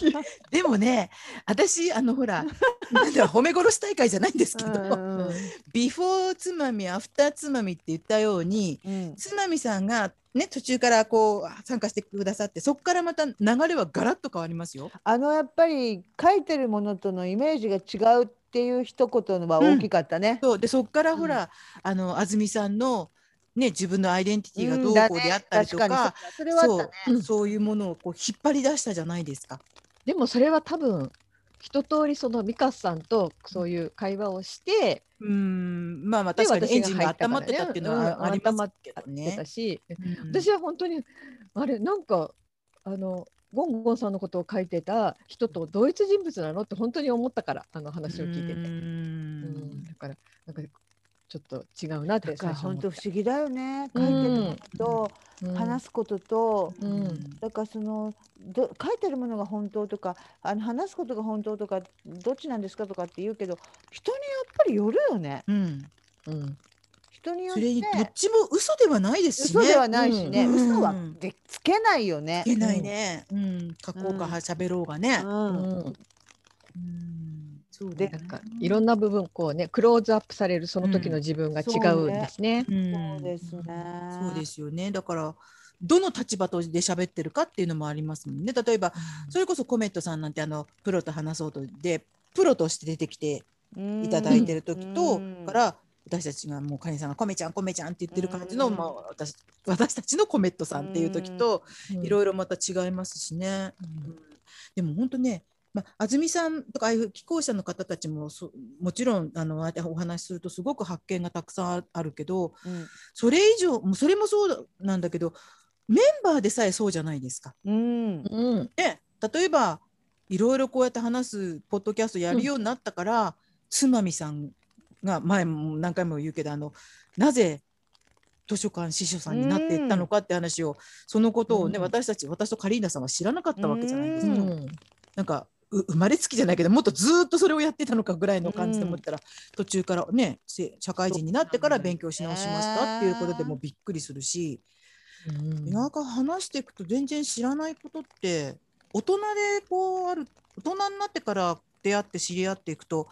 [SPEAKER 1] でもね私あのほ
[SPEAKER 2] [laughs]
[SPEAKER 1] らなんだろう褒め殺し大会じゃないんですけど、
[SPEAKER 3] うんうん
[SPEAKER 1] ビフォーつまみアフターつまみって言ったように
[SPEAKER 3] [laughs] うん
[SPEAKER 1] つまみさんがね途中からこう参加してくださってそこからまた流れはガラッと変わりますよ。
[SPEAKER 3] あのやっぱり書いてるものとのイメージが違うっていう一言は大きかったね。
[SPEAKER 1] そうでそこからほら、あの安住さんのね自分のアイデンティティがどうこうであったりとか,、
[SPEAKER 3] うんだね確かにそれはあった
[SPEAKER 1] そ
[SPEAKER 3] ね。
[SPEAKER 1] うそういうものをこう引っ張り出したじゃないですか。
[SPEAKER 2] でもそれは多分一通りそのミカさんとそういう会話をして、
[SPEAKER 1] うーんまあまあ
[SPEAKER 2] で
[SPEAKER 1] 確かにエンジンが
[SPEAKER 2] 私が
[SPEAKER 1] 温ま
[SPEAKER 2] 入
[SPEAKER 1] っ
[SPEAKER 2] ったからね
[SPEAKER 1] てたっていうのは
[SPEAKER 2] うん
[SPEAKER 1] あありますけど
[SPEAKER 2] 出た
[SPEAKER 1] ね。
[SPEAKER 2] し、
[SPEAKER 1] うん
[SPEAKER 2] 私は本当にあれなんかあのゴンゴンさんのことを書いてた人と同一人物なのって本当に思ったからあの話を聞い
[SPEAKER 1] う
[SPEAKER 2] てて、う
[SPEAKER 1] ー
[SPEAKER 2] ん
[SPEAKER 1] ん
[SPEAKER 2] だからなんかちょっと違うなって
[SPEAKER 3] だから
[SPEAKER 2] 最
[SPEAKER 3] 本
[SPEAKER 2] 初
[SPEAKER 3] 当
[SPEAKER 2] 思っ
[SPEAKER 3] 不思議だよね。
[SPEAKER 2] う
[SPEAKER 3] 書
[SPEAKER 2] ん
[SPEAKER 3] いてるものと
[SPEAKER 2] たうん
[SPEAKER 3] 話すことと、
[SPEAKER 2] うん
[SPEAKER 3] だからそのど書いてるものが本当とかあの話すことが本当とかどっちなんですかとかって言うけど人にやっぱりよるよね。
[SPEAKER 1] うん、
[SPEAKER 2] うん
[SPEAKER 3] 人によ
[SPEAKER 1] そ
[SPEAKER 3] って
[SPEAKER 1] れにどっちも嘘ではないですしね。
[SPEAKER 3] 嘘ではないしね、
[SPEAKER 1] うん
[SPEAKER 3] 嘘はでつけないよね。
[SPEAKER 1] いけないね。うん、書こうか喋ろうがね
[SPEAKER 3] う。
[SPEAKER 2] うんん
[SPEAKER 1] うん、そう
[SPEAKER 3] で
[SPEAKER 1] だ
[SPEAKER 2] なん
[SPEAKER 1] ね
[SPEAKER 2] かいろんな部分こうねクローズアップされるその時の自分が違うんですね。
[SPEAKER 1] うん
[SPEAKER 3] そうですね
[SPEAKER 1] そうですよね。だからどの立場とで喋ってるかっていうのもありますもんね。例えばそれこそコメットさんなんてあのプロと話そうとでプロとして出てきていただいてる時と、
[SPEAKER 3] うん
[SPEAKER 1] から私たちがもうカニさんが「コメちゃんコメちゃん」って言ってる感じの、
[SPEAKER 3] うん
[SPEAKER 1] まあ、私私たちのコメットさんっていう時と、いろいろまた違いますしね。うんでも本当ねまあ、安住さんとかああいう寄稿者の方たちもそもちろんあのああやってお話しするとすごく発見がたくさんあるけど
[SPEAKER 3] うん
[SPEAKER 1] それ以上もうそれもそうなんだけどメンバーでさえそうじゃないですか。
[SPEAKER 3] うん
[SPEAKER 2] うん
[SPEAKER 1] ね、例えばいろいろこうやって話すポッドキャストやるようになったから、つまみさんが前も何回も言うけどあのなぜ図書館司書さんになっていったのかって話を、そのことをね、
[SPEAKER 2] うん
[SPEAKER 1] 私たち私とカリーナさんは知らなかったわけじゃないです
[SPEAKER 2] う
[SPEAKER 1] か。
[SPEAKER 3] うん
[SPEAKER 2] ん
[SPEAKER 1] なんかう生まれつきじゃないけどもっとずーっとそれをやってたのかぐらいの感じで思ったら、途中からねせ社会人になってから勉強し直しましたっていうことでもうびっくりするし。
[SPEAKER 2] うん
[SPEAKER 1] なんか話していくと全然知らないことって大人でこうある大人になってから出会って知り合っていくと、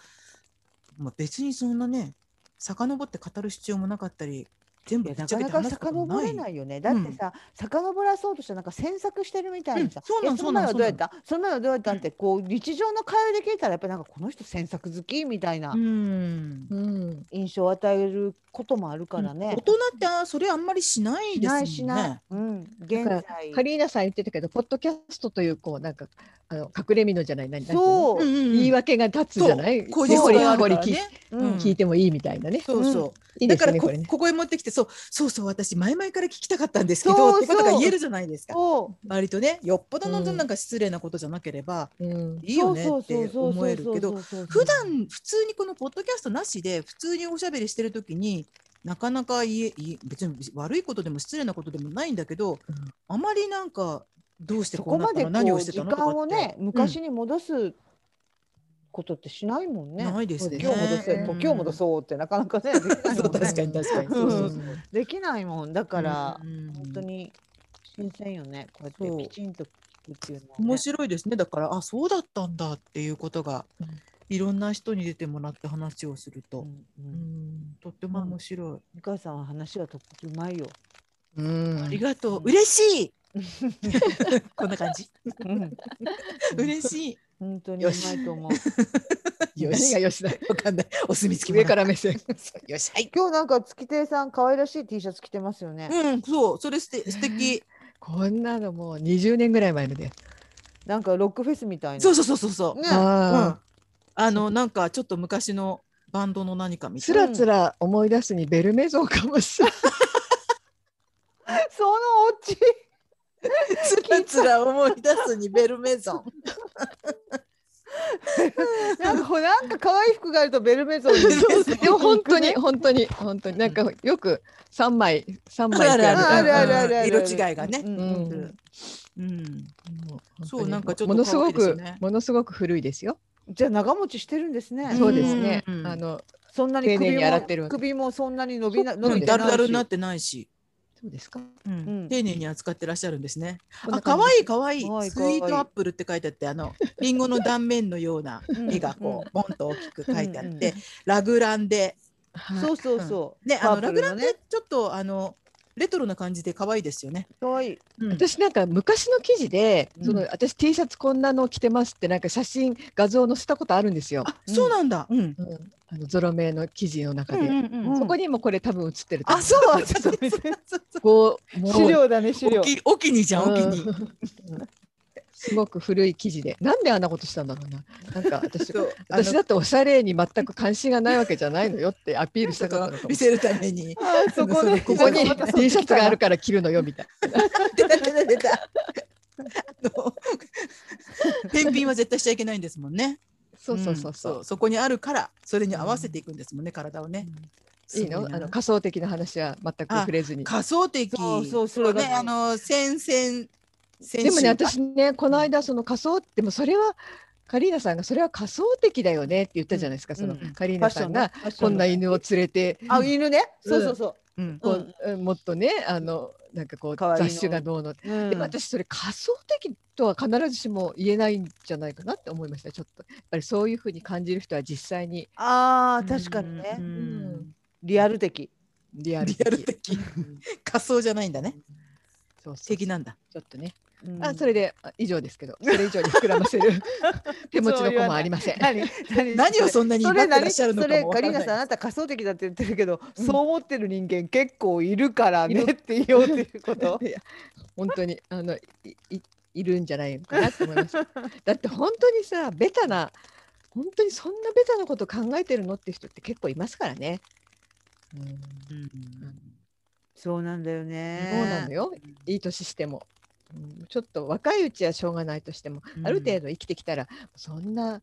[SPEAKER 1] まあ、別にそんなね遡って語る必要もなかったり全
[SPEAKER 3] い
[SPEAKER 1] 部
[SPEAKER 3] や
[SPEAKER 1] ぶっ
[SPEAKER 3] な
[SPEAKER 1] ちゃけ
[SPEAKER 3] かな
[SPEAKER 1] て
[SPEAKER 3] か
[SPEAKER 1] 話すことも
[SPEAKER 3] 遡
[SPEAKER 1] ない
[SPEAKER 3] れないよね。だってさ、遡らそうとしてなんか詮索してるみたいに
[SPEAKER 1] う
[SPEAKER 3] さ、
[SPEAKER 1] んそうなん
[SPEAKER 3] えその前は
[SPEAKER 1] そ
[SPEAKER 3] ど
[SPEAKER 1] う
[SPEAKER 3] う
[SPEAKER 1] な
[SPEAKER 3] や
[SPEAKER 1] ん
[SPEAKER 3] った？その前はどうやったんってこう日常の会話で聞いたらやっぱりなんかこの人詮索好きみたいな
[SPEAKER 1] うん
[SPEAKER 2] うん
[SPEAKER 3] 印象を与えることもあるからね
[SPEAKER 1] 大。人ってあそれあんまりしない
[SPEAKER 3] し
[SPEAKER 1] ですもん
[SPEAKER 3] な
[SPEAKER 1] ね。
[SPEAKER 3] いしない。うん。現
[SPEAKER 2] だ
[SPEAKER 3] 在
[SPEAKER 2] カリーナさん言ってたけど、ポッドキャストというこうなんかあの隠れ身のじゃない何
[SPEAKER 3] そうう、
[SPEAKER 1] んうんうん
[SPEAKER 2] 言い訳が立つじゃない。
[SPEAKER 1] こういう
[SPEAKER 2] り
[SPEAKER 1] こ
[SPEAKER 2] こ
[SPEAKER 1] と
[SPEAKER 2] り
[SPEAKER 1] があ
[SPEAKER 2] こ
[SPEAKER 1] るか
[SPEAKER 2] り
[SPEAKER 1] ら
[SPEAKER 2] 聞い
[SPEAKER 1] ね。
[SPEAKER 3] う
[SPEAKER 1] うん
[SPEAKER 3] ん
[SPEAKER 2] 聞いてもいいみたいなね。
[SPEAKER 1] そうそう。
[SPEAKER 2] いい
[SPEAKER 1] だ
[SPEAKER 2] で
[SPEAKER 1] から
[SPEAKER 2] すね
[SPEAKER 1] こ
[SPEAKER 2] これね。
[SPEAKER 1] ここへ持ってきてそうそうそう私前々から聞きたかったんですけど
[SPEAKER 3] そうそう
[SPEAKER 1] ってことが言えるじゃないですか。
[SPEAKER 3] そ
[SPEAKER 1] 割とねよっぽどの
[SPEAKER 2] うん
[SPEAKER 1] なんか失礼なことじゃなければ、
[SPEAKER 2] うん。
[SPEAKER 1] いいよねって思えるけど
[SPEAKER 3] そうそうそうそうそうそう
[SPEAKER 1] 普段普通にこのポッドキャストなしで普通におしゃべりしてる時になかなか言え言え別に悪いことでも失礼なことでもないんだけど、
[SPEAKER 2] うん
[SPEAKER 1] あまりなんかどうして
[SPEAKER 3] そ
[SPEAKER 1] こう
[SPEAKER 3] こ
[SPEAKER 1] なっ
[SPEAKER 3] ま
[SPEAKER 1] た
[SPEAKER 3] でこ
[SPEAKER 1] の何を
[SPEAKER 3] う
[SPEAKER 1] して
[SPEAKER 3] 時
[SPEAKER 1] たのと
[SPEAKER 3] 間
[SPEAKER 1] か
[SPEAKER 3] を
[SPEAKER 1] って、
[SPEAKER 3] ね昔に戻すことってしないもんね。
[SPEAKER 1] ないですね。
[SPEAKER 3] 今日戻そうう、
[SPEAKER 2] ん
[SPEAKER 3] 今日戻そうってなかなかね。できない
[SPEAKER 1] そ
[SPEAKER 3] も
[SPEAKER 1] うん
[SPEAKER 3] ね
[SPEAKER 1] 確かに確かに。
[SPEAKER 3] うん
[SPEAKER 1] そうそうそう
[SPEAKER 3] できないもんだから、
[SPEAKER 1] うん
[SPEAKER 3] 本当に新鮮よねこうや
[SPEAKER 1] そ
[SPEAKER 3] っ
[SPEAKER 1] う
[SPEAKER 3] てきちんと聞くっていうのはね、
[SPEAKER 1] 面白いですね。だからあそうだったんだっていうことが、
[SPEAKER 2] うん
[SPEAKER 1] いろんな人に出てもらって話をすると、
[SPEAKER 3] うん
[SPEAKER 1] う
[SPEAKER 3] うん
[SPEAKER 1] んとっても面白い。
[SPEAKER 3] 美川さんは話がとってもうまいよ
[SPEAKER 2] うん
[SPEAKER 1] ありがとう、
[SPEAKER 3] うん
[SPEAKER 1] [laughs] 嬉しい。こんな感じ。
[SPEAKER 3] [laughs] うん
[SPEAKER 1] 嬉しい。
[SPEAKER 3] 本当にう
[SPEAKER 2] よ
[SPEAKER 3] ま
[SPEAKER 2] し
[SPEAKER 3] いと思う。
[SPEAKER 1] よ
[SPEAKER 2] 何
[SPEAKER 1] し
[SPEAKER 2] が。吉田
[SPEAKER 1] わかんない。お墨付きも
[SPEAKER 2] 上
[SPEAKER 1] ら
[SPEAKER 2] か
[SPEAKER 1] っ
[SPEAKER 2] ら目線。
[SPEAKER 1] た。よし。はい。
[SPEAKER 3] 今日なんか月亭さん可愛らしい T シャツ着てますよね。
[SPEAKER 1] うん、そう、それすて素敵。
[SPEAKER 2] こんなのもう20年ぐらい前ので。
[SPEAKER 3] なんかロックフェスみたいな。
[SPEAKER 1] そうそうそうそうそう。
[SPEAKER 3] ね。
[SPEAKER 1] うん
[SPEAKER 2] ああ、
[SPEAKER 1] あの、なんかちょっと昔のバンドの何かみた
[SPEAKER 2] つ
[SPEAKER 1] いな。
[SPEAKER 2] らつら思い出すにベルメゾンかもしれない。
[SPEAKER 3] そのオ
[SPEAKER 1] [laughs]
[SPEAKER 3] チ。
[SPEAKER 1] つらつら思い出すにベルメゾン。
[SPEAKER 3] なんかほなんか可愛い服があるとベルメゾンに。
[SPEAKER 1] そうそう
[SPEAKER 2] でも本当に本当に本当になんかよく3枚3枚って
[SPEAKER 3] あ
[SPEAKER 2] あるから
[SPEAKER 3] るあるあるある。
[SPEAKER 1] 色違いがね
[SPEAKER 3] う
[SPEAKER 2] う
[SPEAKER 3] ん
[SPEAKER 2] ん
[SPEAKER 1] [laughs] うんうん。
[SPEAKER 2] もう本当に
[SPEAKER 1] そうなんかちょっと
[SPEAKER 2] ものすご
[SPEAKER 1] 可愛い
[SPEAKER 2] く
[SPEAKER 1] ですよね
[SPEAKER 2] ものすごく古いですよ。
[SPEAKER 3] じゃあ長持ちしてるんですね。
[SPEAKER 2] そうですね
[SPEAKER 1] う。ん
[SPEAKER 2] あの
[SPEAKER 3] そんなに
[SPEAKER 2] 丁
[SPEAKER 3] 首
[SPEAKER 2] 寧に洗って
[SPEAKER 3] も
[SPEAKER 2] る
[SPEAKER 3] 首もそんなに伸びな
[SPEAKER 2] そ
[SPEAKER 3] 伸
[SPEAKER 1] う
[SPEAKER 3] び
[SPEAKER 1] ん
[SPEAKER 3] て
[SPEAKER 1] だ
[SPEAKER 3] ない
[SPEAKER 1] るだ
[SPEAKER 3] し。
[SPEAKER 1] るになってないし。
[SPEAKER 2] そうですか。
[SPEAKER 1] うん
[SPEAKER 3] うん
[SPEAKER 1] 丁寧に扱ってらっしゃるんですね。
[SPEAKER 2] こん
[SPEAKER 1] あ、
[SPEAKER 2] な
[SPEAKER 1] 可
[SPEAKER 2] 感じ
[SPEAKER 1] 愛い可愛い
[SPEAKER 3] 可愛い
[SPEAKER 1] スイー
[SPEAKER 3] 可愛い
[SPEAKER 1] トアップルって書いてあって、あのリンゴの断面のような絵がこうボンと大きく書いてあ
[SPEAKER 3] うん
[SPEAKER 1] っ
[SPEAKER 3] うん
[SPEAKER 1] て、ラグランで、
[SPEAKER 2] はい
[SPEAKER 3] そうそうそう。
[SPEAKER 1] ね、あの
[SPEAKER 3] パ
[SPEAKER 1] ラ
[SPEAKER 3] ープ
[SPEAKER 1] グ
[SPEAKER 3] ル
[SPEAKER 1] ラ
[SPEAKER 3] の
[SPEAKER 1] ン
[SPEAKER 3] ね
[SPEAKER 1] でちょっとあのレトロな感じで可愛いですよね。
[SPEAKER 3] 可愛い。
[SPEAKER 1] うん
[SPEAKER 2] 私なんか昔の記事で、
[SPEAKER 3] うん
[SPEAKER 2] その私 T シャツこんなの着てますってなんか写真画像載せたことあるんですよ。
[SPEAKER 1] あ、そうなんだ。うん。
[SPEAKER 2] うんあのゾロ目の記事の中で、
[SPEAKER 1] うん
[SPEAKER 3] うん
[SPEAKER 2] そこにもこれ多分写ってると思
[SPEAKER 1] あ、そう。
[SPEAKER 2] こうもう
[SPEAKER 3] 資料だね資料
[SPEAKER 1] お。き、おきにじゃん、おきに。
[SPEAKER 2] うんすごく古い記事でなんであんなことしたんだろうななんか私
[SPEAKER 1] そうあの
[SPEAKER 2] 私だっておしゃれに全く関心がないわけじゃないのよってアピールしたかったのかも
[SPEAKER 1] 見せるために。
[SPEAKER 3] あそこね。
[SPEAKER 1] そ
[SPEAKER 2] ここに
[SPEAKER 1] なん
[SPEAKER 2] T シャツがあるから着るのよみたい
[SPEAKER 1] 出た出た出た。あの返品は絶対しちゃいけないんですもんね。
[SPEAKER 2] なそうそうそうそ
[SPEAKER 1] ん
[SPEAKER 2] う、
[SPEAKER 1] そこにあるから、それに合わせていくんですもんね、体をね。
[SPEAKER 2] いいの
[SPEAKER 1] すご
[SPEAKER 2] あ
[SPEAKER 1] な
[SPEAKER 2] の仮想的な話は全く触れずに
[SPEAKER 1] 仮想的。
[SPEAKER 3] そうそうそ
[SPEAKER 1] そ
[SPEAKER 3] れ
[SPEAKER 1] う
[SPEAKER 3] が
[SPEAKER 1] ね、あの、先々。先
[SPEAKER 2] でもね
[SPEAKER 1] 週
[SPEAKER 2] 私ねこの間その仮想でもそれはカリーナさんがそれは仮想的だよねって言ったじゃないですか、
[SPEAKER 3] ん
[SPEAKER 2] その
[SPEAKER 1] うん
[SPEAKER 2] カリー
[SPEAKER 3] ファ
[SPEAKER 2] ナ
[SPEAKER 3] ッシ
[SPEAKER 2] さんが。こ
[SPEAKER 3] ョンね
[SPEAKER 2] んな犬を連れて、
[SPEAKER 3] あ犬ね。そうそうそ
[SPEAKER 1] うん
[SPEAKER 3] う
[SPEAKER 2] こ
[SPEAKER 3] ん
[SPEAKER 2] ううんもっとねあのなんかこう
[SPEAKER 3] 可愛いの
[SPEAKER 2] 雑種がどうの、
[SPEAKER 3] う。うん
[SPEAKER 2] でも私それ仮想的とは必ずしも言えないんじゃないかなって思いましたちょっとやっぱりそういうふうに感じる人は実際に
[SPEAKER 3] ああ確かに
[SPEAKER 1] う
[SPEAKER 3] ね。
[SPEAKER 1] ん
[SPEAKER 3] リアル的。
[SPEAKER 2] リアル
[SPEAKER 1] リ
[SPEAKER 2] 的
[SPEAKER 1] アル的。仮想じゃないんだね。
[SPEAKER 2] そうそう
[SPEAKER 1] 敵なんだ。
[SPEAKER 2] ちょっとね、
[SPEAKER 3] うん
[SPEAKER 2] あそれであ以上ですけどそれ以上に膨らませ
[SPEAKER 3] [laughs]
[SPEAKER 2] る手持ちの子もありません。
[SPEAKER 3] 何何
[SPEAKER 1] 何を
[SPEAKER 3] それ
[SPEAKER 1] そんなに威張
[SPEAKER 3] そ
[SPEAKER 1] っ
[SPEAKER 3] れ
[SPEAKER 1] てら
[SPEAKER 3] 何
[SPEAKER 1] っしゃ
[SPEAKER 3] そ
[SPEAKER 1] るのか
[SPEAKER 3] れ
[SPEAKER 1] もわ
[SPEAKER 3] カ
[SPEAKER 1] か
[SPEAKER 3] リ
[SPEAKER 1] らな
[SPEAKER 3] ーナ
[SPEAKER 1] い
[SPEAKER 3] さんあ。なた仮想的だって言ってるけど、
[SPEAKER 1] うん
[SPEAKER 3] そう思ってる人間結構いるからねって言おうっていうこと
[SPEAKER 2] いや本当にあのいいいるんじゃないのかなと思い
[SPEAKER 3] [laughs]
[SPEAKER 2] ましただって本当にさベタな本当にそんなベタなこと考えてるのって人って結構いますからね。うん
[SPEAKER 1] うん
[SPEAKER 3] [laughs] そうなんだよ
[SPEAKER 2] そうな
[SPEAKER 3] ね
[SPEAKER 2] のよいい年しても、うんちょっと若いうちはしょうがないとしても、ある程度生きてきたらそんな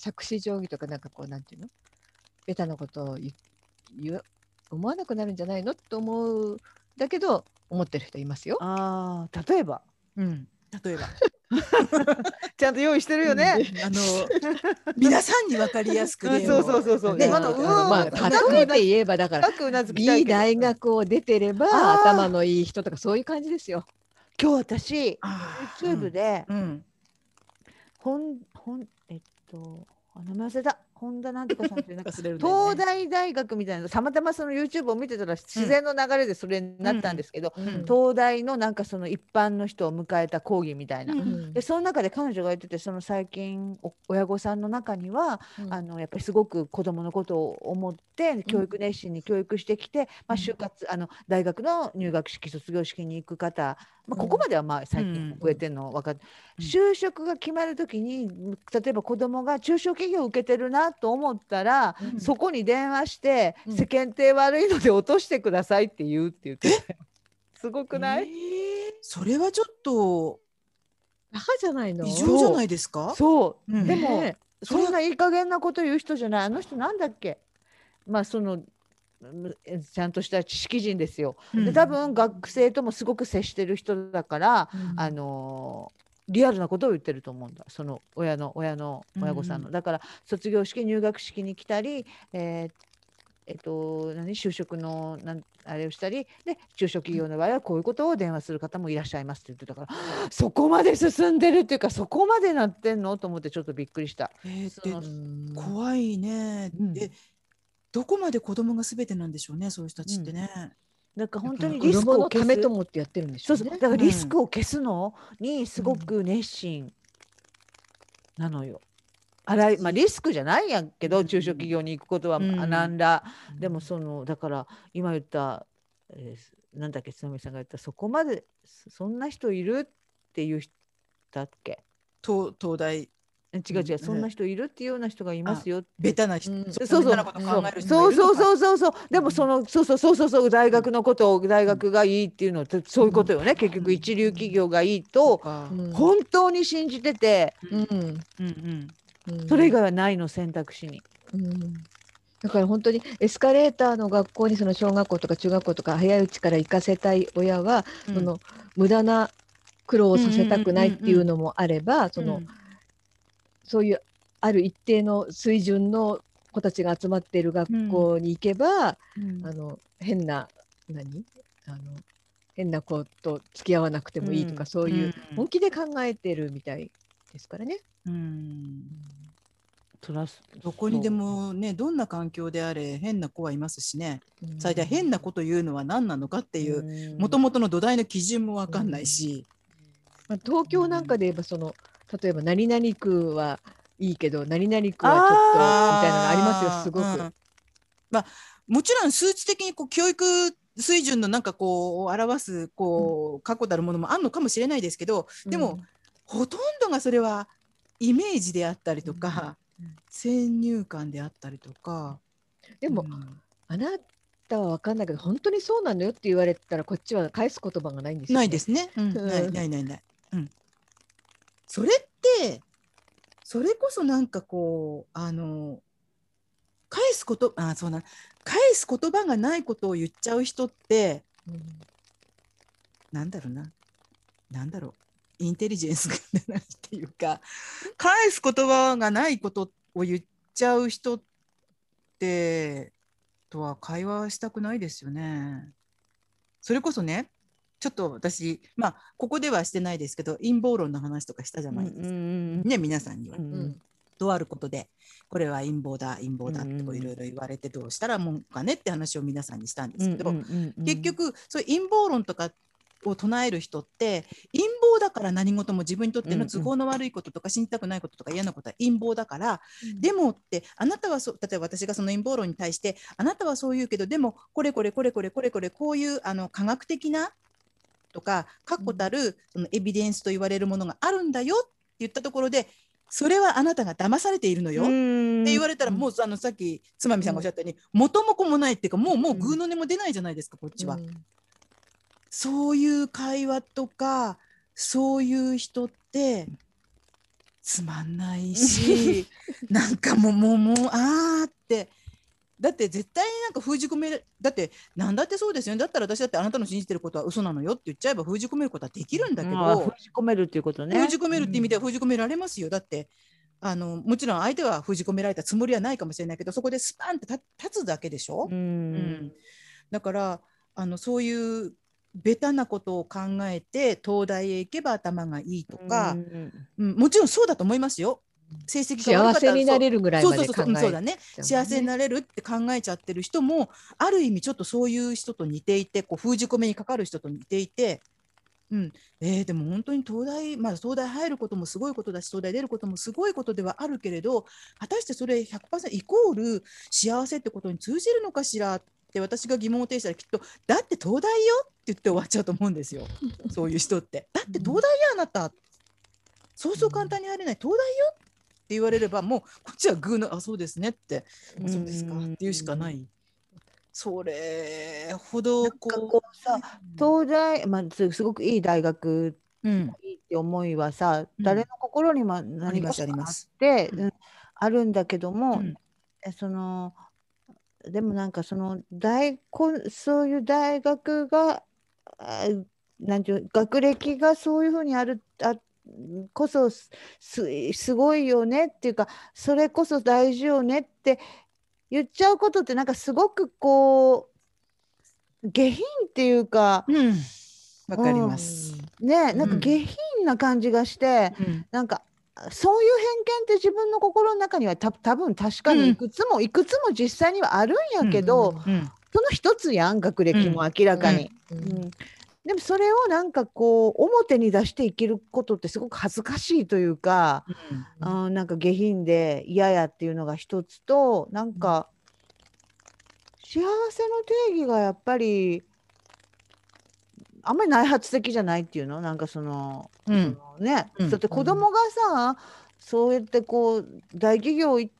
[SPEAKER 2] 杓子定規とかなんかこうなんていうのベタなことを言言う思わなくなるんじゃないのと思うだけど思ってる人いますよ。
[SPEAKER 3] ああ例えば
[SPEAKER 1] うん例えば、
[SPEAKER 3] ちゃんと用意してるよね、
[SPEAKER 1] あ
[SPEAKER 3] [laughs]
[SPEAKER 1] の皆さんに分かりやすく
[SPEAKER 3] うん
[SPEAKER 1] 例を
[SPEAKER 3] そうそうそうそう
[SPEAKER 1] ね
[SPEAKER 2] で
[SPEAKER 3] 今
[SPEAKER 2] あ
[SPEAKER 3] の
[SPEAKER 2] の
[SPEAKER 3] う
[SPEAKER 2] まあ
[SPEAKER 3] わ
[SPEAKER 1] ー
[SPEAKER 2] 例えて言えばだから
[SPEAKER 3] 深くうなずきたい
[SPEAKER 2] いい
[SPEAKER 3] けど
[SPEAKER 2] 大学を出てれば
[SPEAKER 3] あー
[SPEAKER 2] 頭のいい人とかそういう感じですよ。
[SPEAKER 3] 今日私
[SPEAKER 1] あー
[SPEAKER 3] YouTube で、
[SPEAKER 1] うん
[SPEAKER 3] ほんほんえっとあ名前忘れた本田なんとかさんっていうなん [laughs] か
[SPEAKER 1] 忘れるんだよ
[SPEAKER 3] 東
[SPEAKER 1] ね
[SPEAKER 3] 大大学みたいなたまたまその YouTube を見てたら自然の流れでそれになったんですけど、
[SPEAKER 1] ん
[SPEAKER 3] 東大のなんかその一般の人を迎えた講義みたいな、
[SPEAKER 1] うん
[SPEAKER 3] でその中で彼女が言っててその最近お親御さんの中には、
[SPEAKER 2] うん
[SPEAKER 3] あのやっぱりすごく子どものことを思って教育熱心に教育してきて、まあ、
[SPEAKER 1] うん
[SPEAKER 3] 就活あの大学の入学式卒業式に行く方、まあ、
[SPEAKER 2] うん
[SPEAKER 3] ここまではまあ最
[SPEAKER 1] うん
[SPEAKER 3] 近増えてるの分かっ
[SPEAKER 1] う
[SPEAKER 3] て、
[SPEAKER 1] ん
[SPEAKER 3] 就職が決まる時に例えば子どもが中小企業を受けてるなと思ったら、
[SPEAKER 2] うん
[SPEAKER 3] そこに電話して、
[SPEAKER 2] うん
[SPEAKER 3] 世間体悪いので落としてくださいって言うって言ってて [laughs] すごくない、
[SPEAKER 1] えーそれはちょっと
[SPEAKER 2] バカじゃないの。
[SPEAKER 1] 異常じゃないですか
[SPEAKER 3] そう
[SPEAKER 1] うん
[SPEAKER 3] でも
[SPEAKER 2] ね
[SPEAKER 1] それ
[SPEAKER 3] そんないい加減なこと言う人じゃないあの人なんだっけまあそのうんえちゃんとした知識人ですよ。
[SPEAKER 1] う
[SPEAKER 3] で
[SPEAKER 1] ん
[SPEAKER 3] 多分学生ともすごく接してる人だから、
[SPEAKER 2] うん
[SPEAKER 3] あのーリアルなことを言ってると思うんだその親の親の親御さんの。
[SPEAKER 1] う
[SPEAKER 3] だから卒業式入学式に来たり、えーえっと、何就職のなんあれをしたりで中小企業の場合はこういうことを電話する方もいらっしゃいますって言ってた
[SPEAKER 1] [laughs]
[SPEAKER 3] から、そこまで進んでるっていうかそこまでなってんのと思ってちょっとびっくりした。
[SPEAKER 1] えー
[SPEAKER 3] その
[SPEAKER 1] で
[SPEAKER 2] うん
[SPEAKER 1] 怖いね、
[SPEAKER 3] うん
[SPEAKER 1] えどこまで子供がすべてなんでしょうねそういう人たちってね、
[SPEAKER 3] なんか本当に
[SPEAKER 2] 子
[SPEAKER 3] リスク
[SPEAKER 2] 供
[SPEAKER 3] を
[SPEAKER 2] のた
[SPEAKER 3] 消す
[SPEAKER 2] めと思ってやってるんでしょ
[SPEAKER 3] そう
[SPEAKER 2] う
[SPEAKER 3] そう
[SPEAKER 2] ね。
[SPEAKER 3] だからリスクを消すのにすごく熱心なのよ。あらいまあ、リスクじゃないやんけど中小企業に行くことは
[SPEAKER 1] うん
[SPEAKER 3] 学んだ、
[SPEAKER 1] うん
[SPEAKER 3] でもそのだから今言った、えーなんだっけつなみさんが言ったそこまでそそんな人いるっていう人だっけ
[SPEAKER 1] 東東大
[SPEAKER 3] え違う違
[SPEAKER 1] う
[SPEAKER 3] う、
[SPEAKER 1] ん
[SPEAKER 3] そんな人いるっていうような人がいますよって
[SPEAKER 1] ベタな人、
[SPEAKER 2] うん
[SPEAKER 1] ちょっ
[SPEAKER 3] そう
[SPEAKER 1] と
[SPEAKER 3] そ
[SPEAKER 1] ベ
[SPEAKER 3] う
[SPEAKER 1] タなこと考える人
[SPEAKER 3] そうそう
[SPEAKER 1] う
[SPEAKER 3] そうそうそうでもそのそうそうそうそうそう大学のことを大学がいいっていうのってそういうことよね結局一流企業がいいと
[SPEAKER 1] か
[SPEAKER 2] うん
[SPEAKER 3] 本当に信じてて
[SPEAKER 2] うん
[SPEAKER 1] うん
[SPEAKER 2] うん
[SPEAKER 3] それ以外はないの選択肢に。
[SPEAKER 2] うんだから本当にエスカレーターの学校にその小学校とか中学校とか早いうちから行かせたい親は、
[SPEAKER 1] うん
[SPEAKER 2] その無駄な苦労をさせたくないっていうのもあれば、そのそういうある一定の水準の子たちが集まっている学校に行けば、あの変な何あの変な子と付き合わなくてもいいとか、
[SPEAKER 3] うん
[SPEAKER 2] そういう
[SPEAKER 1] うん
[SPEAKER 2] 本気で考えてるみたいですからね。
[SPEAKER 1] うん
[SPEAKER 3] トラス
[SPEAKER 1] どこにでもねどんな環境であれ変な子はいますしね
[SPEAKER 2] うん
[SPEAKER 1] 最大変なこと言うのは何なのかっていう
[SPEAKER 3] う
[SPEAKER 1] もともとの土台の基準も分かんないし、
[SPEAKER 2] まあ、東京なんかで言えばその例えば何々区はいいけど何々区はちょっとみたいなのがありますよすごく。
[SPEAKER 1] うんまあ、もちろん数値的にこう教育水準のなんかこうを表すこう確固たるものもあるのかもしれないですけどでも、ほとんどがそれはイメージであったりとか、
[SPEAKER 2] うんうん
[SPEAKER 1] 先入観であったりとか。
[SPEAKER 2] でも、
[SPEAKER 1] うん
[SPEAKER 2] あなたは分かんないけど本当にそうなのよって言われたらこっちは返す言葉がないんですよ、ね。
[SPEAKER 1] ないですね。うん
[SPEAKER 2] うん
[SPEAKER 1] ないないないない。うん、それってそれこそなんかこうあの返すことあそうな返す言葉がないことを言っちゃう人って
[SPEAKER 2] うん。
[SPEAKER 1] なんだろうななんだろうインテリジェンスが出ないっていうか返す言葉がないことを言っちゃう人ってとは会話したくないですよね。それこそねちょっと私まあここではしてないですけど陰謀論の話とかしたじゃないですか、ね皆さんには。
[SPEAKER 2] うん
[SPEAKER 1] とあることでこれは陰謀だ陰謀だってこ
[SPEAKER 3] うんう
[SPEAKER 1] うんいろいろ言われてどうしたらもんかねって話を皆さんにしたんですけど、結
[SPEAKER 3] 結
[SPEAKER 1] 局そういう陰謀論とかを唱える人って陰謀だから何事も自分にとっての都合の悪いこととか死にたくないこととか嫌なことは陰謀だから、でもってあなたはそう例えば私がその陰謀論に対してあなたはそう言うけどでもこれこれこれこれこれこれこういうあの科学的なとか確固たるそのエビデンスと言われるものがあるんだよって言ったところでそれはあなたが騙されているのよ。って言われたら
[SPEAKER 2] うん
[SPEAKER 1] もうあのさっきつまみさんがおっしゃったように元も子もないっていうかもうもうぐうの音も出ないじゃないですかこっちは
[SPEAKER 2] う。ん
[SPEAKER 1] そういう会話とかそういう人ってつまんないしなんかもうもうもうあーってだって絶対になんか封じ込めるだって何だってそうですよねだったら私だってあなたの信じてることは嘘なのよって言っちゃえば封じ込めることはできるんだけど、
[SPEAKER 3] 封じ込めるっていうことね。
[SPEAKER 1] 封じ込めるって意味では封じ込められますよ、だってあのもちろん相手は封じ込められたつもりはないかもしれないけどそこでスパンって立立つだけでしょ、
[SPEAKER 3] う
[SPEAKER 1] うんん、だからあのそういうベタなことを考えて東大へ行けば頭がいいとか
[SPEAKER 3] う、ん
[SPEAKER 1] うんもちろんそうだと思いますよ成績が悪かっ
[SPEAKER 2] 幸
[SPEAKER 1] たら
[SPEAKER 2] せになれるぐらい
[SPEAKER 1] そう
[SPEAKER 2] ま
[SPEAKER 1] そう
[SPEAKER 2] で
[SPEAKER 1] そう
[SPEAKER 2] 考
[SPEAKER 1] そううん
[SPEAKER 2] え
[SPEAKER 1] そうだね
[SPEAKER 2] ちゃう
[SPEAKER 1] 幸せになれるって考えちゃってる人もある意味ちょっとそういう人と似ていてこう封じ込めにかかる人と似ていて、うんえーでも本当に東大、まあ、東大入ることもすごいことだし東大出ることもすごいことではあるけれど果たしてそれ100%イコール幸せってことに通じるのかしらって私が疑問を呈したらきっとだって東大よって言って終わっちゃうと思うんですよそういう人って。だって東大よあなたそうそう簡単に入れない東大よって言われればもうこっちはグーのあそうですねって
[SPEAKER 3] うん
[SPEAKER 1] そうですかっていうしかない。それほど
[SPEAKER 3] なんか
[SPEAKER 1] こ
[SPEAKER 3] こうさ
[SPEAKER 1] う。
[SPEAKER 3] 東大、まあ、すすごくいい大学
[SPEAKER 1] うん、
[SPEAKER 3] いいって思いはさ、
[SPEAKER 1] うん
[SPEAKER 3] 誰の心にも何かし
[SPEAKER 1] あり
[SPEAKER 3] ら
[SPEAKER 1] ま
[SPEAKER 3] あっ
[SPEAKER 1] す
[SPEAKER 3] て、
[SPEAKER 1] うん
[SPEAKER 3] うんあるんだけども、
[SPEAKER 1] うん
[SPEAKER 3] えそのでもなんかその大こそういう大学があなんていう学歴がそういうふうにあるあこそすすすごいよねっていうかそれこそ大事よねって言っちゃうことってなんかすごくこう下品っていうか
[SPEAKER 1] うん、わかります。
[SPEAKER 3] ねなん
[SPEAKER 1] う
[SPEAKER 3] か
[SPEAKER 1] ん
[SPEAKER 3] 下品な感じがして。
[SPEAKER 1] うん
[SPEAKER 3] なんかそういう偏見って自分の心の中にはた多分確か
[SPEAKER 1] うん
[SPEAKER 3] にいくつも、いくつも実際にはあるんやけど、
[SPEAKER 2] うん
[SPEAKER 1] うん、
[SPEAKER 3] その一つやん学歴も明らかに、
[SPEAKER 2] うん
[SPEAKER 3] うんでもそれをなんかこう表に出していけることってすごく恥ずかしいというか、
[SPEAKER 2] う
[SPEAKER 3] あーなんか下品で嫌やっていうのが一つとなんか幸せの定義がやっぱりあんまり内発的じゃないっていうのなんかその、
[SPEAKER 1] うん
[SPEAKER 3] そのね、
[SPEAKER 1] うん
[SPEAKER 3] だって子供がさ、そうやってこう大企業い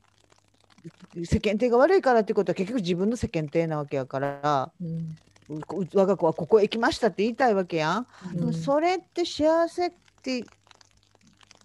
[SPEAKER 3] 世間体が悪いからってことは結局自分の世間体なわけやから
[SPEAKER 2] うん
[SPEAKER 3] う我が子はここへ行きましたって言いたいわけやん。で
[SPEAKER 2] う
[SPEAKER 3] も
[SPEAKER 2] ん
[SPEAKER 3] それって幸せって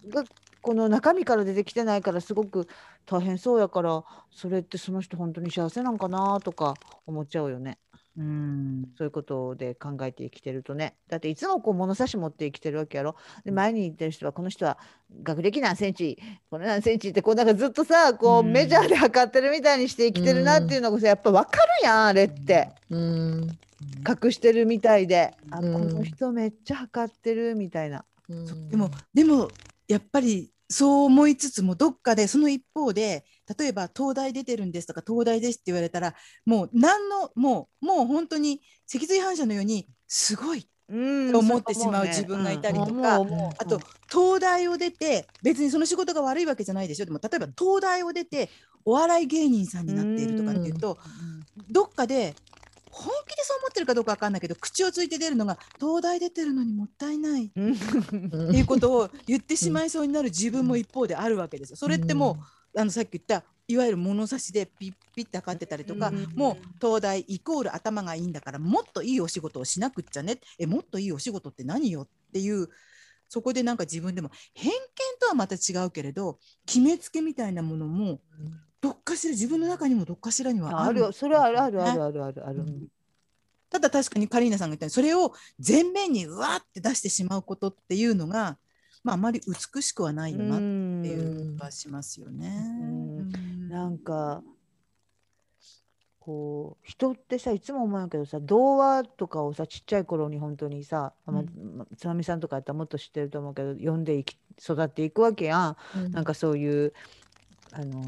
[SPEAKER 3] がこの中身から出てきてないからすごく大変そうやからそれってその人本当に幸せなんかなとか思っちゃうよね
[SPEAKER 1] うん
[SPEAKER 3] そういうことで考えて生きてるとねだっていつもこう物差し持って生きてるわけやろで前に言ってる人はこの人は学歴何センチこれ何センチってこうなんかずっとさ
[SPEAKER 1] う
[SPEAKER 3] こう
[SPEAKER 1] ん
[SPEAKER 3] メジャーで測ってるみたいにして生きてるなっていうのがさやっぱ分かるやんあれって。
[SPEAKER 2] うん
[SPEAKER 3] 隠してるみたいで、あこ
[SPEAKER 2] うん
[SPEAKER 3] の人めっちゃ測ってるみたいな。
[SPEAKER 2] うん
[SPEAKER 1] でも、でもやっぱりそう思いつつもどっかでその一方で例えば東大出てるんですとか東大ですって言われたらもう何のもうもう本当に脊髄反射のようにすごいっ
[SPEAKER 3] うん
[SPEAKER 1] て思ってしまう自分がいたりとか、
[SPEAKER 3] うん思う
[SPEAKER 1] あと東大を出て別にその仕事が悪いわけじゃないでしょでも例えば東大を出てお笑い芸人さんになっているとかっていうとどっかで本気でそう思ってるかどうかわかんないけど口をついて出るのが東大出てるのにもったいない
[SPEAKER 3] うん
[SPEAKER 2] うん
[SPEAKER 1] っていうことを言ってしまいそうになる自分も一方であるわけですよ。それってもうあのさっき言ったいわゆる物差しでピッピッて測ってたりとか、
[SPEAKER 3] うん
[SPEAKER 1] もう東大イコール頭がいいんだからもっといいお仕事をしなくっちゃねえもっといいお仕事って何よっていうそこでなんか自分でも偏見とはまた違うけれど決めつけみたいなものもどっかしら自分の中にもどっかしらには
[SPEAKER 3] あ
[SPEAKER 1] あ
[SPEAKER 3] ある
[SPEAKER 1] る
[SPEAKER 3] よ、それはあるあるあ
[SPEAKER 1] ね
[SPEAKER 3] るあるあるある。
[SPEAKER 1] ただ確かにカリーナさんが言ったようにそれを前面にうわーって出してしまうことっていうのが、まあ、あまり美しくはないよなっってい
[SPEAKER 3] うん
[SPEAKER 1] う気がしますよね。
[SPEAKER 3] うん
[SPEAKER 1] うん
[SPEAKER 3] なんかこう人ってさいつも思うんやけどさ童話とかをさちっちゃい頃に本当にさ、ま
[SPEAKER 1] うん
[SPEAKER 3] まつまみさんとかやったらもっと知ってると思うけど読んでいき育っていくわけやん。なんかそういうあの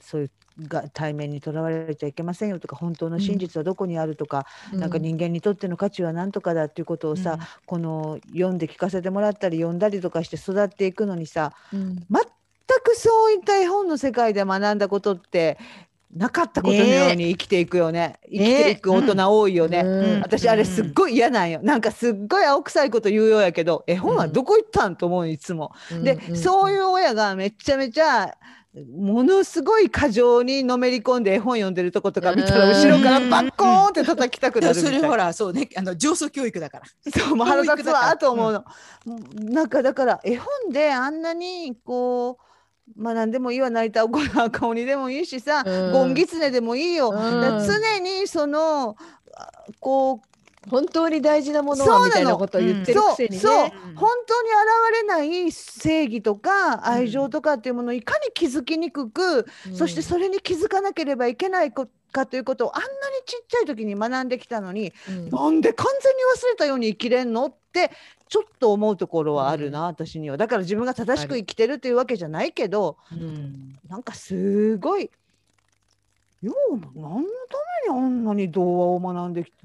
[SPEAKER 3] そういうが対面にとらわれちゃいけませんよとか本当の真実はどこにあるとか、なんか人間にとっての価値は何とかだっていうことをさ、この読んで聞かせてもらったり読んだりとかして育っていくのにさ
[SPEAKER 2] うん
[SPEAKER 3] 全くそういった絵本の世界で学んだことってなかったことのように生きていくよね生きていく大人多いよね。
[SPEAKER 2] うん
[SPEAKER 3] 私あれすっごい嫌なんよ、なんかすっごい青臭いこと言うようやけど絵本はどこ行ったんと思うよいつも。で、そういう親がめちゃめちゃものすごい過剰にのめり込んで絵本読んでるとことか見たら
[SPEAKER 2] うん
[SPEAKER 3] 後ろからバッコーンって叩きたく
[SPEAKER 1] でも
[SPEAKER 3] なる
[SPEAKER 1] そ
[SPEAKER 3] みた
[SPEAKER 1] れ
[SPEAKER 3] いな
[SPEAKER 1] ほらそうねあの上層教育だから。
[SPEAKER 3] そうもう腹立つわと思うの、なんかだから絵本であんなにこうまあ何でもいいわ泣いたおこら顔にでもいいしさ、
[SPEAKER 2] うん
[SPEAKER 3] ゴンギツネでもいいよ、
[SPEAKER 2] うん
[SPEAKER 3] だから常にそのあこう
[SPEAKER 2] 本当に大事なもの
[SPEAKER 3] そ
[SPEAKER 2] は
[SPEAKER 3] うなの
[SPEAKER 2] みたいなことを言ってるくせにね。
[SPEAKER 3] そうそう
[SPEAKER 1] うん
[SPEAKER 3] 本当に現れない正義とか愛情とかっていうものをいかに気づきにくく、
[SPEAKER 2] うん
[SPEAKER 3] そしてそれに気づかなければいけないこかということをあんなにちっちゃい時に学んできたのに、
[SPEAKER 2] うん
[SPEAKER 3] なんで完全に忘れたように生きれんのってちょっと思うところはあるな、私にはだから自分が正しく生きてるというわけじゃないけど
[SPEAKER 1] うん
[SPEAKER 3] なんかすごい。よう何のためにあんなに童話を学んできた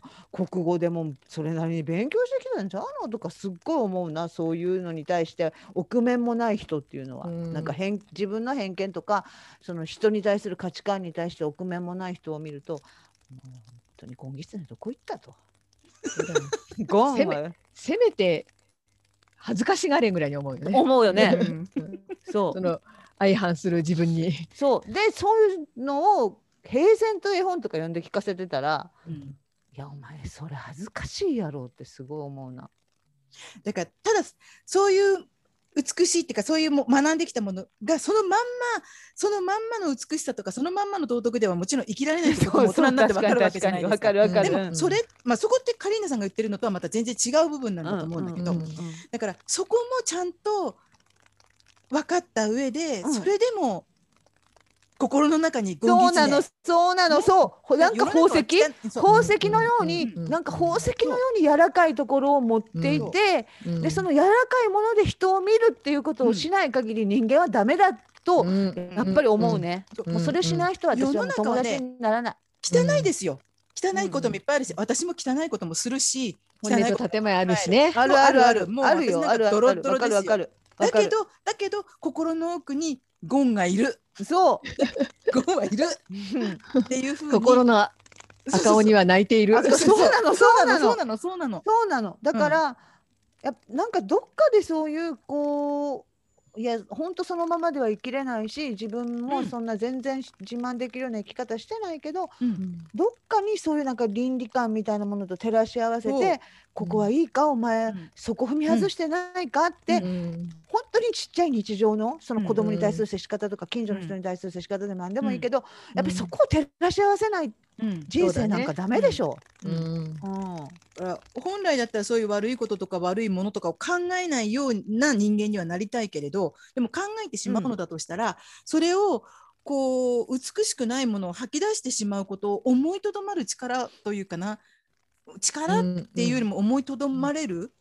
[SPEAKER 3] 国語でもそれなりに勉強してきたんちゃうのとかすっごい思うなそういうのに対して臆面もない人っていうのは、
[SPEAKER 2] うん
[SPEAKER 3] なんか偏自分の偏見とかその人に対する価値観に対して臆面もない人を見るともう本当に今月のどこ行ったと。ゴンは
[SPEAKER 2] せめて恥ずかしがれんぐらいに思うよね。
[SPEAKER 3] 思うよね。
[SPEAKER 2] そ
[SPEAKER 3] そ
[SPEAKER 2] うの相反する自分に。
[SPEAKER 3] そうでそういうのを平然と絵本とか読んで聞かせてたら
[SPEAKER 1] うん
[SPEAKER 3] いやお前それ恥ずかしいやろうってすごい思うな。
[SPEAKER 1] だからただそういう美しいっていうかそういうも学んできたものがそのまんまそのまんまの美しさとかそのまんまの道徳ではもちろん生きられないってことも大人になって分かるわけじゃないです
[SPEAKER 3] わか
[SPEAKER 1] か。
[SPEAKER 3] るわかる。
[SPEAKER 1] で
[SPEAKER 2] う
[SPEAKER 1] も
[SPEAKER 2] ん
[SPEAKER 1] それ、まあ、そこってカリーナさんが言ってるのとはまた全然違う部分なんだと思うんだけど、
[SPEAKER 2] うんうんうん
[SPEAKER 1] だからそこもちゃんと分かった上で、
[SPEAKER 3] うん
[SPEAKER 1] それでも心の中に
[SPEAKER 3] そ
[SPEAKER 1] ゴ
[SPEAKER 3] う
[SPEAKER 1] ンギ
[SPEAKER 3] な
[SPEAKER 1] ツ
[SPEAKER 3] の
[SPEAKER 1] ネ
[SPEAKER 3] そうなのそうほなんか宝石
[SPEAKER 1] 世の中は汚いそう
[SPEAKER 3] 宝石のように、
[SPEAKER 2] うんうん
[SPEAKER 3] なんか宝石のように柔らかいところを持っていて、でその柔らかいもので人を見るっていうことをしない限り人間はダメだと、
[SPEAKER 2] や
[SPEAKER 3] やっぱり思う。ね、
[SPEAKER 1] そう
[SPEAKER 2] うん
[SPEAKER 3] もうそれしない人は私はもう友達にならない、
[SPEAKER 1] 汚いですよ、汚いこともいっぱいあるし、私も汚いこともするし汚
[SPEAKER 2] 本
[SPEAKER 1] い
[SPEAKER 2] 音
[SPEAKER 1] こと
[SPEAKER 2] と建前あるしね。
[SPEAKER 3] あるあるある。
[SPEAKER 1] もう
[SPEAKER 3] あるよ、
[SPEAKER 1] 私なんか
[SPEAKER 3] あるあ
[SPEAKER 1] ド
[SPEAKER 3] る
[SPEAKER 1] ロ
[SPEAKER 3] あ
[SPEAKER 1] ッ
[SPEAKER 3] る。
[SPEAKER 1] ドロで
[SPEAKER 3] わか
[SPEAKER 1] す
[SPEAKER 3] る
[SPEAKER 1] よ
[SPEAKER 3] わかる。わ
[SPEAKER 1] だ
[SPEAKER 3] か
[SPEAKER 1] け
[SPEAKER 3] る。
[SPEAKER 1] どだけど心の奥にゴンがいる
[SPEAKER 3] そ
[SPEAKER 1] ゴンはいる
[SPEAKER 3] う。
[SPEAKER 1] っていうふうに
[SPEAKER 2] 心の赤鬼
[SPEAKER 1] は
[SPEAKER 2] は泣いている。
[SPEAKER 3] あそうそう
[SPEAKER 1] そう
[SPEAKER 3] なの
[SPEAKER 1] そうなの
[SPEAKER 3] そ
[SPEAKER 1] そううなのそうなの
[SPEAKER 3] そうなの。だから、やっぱなんかどっかでそういうこういや本当そのままでは生きれないし自分も
[SPEAKER 1] うん
[SPEAKER 3] そんな全然自慢できるような生き方してないけど、
[SPEAKER 1] うん
[SPEAKER 3] どっかにそういうなんか倫理観みたいなものと照らし合わせ
[SPEAKER 1] そう
[SPEAKER 3] てここはいいかお前、
[SPEAKER 1] うん
[SPEAKER 3] そこ踏み外してないかって、
[SPEAKER 2] うん
[SPEAKER 3] 本当にちっちゃい日常のその子供に対す
[SPEAKER 2] うんう
[SPEAKER 3] る接し方とか近所の人に対する接し方でも何でもいいけど、
[SPEAKER 2] ん
[SPEAKER 3] やっぱりそこを照らし合わせない
[SPEAKER 1] うん
[SPEAKER 3] 人生なんかダメでしょ。
[SPEAKER 2] うん
[SPEAKER 3] うん
[SPEAKER 1] だから本来だったらそういう悪いこととか悪いものとかを考えないような人間にはなりたいけれどでも考えてしまうのだとしたら、それをこう美しくないものを吐き出してしまうことを思いとどまる力というかな力っ
[SPEAKER 2] って
[SPEAKER 1] いうよりも思いとどまれる、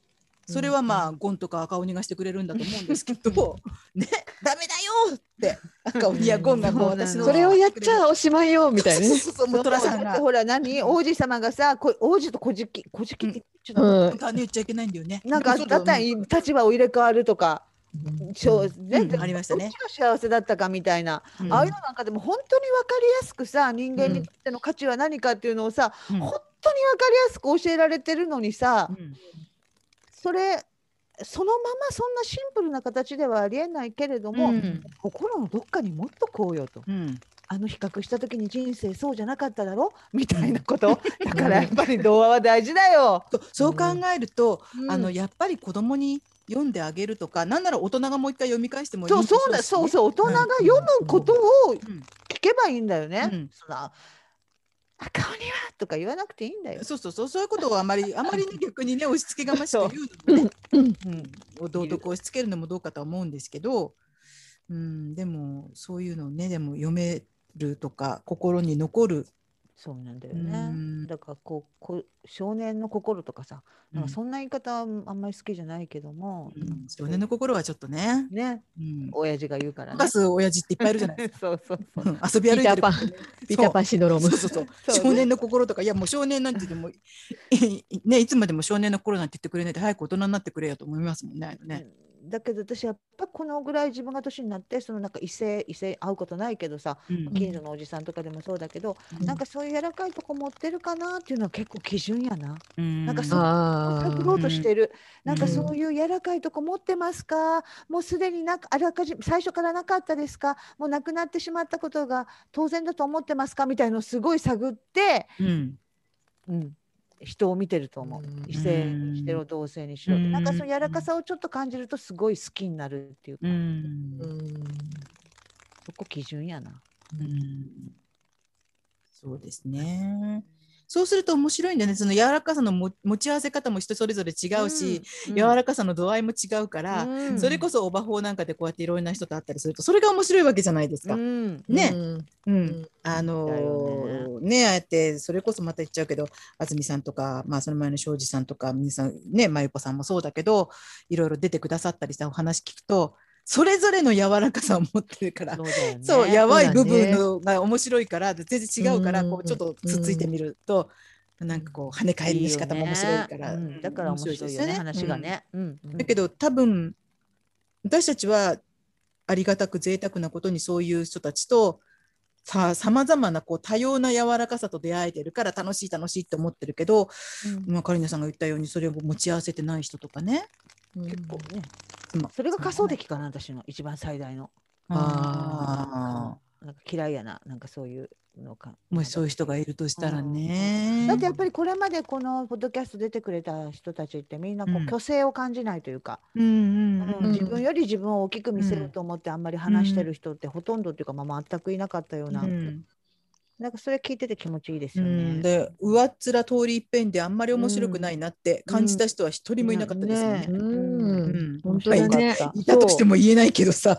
[SPEAKER 1] それはまあ、ゴンとか赤鬼がしてくれるんだと思うんですけどねダメだよって赤鬼やゴンがこう
[SPEAKER 3] うん
[SPEAKER 1] 私の
[SPEAKER 2] それをやっちゃおしまいよみたいな
[SPEAKER 1] そう
[SPEAKER 2] ね。
[SPEAKER 1] そうそうもう寅さん
[SPEAKER 3] だっ
[SPEAKER 1] が
[SPEAKER 3] てほら何王子様がさこ王子と小じき小じきってちょっと、
[SPEAKER 2] うん
[SPEAKER 1] なんかね言っちゃいけないんだよね
[SPEAKER 3] なんかあ
[SPEAKER 1] でも
[SPEAKER 3] ったら立場を入れ替わるとか、そうね
[SPEAKER 1] うんありましたね
[SPEAKER 3] どっちが幸せだったかみたいな、
[SPEAKER 1] そう
[SPEAKER 3] ああ
[SPEAKER 1] だ
[SPEAKER 3] いうのなんかでも本当に分かりやすくさ人間にとっての価値は何かっていうのをさ、
[SPEAKER 1] うん
[SPEAKER 3] 本当に分かりやすく教えられてるのにさ、
[SPEAKER 1] うん
[SPEAKER 3] それそのままそんなシンプルな形ではありえないけれども、
[SPEAKER 1] うん
[SPEAKER 3] 心のどっかにもっとこうよと
[SPEAKER 1] うん
[SPEAKER 3] あの比較した時に人生そうじゃなかっただろみたいな
[SPEAKER 1] [laughs]
[SPEAKER 3] ことだからやっぱり童話は大事だよ。
[SPEAKER 1] そうそう考えると、あの
[SPEAKER 3] うん
[SPEAKER 1] やっぱり子供に読んであげるとか、なんなら大人がもう一回読み返してもいい
[SPEAKER 3] そう
[SPEAKER 1] でしょ
[SPEAKER 3] そうだそう
[SPEAKER 1] う
[SPEAKER 3] そう大人が読むことを
[SPEAKER 1] しね。うん
[SPEAKER 3] 聞けばいいんだよね。
[SPEAKER 1] うん
[SPEAKER 3] その赤鬼はとか言わなくていいんだよ。
[SPEAKER 1] そうそうそうそういうことをあまりあまりね逆にね押し付けがましく言うのもね、うん、お道徳を押し付けるのもどうかとは思うんですけど、うんでもそういうのをねでも読めるとか心に残る、
[SPEAKER 3] そうなんだよ
[SPEAKER 1] う
[SPEAKER 3] ね。
[SPEAKER 1] ん
[SPEAKER 3] だからこうこう少年の心とかさ、なんかそんな言い方はあんまり好きじゃないけども、
[SPEAKER 1] うん、少年の心はちょっとね、
[SPEAKER 3] ね、
[SPEAKER 1] うん、
[SPEAKER 3] 親父が言うか
[SPEAKER 1] 溶
[SPEAKER 3] らね
[SPEAKER 1] か。す親父っていっぱいいるじゃない。
[SPEAKER 3] そうそう [laughs] そう
[SPEAKER 1] う。ん遊び
[SPEAKER 2] ピ
[SPEAKER 1] 歩いて
[SPEAKER 2] ータ
[SPEAKER 1] る
[SPEAKER 2] ーパン、ピーターパンシンドロー
[SPEAKER 1] そ
[SPEAKER 2] ム
[SPEAKER 1] う。そうそう
[SPEAKER 3] そう
[SPEAKER 1] 少年の心とかいやもう少年なんて [laughs] でもいねいつまでも少年の心なんて言ってくれないで早く大人になってくれよと思いますもんねあのね。
[SPEAKER 3] うんだけど私やっぱこのぐらい自分が年になってそのなんか異性異性会うことないけどさ
[SPEAKER 1] うん
[SPEAKER 3] 近所のおじさんとかでもそうだけど、
[SPEAKER 1] うん
[SPEAKER 3] なんかそういう柔らかいとこ持ってるかなっていうのは結構基準やな。なんかそう
[SPEAKER 2] あ
[SPEAKER 3] 探ろ
[SPEAKER 2] ー
[SPEAKER 3] うとしてる、なんか
[SPEAKER 2] うん
[SPEAKER 3] そういう柔らかいとこ持ってますか、もうすでになんかあらかじめ最初からなかったですかもうなくなってしまったことが当然だと思ってますかみたいのをすごい探って、
[SPEAKER 1] うん
[SPEAKER 3] うん、人を見てると思う、
[SPEAKER 2] うん
[SPEAKER 3] 異性にしろ同性にしろ、
[SPEAKER 1] うん
[SPEAKER 3] なんかその柔らかさをちょっと感じるとすごい好きになるっていうか、
[SPEAKER 1] うん
[SPEAKER 2] う
[SPEAKER 1] うん
[SPEAKER 2] ん
[SPEAKER 3] そこ基準やな。
[SPEAKER 1] そうですね。そうすると面白いんだよねその柔らかさのも持ち合わせ方も人それぞれ違うし、
[SPEAKER 3] うん、
[SPEAKER 1] 柔らかさの度合いも違うから、
[SPEAKER 3] うん
[SPEAKER 1] それこそオバホーなんかでこうやっていろんな人と会ったりするとそれが面白いわけじゃないですか。
[SPEAKER 3] うん
[SPEAKER 1] ね、
[SPEAKER 2] うん
[SPEAKER 1] うん、あ
[SPEAKER 3] だ
[SPEAKER 1] のー
[SPEAKER 3] よ
[SPEAKER 1] ねああやってそれこそまた言っちゃうけど安住さんとか、まあ、その前の庄司さんとか皆さんね真由子さんもそうだけどいろいろ出てくださったりしたお話聞くとそれぞれの柔らかさを持ってるから
[SPEAKER 3] そうだよね
[SPEAKER 1] そう,、やばい部分
[SPEAKER 2] そ
[SPEAKER 1] のが面白いから全然違うから
[SPEAKER 2] うん
[SPEAKER 1] こうちょっとつついてみるとなんかこう跳ね返りの仕方も面白いから
[SPEAKER 3] いいよねうんだから面白いよね話が。ね。うん
[SPEAKER 1] うんだけど多分私たちはありがたく贅沢なことにそういう人たちとさまざまなこう多様な柔らかさと出会えてるから楽しい楽しいって思ってるけど、まあ、カリナさんが言ったようにそれを持ち合わせてない人とかね
[SPEAKER 3] 結構ね
[SPEAKER 1] うん
[SPEAKER 3] それが仮想的かな私の一番最大の
[SPEAKER 1] あ
[SPEAKER 3] なんか嫌いやななんかそういうのか
[SPEAKER 1] ーもしそういう人がいるとしたら
[SPEAKER 3] な
[SPEAKER 1] ね
[SPEAKER 3] んか。だってやっぱりこれまでこのポッドキャスト出てくれた人たちってみんなこう
[SPEAKER 1] うん
[SPEAKER 3] 虚勢を感じないというか、
[SPEAKER 1] うんうん
[SPEAKER 3] うん自分より自分を大きく見せようと思ってあんまり話してる人ってほとんどっていうか、まあ、全くいなかったような、
[SPEAKER 1] うん
[SPEAKER 3] なんかそれ聞いてて気持ちいいです
[SPEAKER 1] う
[SPEAKER 3] よね。
[SPEAKER 1] ん、で上っ面通り一遍であんまり面白くないなって感じた人は一人もいなかったですよね。
[SPEAKER 2] うん
[SPEAKER 1] うん
[SPEAKER 2] 本当だね
[SPEAKER 3] よかった
[SPEAKER 1] いたとしても言えないけどさ。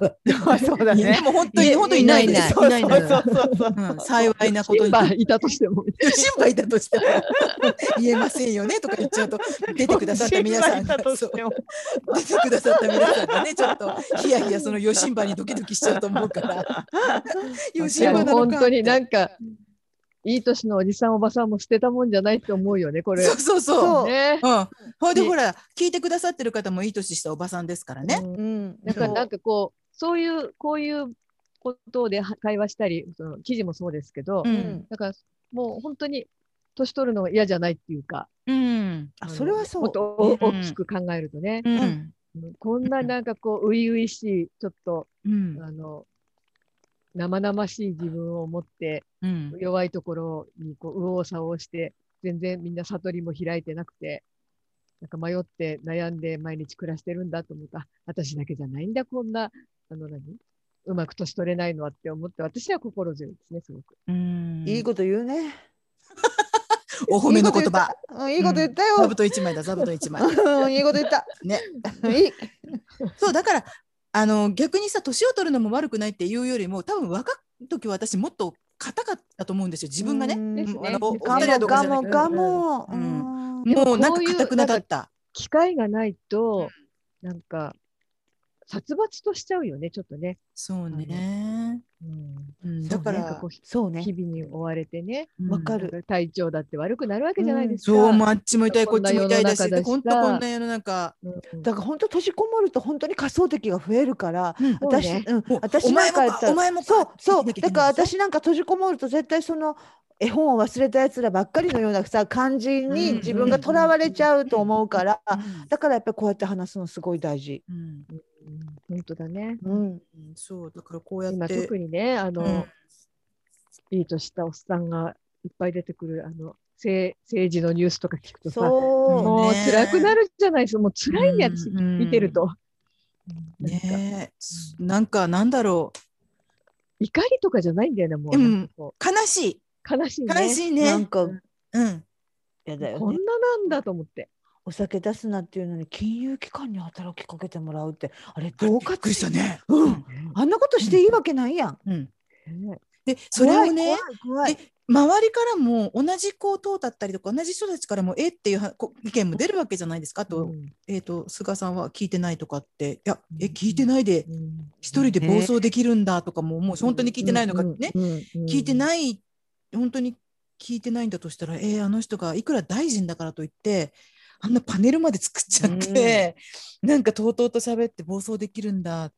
[SPEAKER 3] そうだね
[SPEAKER 1] でも本当に、本当にいないです。
[SPEAKER 2] いないいないいない
[SPEAKER 1] うん幸いなこと
[SPEAKER 2] シン
[SPEAKER 1] に。
[SPEAKER 2] バいたとしても。
[SPEAKER 1] 心配いたとしても [laughs] 言えませんよねとか言っちゃうと、出てくださった皆さんが、そう出てくださった皆さんがね、ちょっとヒヤヒヤその余 [laughs] 震波にドキドキしちゃうと思うから。余
[SPEAKER 2] い
[SPEAKER 1] 震
[SPEAKER 2] や
[SPEAKER 1] 波なの
[SPEAKER 2] 本
[SPEAKER 1] か
[SPEAKER 2] 当になんかいい年のおじさんおばさんも捨てたもんじゃないって思うよねこれ
[SPEAKER 1] そうそうそう。
[SPEAKER 3] う
[SPEAKER 2] ね
[SPEAKER 1] うん、ほいで
[SPEAKER 2] ね
[SPEAKER 1] ほら聞いてくださってる方もいい年したおばさんですからね。
[SPEAKER 2] うん
[SPEAKER 3] うん、
[SPEAKER 2] だから
[SPEAKER 1] そう
[SPEAKER 2] なんかこうそういうこういうことでは会話したりその記事もそうですけど、
[SPEAKER 1] うん
[SPEAKER 2] だからもう本当に年取るのは嫌じゃないっていうか
[SPEAKER 1] うん
[SPEAKER 3] あそれはそう
[SPEAKER 2] もっとお
[SPEAKER 1] うん
[SPEAKER 2] 大きく考えるとね、
[SPEAKER 1] うん
[SPEAKER 2] うんこんななんかこう初々しいちょっと、
[SPEAKER 1] うん
[SPEAKER 2] あの生々しい自分を持って
[SPEAKER 1] うん
[SPEAKER 2] 弱いところにこう右往左往して全然みんな悟りも開いてなくてなんか迷って悩んで毎日暮らしてるんだと思った私だけじゃないんだこんなあの何うまく年取れないのはって思って私は心強いですねすごく。
[SPEAKER 1] うん
[SPEAKER 3] いいこと言うね。
[SPEAKER 1] お褒めの言葉。
[SPEAKER 3] うん。いいこと言ったよ。
[SPEAKER 1] 座布団一枚だ座布団一枚。
[SPEAKER 3] うんいいこと言った。
[SPEAKER 1] ね。
[SPEAKER 3] いい。
[SPEAKER 1] そうだからあの逆にさ年を取るのも悪くないっていうよりも多分若い時は私もっと硬かったと思うんですよ自分がね。
[SPEAKER 3] ね
[SPEAKER 2] です
[SPEAKER 1] あ
[SPEAKER 2] ね
[SPEAKER 1] のお二
[SPEAKER 3] ガ
[SPEAKER 1] 人はど
[SPEAKER 3] モ
[SPEAKER 1] うか
[SPEAKER 3] ガ
[SPEAKER 1] じゃない
[SPEAKER 3] モ
[SPEAKER 1] け
[SPEAKER 3] ガ
[SPEAKER 1] ど
[SPEAKER 3] モ。
[SPEAKER 1] う
[SPEAKER 3] うんん。
[SPEAKER 1] もうなん
[SPEAKER 2] こ
[SPEAKER 1] か
[SPEAKER 2] ういう
[SPEAKER 1] 硬くなかった。
[SPEAKER 2] 機会がないと、なんか殺伐としちゃうよねちょっとね。
[SPEAKER 1] そうね。
[SPEAKER 2] うん
[SPEAKER 1] うんだか
[SPEAKER 2] そうねなん
[SPEAKER 1] ら
[SPEAKER 2] こう
[SPEAKER 3] そうね
[SPEAKER 2] 日。々に追われてね、
[SPEAKER 1] うん
[SPEAKER 3] わかる
[SPEAKER 2] 体調だって悪くなるわけじゃないですか。
[SPEAKER 1] そうもうあっちも痛いこっちも痛いだし
[SPEAKER 2] こん
[SPEAKER 1] 本
[SPEAKER 2] な世の中だしさ
[SPEAKER 1] 当こんな世の中。
[SPEAKER 2] うん
[SPEAKER 3] だから本当閉じこもると本当に仮想敵が増えるから、
[SPEAKER 1] うん
[SPEAKER 2] そう
[SPEAKER 3] 私、
[SPEAKER 2] ね
[SPEAKER 3] うん
[SPEAKER 1] もう、
[SPEAKER 3] 私なんかやったら
[SPEAKER 1] お前もか
[SPEAKER 3] そうそ
[SPEAKER 1] お
[SPEAKER 3] う
[SPEAKER 1] 前もかって言ってなきゃいけない
[SPEAKER 3] だから私なんか閉じこもると絶対その絵本を忘れたやつらばっかりのようなさ感じに自分がとらわれちゃうと思うから、
[SPEAKER 1] うん
[SPEAKER 3] だからやっぱりこうやって話すのすごい大事。
[SPEAKER 1] うん
[SPEAKER 2] うん本当だね。
[SPEAKER 3] うん、
[SPEAKER 1] うんそうだからこうやっ
[SPEAKER 2] 今
[SPEAKER 1] て
[SPEAKER 2] 特にね、あの、
[SPEAKER 1] うん
[SPEAKER 2] いいとしたおっさんがいっぱい出てくる、あの、政政治のニュースとか聞くとさ、
[SPEAKER 3] そう、
[SPEAKER 2] もう
[SPEAKER 1] ね
[SPEAKER 2] 辛くなるじゃないですか。もう辛いね、
[SPEAKER 1] うん
[SPEAKER 2] 私、
[SPEAKER 1] うん
[SPEAKER 2] 見てると。なんか
[SPEAKER 1] ねえすなんかなんだろう
[SPEAKER 2] 怒りとかじゃないんだよね、も
[SPEAKER 1] う
[SPEAKER 2] う。
[SPEAKER 1] ん
[SPEAKER 2] なんかこ
[SPEAKER 1] 悲し
[SPEAKER 2] う悲しい
[SPEAKER 1] い
[SPEAKER 2] ね。
[SPEAKER 1] 悲しいね。
[SPEAKER 3] なんか
[SPEAKER 1] うん
[SPEAKER 3] やだよ
[SPEAKER 2] こん
[SPEAKER 3] ね
[SPEAKER 2] ななんだと思って。
[SPEAKER 3] お酒出すなっていうのに金融機関に働きかけてもらうってあれどう
[SPEAKER 1] びっ
[SPEAKER 3] か
[SPEAKER 1] くりしたね。
[SPEAKER 3] うん、あんなことしていいわけないやん。
[SPEAKER 1] うん
[SPEAKER 2] ね
[SPEAKER 1] でそれを
[SPEAKER 3] 怖
[SPEAKER 1] ね
[SPEAKER 3] い怖い怖い
[SPEAKER 1] で周りからも同じこう党だったりとか同じ人たちからもえっていうはこ意見も出るわけじゃないですかあと,、
[SPEAKER 2] うん
[SPEAKER 1] えー、と菅さんは聞いてないとかっていやえ聞いてないで
[SPEAKER 2] うん
[SPEAKER 1] 一人で暴走できるんだとかももう本当に聞いてないのかね、聞
[SPEAKER 2] 聞
[SPEAKER 1] いてない本当に聞いてないんだとしたらえーあの人がいくら大臣だからといってあんなパネルまで作っちゃって、なんかとうとうと喋って暴走できるんだ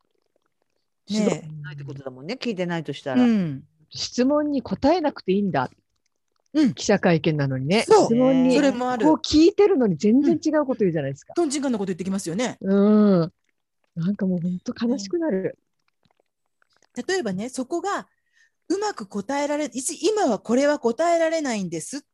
[SPEAKER 3] 指導
[SPEAKER 1] ねえ
[SPEAKER 3] ないってことだもんね聞いてないとした
[SPEAKER 1] う
[SPEAKER 3] ら。
[SPEAKER 1] ん、
[SPEAKER 2] 質問に答えなくていいんだ。
[SPEAKER 1] うん
[SPEAKER 2] 記者会見なのにね。
[SPEAKER 1] そう
[SPEAKER 2] 質問に
[SPEAKER 1] それもある
[SPEAKER 2] こう聞いてるのに全然違うこと言うじゃないですか。
[SPEAKER 1] とんちんかんなこと言ってきますよね。
[SPEAKER 2] うん。なんかもう本当悲しくなる。
[SPEAKER 1] 例えばねそこがうまく答えられいつ今はこれは答えられないんです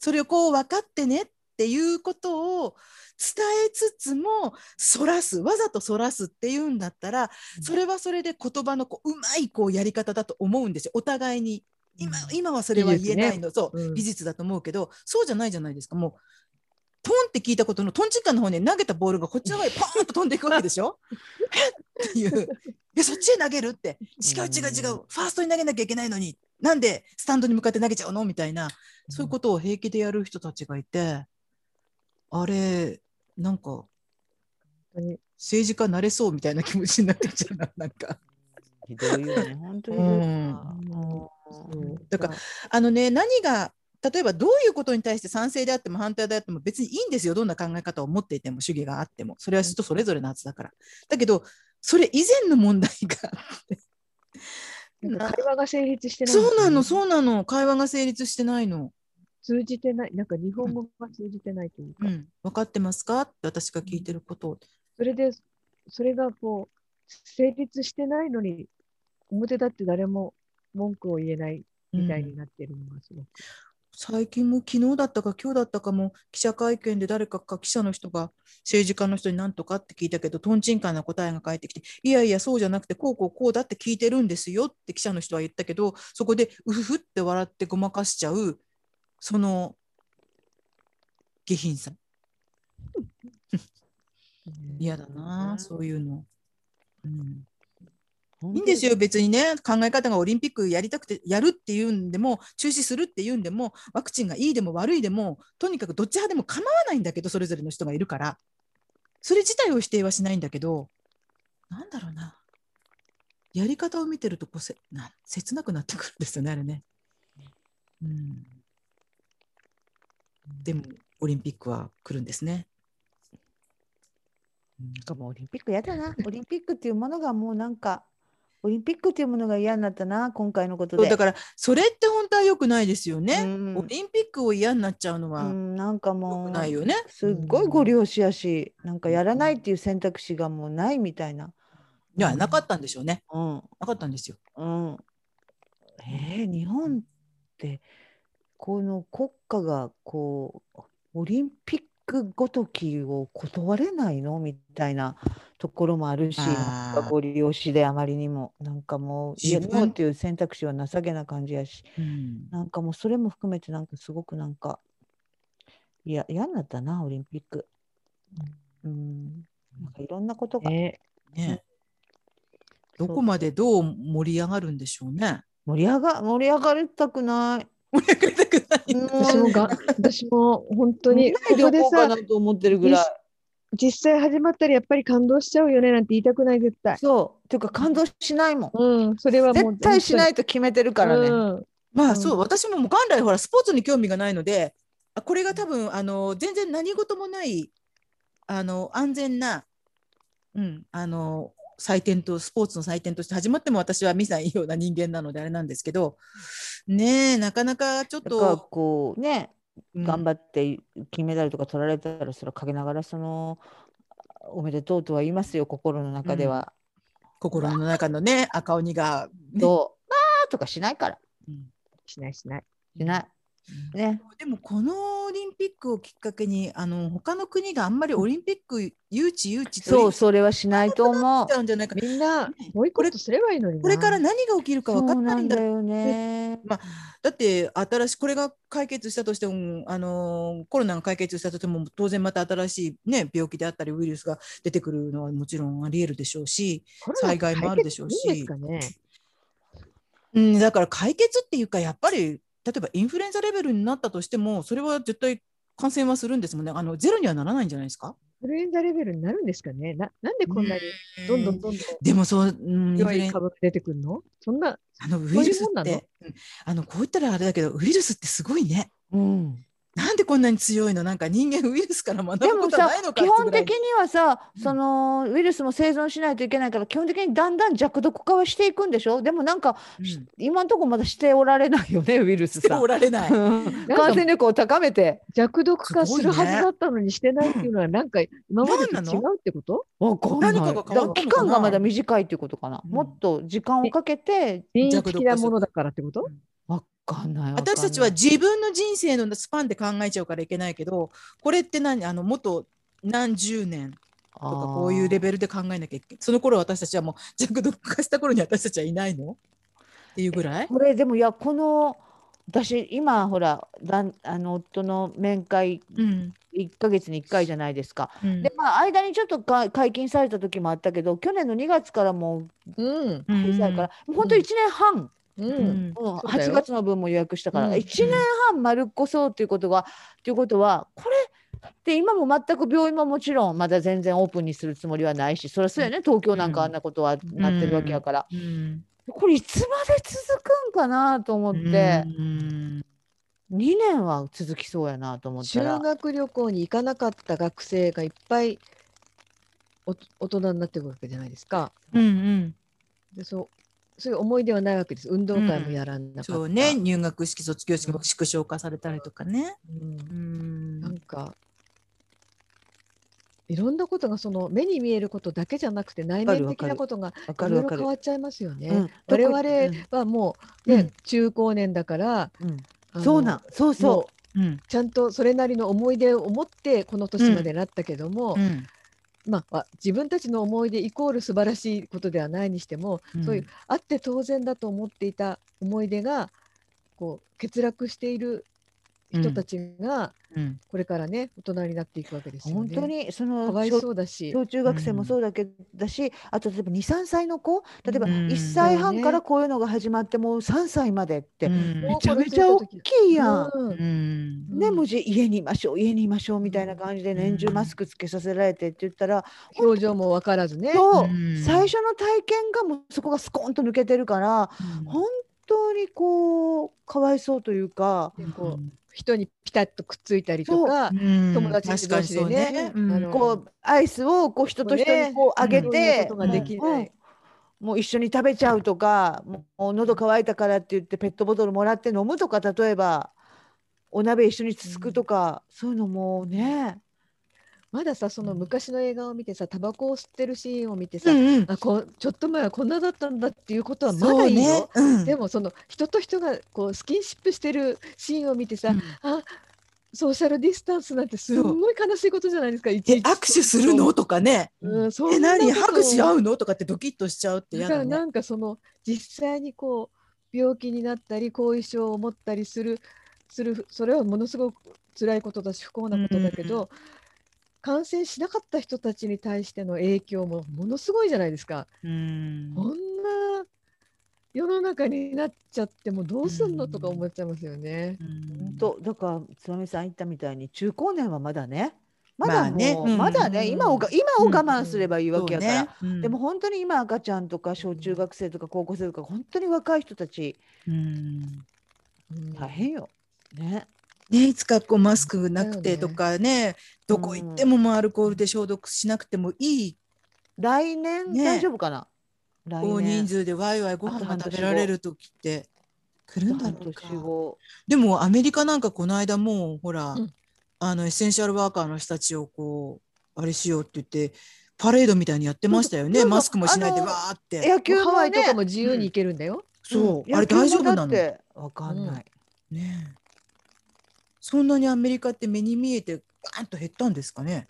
[SPEAKER 1] それをこう分かってねっていうことを伝えつつもそらすわざとそらすっていうんだったら
[SPEAKER 2] うん
[SPEAKER 1] それはそれで言葉のこううまいこうやり方だと思うんですよお互いに今今はそれは言えないのそう
[SPEAKER 2] うん
[SPEAKER 1] 技術だと思うけどそうじゃないじゃないですかもうトンって聞いたことのトンチンカンの方に投げたボールがこっちの方へポーンと飛んでいくわけでしょえっっていうでそっちへ投げるって違う違う違う、
[SPEAKER 2] うん
[SPEAKER 1] ファーストに投げなきゃいけないのになんでスタンドに向かって投げちゃうのみたいなそういうことを平気でやる人たちがいてあれなんか
[SPEAKER 2] 本当に
[SPEAKER 1] 政治家なれそうみたいな気持ちになってきちゃうななん [laughs] か。
[SPEAKER 3] ひどいよね本当にひどいな。うん
[SPEAKER 1] だからあのね何が例えばどういうことに対して賛成であっても反対であっても別にいいんですよどんな考え方を持っていても主義があってもそれは人それぞれのはずだからだけどそれ以前の問題が
[SPEAKER 2] なんか会話が成立してない、。
[SPEAKER 1] そうなのそううなの会話が成立してないの、
[SPEAKER 2] 通じてない。なんか日本語が通じてないというか。
[SPEAKER 1] うん、分かってますかって私が聞いてることを、
[SPEAKER 2] それで、それがこう、成立してないのに、表だって誰も文句を言えないみたいになってるのがすごく
[SPEAKER 1] 最近も昨日だったか今日だったかも記者会見で誰かか記者の人が政治家の人に何とかって聞いたけどとんちんかんな答えが返ってきていやいやそうじゃなくてこうこうこうだって聞いてるんですよって記者の人は言ったけどそこでうふふって笑ってごまかしちゃうその下品さ嫌だな、そういうの、うん。いいんですよ別にね考え方がオリンピックやりたくてやるっていうんでも中止するっていうんでもワクチンがいいでも悪いでもとにかくどっち派でも構わないんだけどそれぞれの人がいるからそれ自体を否定はしないんだけどなんだろうなやり方を見てるとこうせな切なくなってくるんですよねあれね。うん、でもオリンピックは来るんですね。うん
[SPEAKER 3] なんかもうオリンピックやだな。オリンピックっていうものがもうなんか、オリンピックっていうものが嫌になったな、今回のこと
[SPEAKER 1] そう
[SPEAKER 3] で。
[SPEAKER 1] だからそれって本当は良くないですよね。
[SPEAKER 3] うん
[SPEAKER 1] オリンピックを嫌になっちゃうの
[SPEAKER 3] う
[SPEAKER 1] は
[SPEAKER 3] ん、なんか
[SPEAKER 1] 良
[SPEAKER 3] も
[SPEAKER 1] く
[SPEAKER 3] う、
[SPEAKER 1] ないよね。
[SPEAKER 3] すっごいご利用しやし、なんかやらないっていう選択肢がもうないみたいな。
[SPEAKER 1] いやなかったんでしょうね。
[SPEAKER 3] うん、
[SPEAKER 1] なかったんですよ。
[SPEAKER 3] うん。えー、日本って、この国家がこう、オリンピックごときを断れないのみたいなところもあるし、
[SPEAKER 1] あー
[SPEAKER 3] なんかご利用しであまりにも、なんかもう、いや、
[SPEAKER 1] 自分
[SPEAKER 3] ノーっていう選択肢は情けな感じやし、
[SPEAKER 1] うん
[SPEAKER 3] なんかもうそれも含めて、なんかすごくなんか、いや、嫌になったな、オリンピック。うん、なんかいろんなことが
[SPEAKER 2] ね
[SPEAKER 1] ね、どこまでどう盛り上がるんでしょうね。
[SPEAKER 3] 盛り上が、盛り上がりたくない。
[SPEAKER 1] 盛り上がりたくない。
[SPEAKER 3] もう
[SPEAKER 2] 私もが [laughs] 私も本当にこ
[SPEAKER 3] ど
[SPEAKER 2] こで
[SPEAKER 3] こか
[SPEAKER 2] さ
[SPEAKER 3] なと思ってるぐらい。
[SPEAKER 2] 実際始まったらやっぱり感動しちゃうよねなんて言いたくない絶対。
[SPEAKER 3] そう。ていうか感動しないもん。
[SPEAKER 2] うん、それはもう
[SPEAKER 3] 絶対しないいと決めてるからね。
[SPEAKER 2] うん
[SPEAKER 1] ま
[SPEAKER 2] う
[SPEAKER 1] あ
[SPEAKER 2] ん
[SPEAKER 1] そう、私ももう元来ほらスポーツに興味がないのであこれが多分あの全然何事もないあの安全な、うん、あの祭典とスポーツの祭典として始まっても私は見ないような人間なのであれなんですけどねえなかなかちょっ
[SPEAKER 3] だから
[SPEAKER 1] と、
[SPEAKER 3] こうね、
[SPEAKER 1] うん
[SPEAKER 3] 頑張って金メダルとか取られたらそれは陰ながらそのおめでとうとは言いますよ心の中では。
[SPEAKER 1] 心の中のね赤鬼が、ね
[SPEAKER 3] どうあーとかしないから
[SPEAKER 1] うん
[SPEAKER 2] しないしない。
[SPEAKER 3] しな
[SPEAKER 1] うん
[SPEAKER 3] いね。
[SPEAKER 1] でもこのオリンピックをきっかけにあの他の国があんまりオリンピック誘致誘致と
[SPEAKER 3] そう
[SPEAKER 1] し
[SPEAKER 3] それはしないと思う
[SPEAKER 1] ち。ゃうんじゃないか
[SPEAKER 2] みんなボイコットすればいいのにな。
[SPEAKER 1] これから何が起きるか
[SPEAKER 3] そ
[SPEAKER 1] 分か
[SPEAKER 3] うんな
[SPEAKER 1] ないん
[SPEAKER 3] ん
[SPEAKER 1] だ
[SPEAKER 3] だよね。
[SPEAKER 1] だって新しいこれが解決したとしても、あのーコロナが解決したとしても当然また新しい、ね、病気であったりウイルスが出てくるのはもちろんあり得るでしょうし、
[SPEAKER 2] コロナ
[SPEAKER 1] 災害もあるでしょうし
[SPEAKER 2] 解決するんですかね
[SPEAKER 1] うん、だから解決っていうかやっぱり例えばインフルエンザレベルになったとしてもそれは絶対感染はするんですもんねあのゼロにはならないんじゃないですか
[SPEAKER 2] インフルエンザレベルになるんですかね。ななんでこんなにどんどんどんどん
[SPEAKER 1] でもそう、うん、
[SPEAKER 2] 弱
[SPEAKER 1] インフル
[SPEAKER 2] い
[SPEAKER 1] エン
[SPEAKER 2] 株が出てくるのそんな、
[SPEAKER 1] あのウイルス
[SPEAKER 2] そういうも
[SPEAKER 1] っ
[SPEAKER 2] んな
[SPEAKER 1] て
[SPEAKER 2] の
[SPEAKER 1] うんあのこう言ったらあれだけどウイルスってすごいね
[SPEAKER 3] うん。
[SPEAKER 1] なんでこんなに強いのなんか人間ウイルスから学
[SPEAKER 3] で
[SPEAKER 1] ぶこ
[SPEAKER 3] も
[SPEAKER 1] とは
[SPEAKER 3] さ
[SPEAKER 1] ないのか
[SPEAKER 3] 基本
[SPEAKER 1] って
[SPEAKER 3] 的
[SPEAKER 1] ぐら
[SPEAKER 3] に
[SPEAKER 1] い
[SPEAKER 3] はさ
[SPEAKER 1] うん
[SPEAKER 3] そのウイルスも生存しないといけないから基本的にだんだん弱毒化はしていくんでしょでもなんか
[SPEAKER 1] うん
[SPEAKER 3] 今のところまだしておられな
[SPEAKER 1] [laughs]
[SPEAKER 3] いよねウイルス
[SPEAKER 1] して
[SPEAKER 3] さ
[SPEAKER 1] おられない。
[SPEAKER 3] うん感染力を高めて
[SPEAKER 2] 弱毒化
[SPEAKER 1] すご
[SPEAKER 2] す
[SPEAKER 1] いね
[SPEAKER 2] るはずだったのにしてないっていうのは、なんか今までと
[SPEAKER 1] なんな
[SPEAKER 2] 違
[SPEAKER 1] の
[SPEAKER 2] うってこと
[SPEAKER 3] わかんない
[SPEAKER 1] 何かが変わったのかな
[SPEAKER 3] だから期間がまだ短いっていうことかな、
[SPEAKER 1] うん
[SPEAKER 3] もっと時間をかけて
[SPEAKER 2] 人為的なものだからってこと
[SPEAKER 3] わかんないわかんない
[SPEAKER 1] 私たちは自分の人生のスパンで考えちゃうからいけないけどこれって何あのもっと何十年
[SPEAKER 3] と
[SPEAKER 1] とかこういうレベルで考えなきゃいけないその頃私たちはもう弱毒化した頃に私たちはいないのっていうぐらい
[SPEAKER 3] これでもいやこの私今ほらだんあの夫の面会
[SPEAKER 1] うん
[SPEAKER 3] 1ヶ月に1回じゃないですか、
[SPEAKER 1] うん
[SPEAKER 3] でまあ間にちょっとか解禁された時もあったけど去年の2月からも
[SPEAKER 2] うん。
[SPEAKER 1] う
[SPEAKER 3] うん小さいから、もう本当1年半、
[SPEAKER 1] う
[SPEAKER 2] う。
[SPEAKER 1] んん
[SPEAKER 3] うん、
[SPEAKER 2] そうだよ
[SPEAKER 3] 8月の分も予約したから、
[SPEAKER 1] うん
[SPEAKER 3] 1年半丸っこそうっていうことはっていうことはこれって今も全く病院ももちろんまだ全然オープンにするつもりはないしそりゃそうやね東京なんかあんなことはなってるわけやから、
[SPEAKER 1] うん
[SPEAKER 3] これいつまで続くんかなと思って、
[SPEAKER 1] うん
[SPEAKER 3] 2年は続きそうやなと思った
[SPEAKER 2] 修
[SPEAKER 3] ら。
[SPEAKER 2] 学旅行に行かなかった学生がいっぱいお大人になっていくわけじゃないですか。
[SPEAKER 1] うんうん
[SPEAKER 2] でそうそういう思い出はないわけです。運動会もやらなかった。
[SPEAKER 1] そうね入学式卒業式も縮小化されたりとかね。
[SPEAKER 2] うん
[SPEAKER 1] うん
[SPEAKER 2] なんかいろんなことがその目に見えることだけじゃなくて内
[SPEAKER 3] かる
[SPEAKER 2] 面
[SPEAKER 3] わ
[SPEAKER 2] 的
[SPEAKER 3] かる
[SPEAKER 2] なことが
[SPEAKER 3] わか
[SPEAKER 2] い
[SPEAKER 3] る
[SPEAKER 2] ろい
[SPEAKER 3] わ
[SPEAKER 2] ろ
[SPEAKER 3] かる
[SPEAKER 2] 変わっちゃいますよね。
[SPEAKER 3] うん
[SPEAKER 2] 我
[SPEAKER 3] どこ
[SPEAKER 2] 々はもう、ね
[SPEAKER 1] うん
[SPEAKER 2] 中高年だから、
[SPEAKER 3] うん
[SPEAKER 2] あの
[SPEAKER 3] そうなんそう
[SPEAKER 2] も
[SPEAKER 3] そう
[SPEAKER 1] うん
[SPEAKER 2] ちゃんとそれなりの思い出を持ってこの年までなったけども、
[SPEAKER 1] うん
[SPEAKER 2] まあ、自分たちの思い出イコール素晴らしいことではないにしても、
[SPEAKER 1] うん
[SPEAKER 2] そういうあって当然だと思っていた思い出がこう欠落している人たちが、
[SPEAKER 1] うん
[SPEAKER 2] これからね大人になっていくわけですよね。
[SPEAKER 3] 本当に
[SPEAKER 2] か
[SPEAKER 3] その
[SPEAKER 2] わいそうだし、
[SPEAKER 3] 小中学生もそうだけだし、あと例えば23歳の子例えば1歳半からこういうのが始まってもう3歳までって、
[SPEAKER 1] うん
[SPEAKER 3] めちゃめちゃ大きいやん。
[SPEAKER 2] う
[SPEAKER 1] うん
[SPEAKER 2] ん
[SPEAKER 3] ね、もうじ家にいましょう家にいましょうみたいな感じで年中
[SPEAKER 1] うん
[SPEAKER 3] マスクつけさせられてって言ったら、
[SPEAKER 2] 表情も分からずね。
[SPEAKER 3] そう
[SPEAKER 1] うん
[SPEAKER 3] 最初の体験がもうそこがスコーンと抜けてるから
[SPEAKER 1] うん
[SPEAKER 3] 本当ににこうかわいそうというか
[SPEAKER 2] でこう人にピタッとくっついたりとか、
[SPEAKER 1] 友
[SPEAKER 2] 友達同士でね
[SPEAKER 1] うん、
[SPEAKER 2] あの
[SPEAKER 3] こうアイスをこう人と人にこうあげ
[SPEAKER 1] うん
[SPEAKER 2] そういう
[SPEAKER 3] て
[SPEAKER 2] ことができない。
[SPEAKER 3] もう一緒に食べちゃうとかもう喉乾いたからって言ってペットボトルもらって飲むとか例えばお鍋一緒につつくとか、そういうのもね。
[SPEAKER 2] まださその昔の映画を見てさタバコを吸ってるシーンを見てさ、
[SPEAKER 1] んうん、
[SPEAKER 2] あこちょっと前はこんなだったんだっていうことはま
[SPEAKER 1] そ
[SPEAKER 2] だ
[SPEAKER 1] う
[SPEAKER 2] いいよ、
[SPEAKER 1] ね、うん、
[SPEAKER 2] でもその人と人がこうスキンシップしてるシーンを見てさ、
[SPEAKER 1] うん
[SPEAKER 2] あソーシャルディスタンスなんてすんごい悲しいことじゃないですかいち
[SPEAKER 1] え
[SPEAKER 2] いち
[SPEAKER 1] 握手するのとかね、
[SPEAKER 2] うん、そ
[SPEAKER 1] え
[SPEAKER 2] んな
[SPEAKER 1] 何
[SPEAKER 2] こと
[SPEAKER 1] 拍手合うのとかってドキッとしちゃうって
[SPEAKER 2] だ
[SPEAKER 1] や
[SPEAKER 2] から
[SPEAKER 1] だ
[SPEAKER 2] な
[SPEAKER 1] ね。
[SPEAKER 2] んかその実際にこう病気になったり後遺症を持ったりするするそれはものすごく辛いことだし不幸なことだけど、
[SPEAKER 1] うん
[SPEAKER 2] 感染しなかった人たちに対しての影響もものすごいじゃないですか。
[SPEAKER 1] うん
[SPEAKER 2] こんな世の中になっちゃってもどうすんのとか思っちゃいますよね。
[SPEAKER 3] 本当だからつまみさん言ったみたいに中高年はまだねま
[SPEAKER 1] まあ
[SPEAKER 3] だ
[SPEAKER 1] ね
[SPEAKER 3] ね、
[SPEAKER 1] うん
[SPEAKER 3] まだね今をが今を我慢すればいいわ
[SPEAKER 1] そう
[SPEAKER 3] けやから、
[SPEAKER 1] ねうん
[SPEAKER 3] でも本当に今赤ちゃんとか小中学生とか高校生とか本当に若い人たち
[SPEAKER 1] うん
[SPEAKER 2] うん
[SPEAKER 3] 大変よ。ね。
[SPEAKER 1] ね、いつかこうマスクなくてとかねどこ行ってももうアルコールで消毒しなくてもいい
[SPEAKER 3] 来年
[SPEAKER 1] ね
[SPEAKER 3] 大丈夫かな。来
[SPEAKER 1] 大人
[SPEAKER 3] 年
[SPEAKER 1] 数でワイワイご
[SPEAKER 3] あと
[SPEAKER 1] 飯が
[SPEAKER 3] 半
[SPEAKER 1] 食
[SPEAKER 3] 年
[SPEAKER 1] べられる時って来るんだろうか
[SPEAKER 3] 半年後
[SPEAKER 1] でもアメリカなんかこの間もうほら、
[SPEAKER 2] うん
[SPEAKER 1] あのエッセンシャルワーカーの人たちをこうあれしようって言ってパレードみたいにやってましたよね
[SPEAKER 3] そうそう
[SPEAKER 1] マスクもしないで
[SPEAKER 3] あ
[SPEAKER 1] わ
[SPEAKER 3] の
[SPEAKER 1] ーって
[SPEAKER 3] 野球
[SPEAKER 2] ハワ
[SPEAKER 3] は
[SPEAKER 2] イとか
[SPEAKER 3] ね
[SPEAKER 2] も。自由に行けるんだよ。
[SPEAKER 1] そ
[SPEAKER 3] ん
[SPEAKER 1] うあれ大丈夫なの
[SPEAKER 3] 野球もだってわかんない。
[SPEAKER 1] ねえそんなにアメリカって目に見えてガーンと減ったんですかね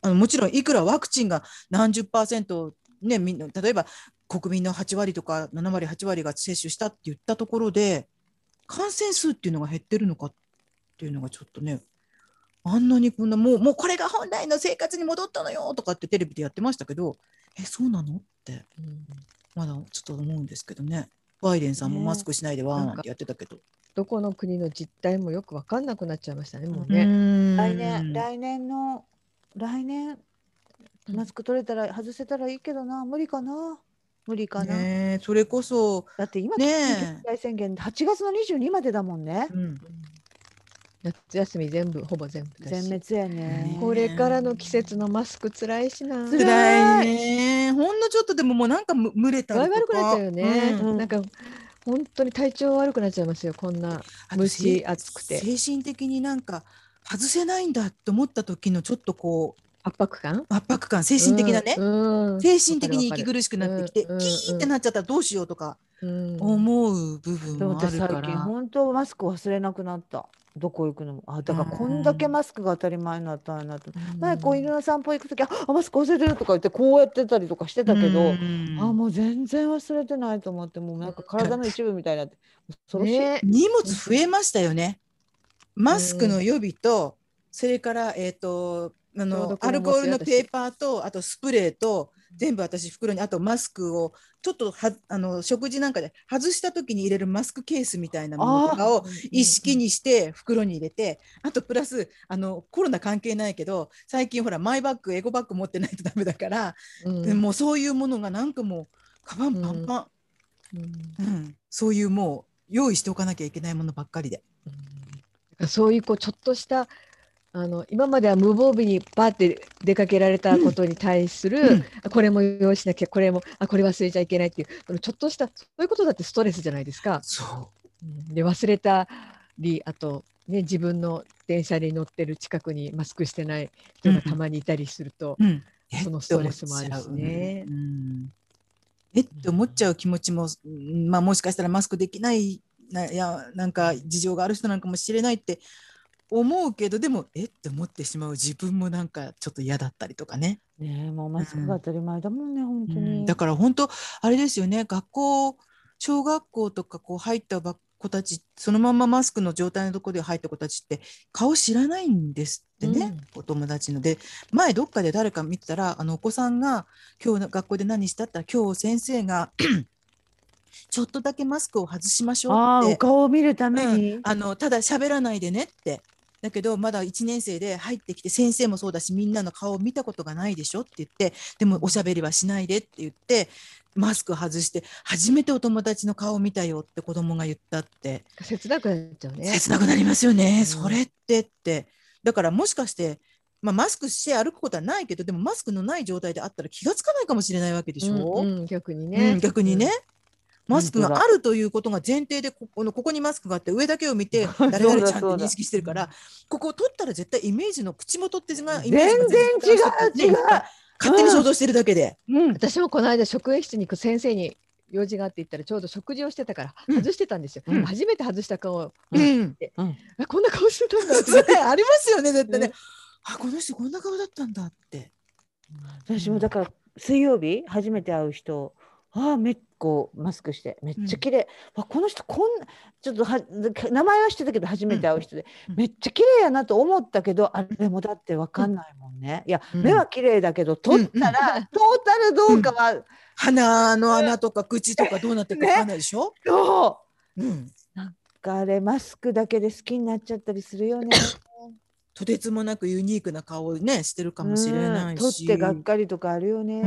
[SPEAKER 1] あのもちろんいくらワクチンが何十パーセントねみんな例えば国民の8割とか7割8割が接種したって言ったところで感染数っていうのが減ってるのかっていうのがちょっとねあんなにこんなもうもうこれが本来の生活に戻ったのよとかってテレビでやってましたけどえそうなのって
[SPEAKER 2] うん
[SPEAKER 1] まだちょっと思うんですけどねバイデンさんも
[SPEAKER 3] ねえ
[SPEAKER 1] マスクしないでわー
[SPEAKER 2] な
[SPEAKER 1] なんん
[SPEAKER 2] か
[SPEAKER 1] てやってたけど。
[SPEAKER 2] どこの国の実態もよく分かんなくなっちゃいましたねもうね。
[SPEAKER 1] 来
[SPEAKER 3] 来年来年の来年
[SPEAKER 2] うん
[SPEAKER 3] マスク取れたら外せたらいいけどな無理かな無理かな。
[SPEAKER 1] ねえそれこそ、
[SPEAKER 3] だって今
[SPEAKER 1] ねえ
[SPEAKER 3] 緊急事態宣言8月の22までだもんね。
[SPEAKER 1] うん、
[SPEAKER 2] 夏休み全部ほぼ全部だ
[SPEAKER 3] 全
[SPEAKER 2] し
[SPEAKER 3] 滅やね。
[SPEAKER 2] これからの季節のマスクつらいしな
[SPEAKER 3] 辛い
[SPEAKER 1] 辛いねほんのちょっとでももうなんかむ蒸れた
[SPEAKER 2] 具合
[SPEAKER 1] り
[SPEAKER 2] 悪
[SPEAKER 1] と
[SPEAKER 2] く
[SPEAKER 1] か
[SPEAKER 2] なっちゃうよね、
[SPEAKER 1] うん
[SPEAKER 3] うん
[SPEAKER 2] なんか本当に体調悪くなっちゃいますよこんな
[SPEAKER 1] あと
[SPEAKER 2] 蒸し
[SPEAKER 1] せ
[SPEAKER 2] 暑くて
[SPEAKER 1] 精神的になんか外せないんだと思った時のちょっとこう
[SPEAKER 2] 圧迫感
[SPEAKER 1] 圧迫感精神的なね、
[SPEAKER 2] うんうん
[SPEAKER 1] 精神的に息苦しくなってきて、
[SPEAKER 2] うんうん
[SPEAKER 1] キーってなっちゃったらどうしようとか
[SPEAKER 2] うん
[SPEAKER 1] 思う部分
[SPEAKER 3] でも
[SPEAKER 1] もあ
[SPEAKER 3] 私
[SPEAKER 1] る
[SPEAKER 3] 最
[SPEAKER 1] か
[SPEAKER 3] 近
[SPEAKER 1] ら、
[SPEAKER 3] 本当マスク忘れなくなった。どこ行くのも。あだから
[SPEAKER 1] うん
[SPEAKER 3] こんだけマスクが当たり前になったんやなと。
[SPEAKER 2] うん
[SPEAKER 3] 前こう犬の散歩行く時ああマスク忘れてるとか言ってこうやってたりとかしてたけど、
[SPEAKER 1] うん
[SPEAKER 3] あもう全然忘れてないと思ってもうなんか体の一部みたいになって恐ろしい。
[SPEAKER 2] ね
[SPEAKER 1] 荷物増えましたよね。マスクの予備と、それから、えっ、と、あ
[SPEAKER 2] 消
[SPEAKER 1] の
[SPEAKER 2] 毒も
[SPEAKER 1] アルコールの
[SPEAKER 2] 持つ
[SPEAKER 1] ペーパーと、あとスプレーと、全部私袋に、あとマスクを、ちょっとはあの食事なんかで外した時に入れるマスクケースみたいなものとかを一式にして袋に入れて、あとプラスあのコロナ関係ないけど、最近ほらマイバッグ、エコバッグ持ってないとダメだから、
[SPEAKER 2] うん
[SPEAKER 1] もうそういうものがなんかもうカバンパンパン。
[SPEAKER 2] うんうん
[SPEAKER 1] うん、そういうもう用意しておかなきゃいけないものばっかりで。
[SPEAKER 2] そういうこうちょっとしたあの今までは無防備にバーって出かけられたことに対する、
[SPEAKER 1] うん
[SPEAKER 2] あこれも用意しなきゃこれもあこれ忘れちゃいけないっていうそのちょっとしたそういうことだってストレスじゃないですか。
[SPEAKER 1] そ
[SPEAKER 2] うんで忘れたりあと、ね、自分の電車に乗ってる近くにマスクしてない人がたまにいたりすると、
[SPEAKER 1] う。うん。
[SPEAKER 2] そのストレスもあるしね
[SPEAKER 1] えって思っちゃううんえって思っちゃう気持ちも、うんまあもしかしたらマスクできない、ないや、なんか事情がある人なんかもしれないって思うけど、でも、えって思ってしまう自分もなんかちょっと嫌だったりとかね。
[SPEAKER 3] ねえもうマスクが当たり前だもんね、本当
[SPEAKER 1] うん
[SPEAKER 3] に。
[SPEAKER 1] だから本当あれですよね学校小学校とかこう入ったば子たちそのままマスクの状態のところで入った子たちって顔知らないんですってね、お友達ので前どっかで誰か見てたらあのお子さんが今日の学校で何したって言ったら今日先生が [clears throat] ちょっとだけマスクを外しましょう
[SPEAKER 3] ああ
[SPEAKER 1] っ
[SPEAKER 3] お
[SPEAKER 1] て
[SPEAKER 3] 顔を見るために。
[SPEAKER 1] あのただ喋らないでねってだけどまだ1年生で入ってきて先生もそうだしみんなの顔を見たことがないでしょって言ってでもおしゃべりはしないでって言ってマスク外して初めてお友達の顔を見たよって子供が言ったって
[SPEAKER 2] 切なくなっちゃうね。
[SPEAKER 1] 切なくなりますよね、
[SPEAKER 2] うん
[SPEAKER 1] それってってだからもしかして、まあ、マスクして歩くことはないけどでもマスクのない状態であったら気がつかないかもしれないわけでしょ、
[SPEAKER 2] うんうん逆に
[SPEAKER 1] う
[SPEAKER 2] ね
[SPEAKER 1] ん。逆にね、マスク
[SPEAKER 3] 本
[SPEAKER 1] が
[SPEAKER 3] 当
[SPEAKER 1] あ
[SPEAKER 3] だ
[SPEAKER 1] るということが前提でここのここにマスクがあって上だけを見て
[SPEAKER 3] うだ
[SPEAKER 1] 誰々ちゃんって
[SPEAKER 3] [laughs] そうだ
[SPEAKER 1] 認識してるからここを取ったら絶対イメージの口元ってがイ
[SPEAKER 3] 全
[SPEAKER 1] メージ
[SPEAKER 3] 然
[SPEAKER 1] が
[SPEAKER 3] 違う違う。
[SPEAKER 1] 勝手に想像してるだけで、
[SPEAKER 3] うん。
[SPEAKER 2] 私もこの間職員室に行く先生に用事があって行ったらちょうど食事をしてたから
[SPEAKER 1] うん
[SPEAKER 2] 外してたんですよ。
[SPEAKER 3] うん
[SPEAKER 2] 初めて外した顔を
[SPEAKER 1] う
[SPEAKER 2] 見
[SPEAKER 1] ん
[SPEAKER 2] て、
[SPEAKER 3] うん
[SPEAKER 2] あこんな顔してたんだって
[SPEAKER 1] [laughs] それありますよね絶対ね
[SPEAKER 2] ね
[SPEAKER 1] あこの人こんな顔だったんだって
[SPEAKER 3] 私もだから水曜日初めて会う人ああめっこうマスクしてめっちゃ綺麗、わこの人こんなちょっとは名前は知ってたけど初めて会う人で、
[SPEAKER 1] うん
[SPEAKER 3] めっちゃ綺麗やなと思ったけどあれもだってわかんないもんね、いや
[SPEAKER 1] うん
[SPEAKER 3] 目は綺麗だけど撮ったら、トータルどうかは、
[SPEAKER 1] 鼻の穴とか口とかどうなってるか分かんないでしょ、
[SPEAKER 3] ど
[SPEAKER 1] うん、
[SPEAKER 3] うあれマスクだけで好きになっちゃったりするよね。
[SPEAKER 1] とてつもなくユニークな顔をねしてるかもしれない
[SPEAKER 3] うん撮っ
[SPEAKER 1] し、
[SPEAKER 3] てがっかりとかあるよ
[SPEAKER 1] う
[SPEAKER 3] ね。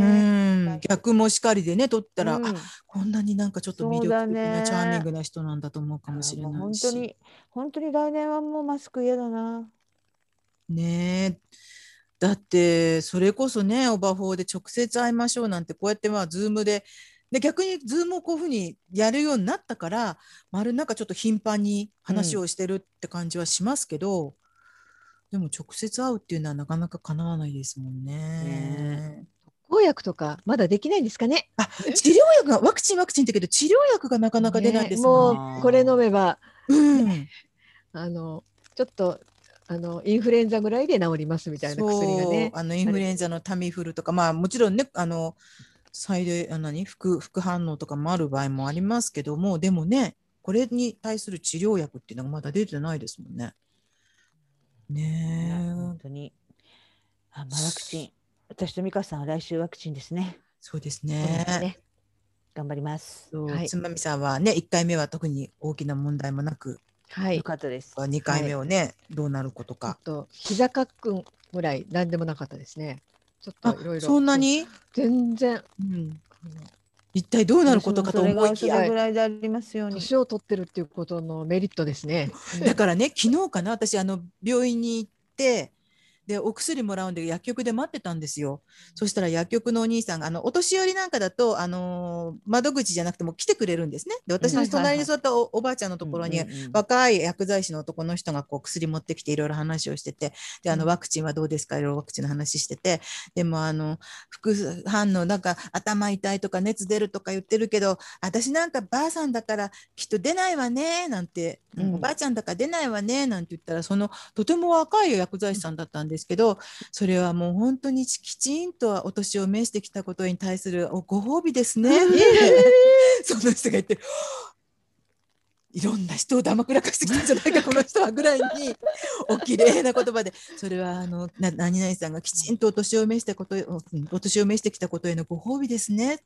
[SPEAKER 1] ん、逆もしかりでね撮ったら、
[SPEAKER 3] うん
[SPEAKER 1] あこんなになんかちょっと魅力的
[SPEAKER 3] そう
[SPEAKER 1] な、
[SPEAKER 3] だね
[SPEAKER 1] チャーミングな人なんだと思うかもしれ
[SPEAKER 3] あーも
[SPEAKER 1] な
[SPEAKER 3] う
[SPEAKER 1] い
[SPEAKER 3] 本当
[SPEAKER 1] し
[SPEAKER 3] に本当に来年はもうマスク嫌だな。
[SPEAKER 1] ねえだってそれこそねオバフォーで直接会いましょうなんてこうやってまあズームでで逆にズームをこういうふうにやるようになったからまるなんかちょっと頻繁に話をしてるって感じはしますけど、でも直接会うっていうのはなかなか叶わないですもんね。
[SPEAKER 3] ね
[SPEAKER 2] [laughs] 公約とかまだできないんですかね。
[SPEAKER 1] あ治療薬がワクチンワクチンだけど治療薬がなかなか出ないですもんね。
[SPEAKER 2] もうこれ飲めば
[SPEAKER 1] うん
[SPEAKER 2] あのちょっとあのインフルエンザぐらいで治りますみたいな薬がね
[SPEAKER 1] そう。あのインフルエンザのタミフルとか、まあ、もちろんね、あの最大あ何副副反応とかもある場合もありますけども、でもね、これに対する治療薬っていうのがまだ出てないですもんね。
[SPEAKER 3] いや
[SPEAKER 1] ね
[SPEAKER 3] 本
[SPEAKER 1] え、
[SPEAKER 3] 当に。あ、まあ、ワクチン。私と美香さんは来週ワクチンですね。
[SPEAKER 1] そうです
[SPEAKER 2] そうで
[SPEAKER 1] ね。
[SPEAKER 2] すね
[SPEAKER 3] 頑張ります。
[SPEAKER 1] そう
[SPEAKER 2] はい
[SPEAKER 1] つまみさんはね、1回目は特に大きな問題もなく、
[SPEAKER 2] はい
[SPEAKER 3] よ。かったです。
[SPEAKER 1] 2回目をね、どうなること
[SPEAKER 2] ちょっ
[SPEAKER 1] か。
[SPEAKER 2] と膝かっくんぐらい何でもなかったですね。ちょっ
[SPEAKER 1] あ
[SPEAKER 2] といろいろ。
[SPEAKER 1] そんなに、
[SPEAKER 2] 全然
[SPEAKER 1] うん、一体どうなることかと思いき
[SPEAKER 3] 私もそれが
[SPEAKER 1] や
[SPEAKER 3] それ。ぐらいでありますように。
[SPEAKER 2] 年を取ってるっていうことのメリットですね。
[SPEAKER 1] だからね、昨日かな、私、あの病院に行って、で、お薬もらうんで、薬局で待ってたんですよ。そしたら薬局のお兄さんが、あの、お年寄りなんかだと、あのー窓口じゃなくても来てくれるんですね。で、私の隣に座ったお,、おばあちゃんのところに、
[SPEAKER 3] うんうんうん
[SPEAKER 1] 若い薬剤師の男の人がこう薬持ってきていろいろ話をしててであのワクチンはどうですかいろいろワクチンの話しててでもあの副反応なんか頭痛いとか熱出るとか言ってるけど私なんかばあさんだからきっと出ないわねなんて、
[SPEAKER 3] うん
[SPEAKER 1] おばあちゃんだから出ないわねなんて言ったらそのとても若い薬剤師さんだったんですけどそれはもう本当にきちんとお年を召してきたことに対するおご褒美ですね。 [laughs] その人が言って [gasps] いろんな人をだまくらかしてきたんじゃ
[SPEAKER 3] [laughs]
[SPEAKER 1] ないかこの人はぐらいにおきれいな言葉でそれはあのな何々さんがきちんとお年を召したことうんお年を召してきたことへのご褒美ですねっ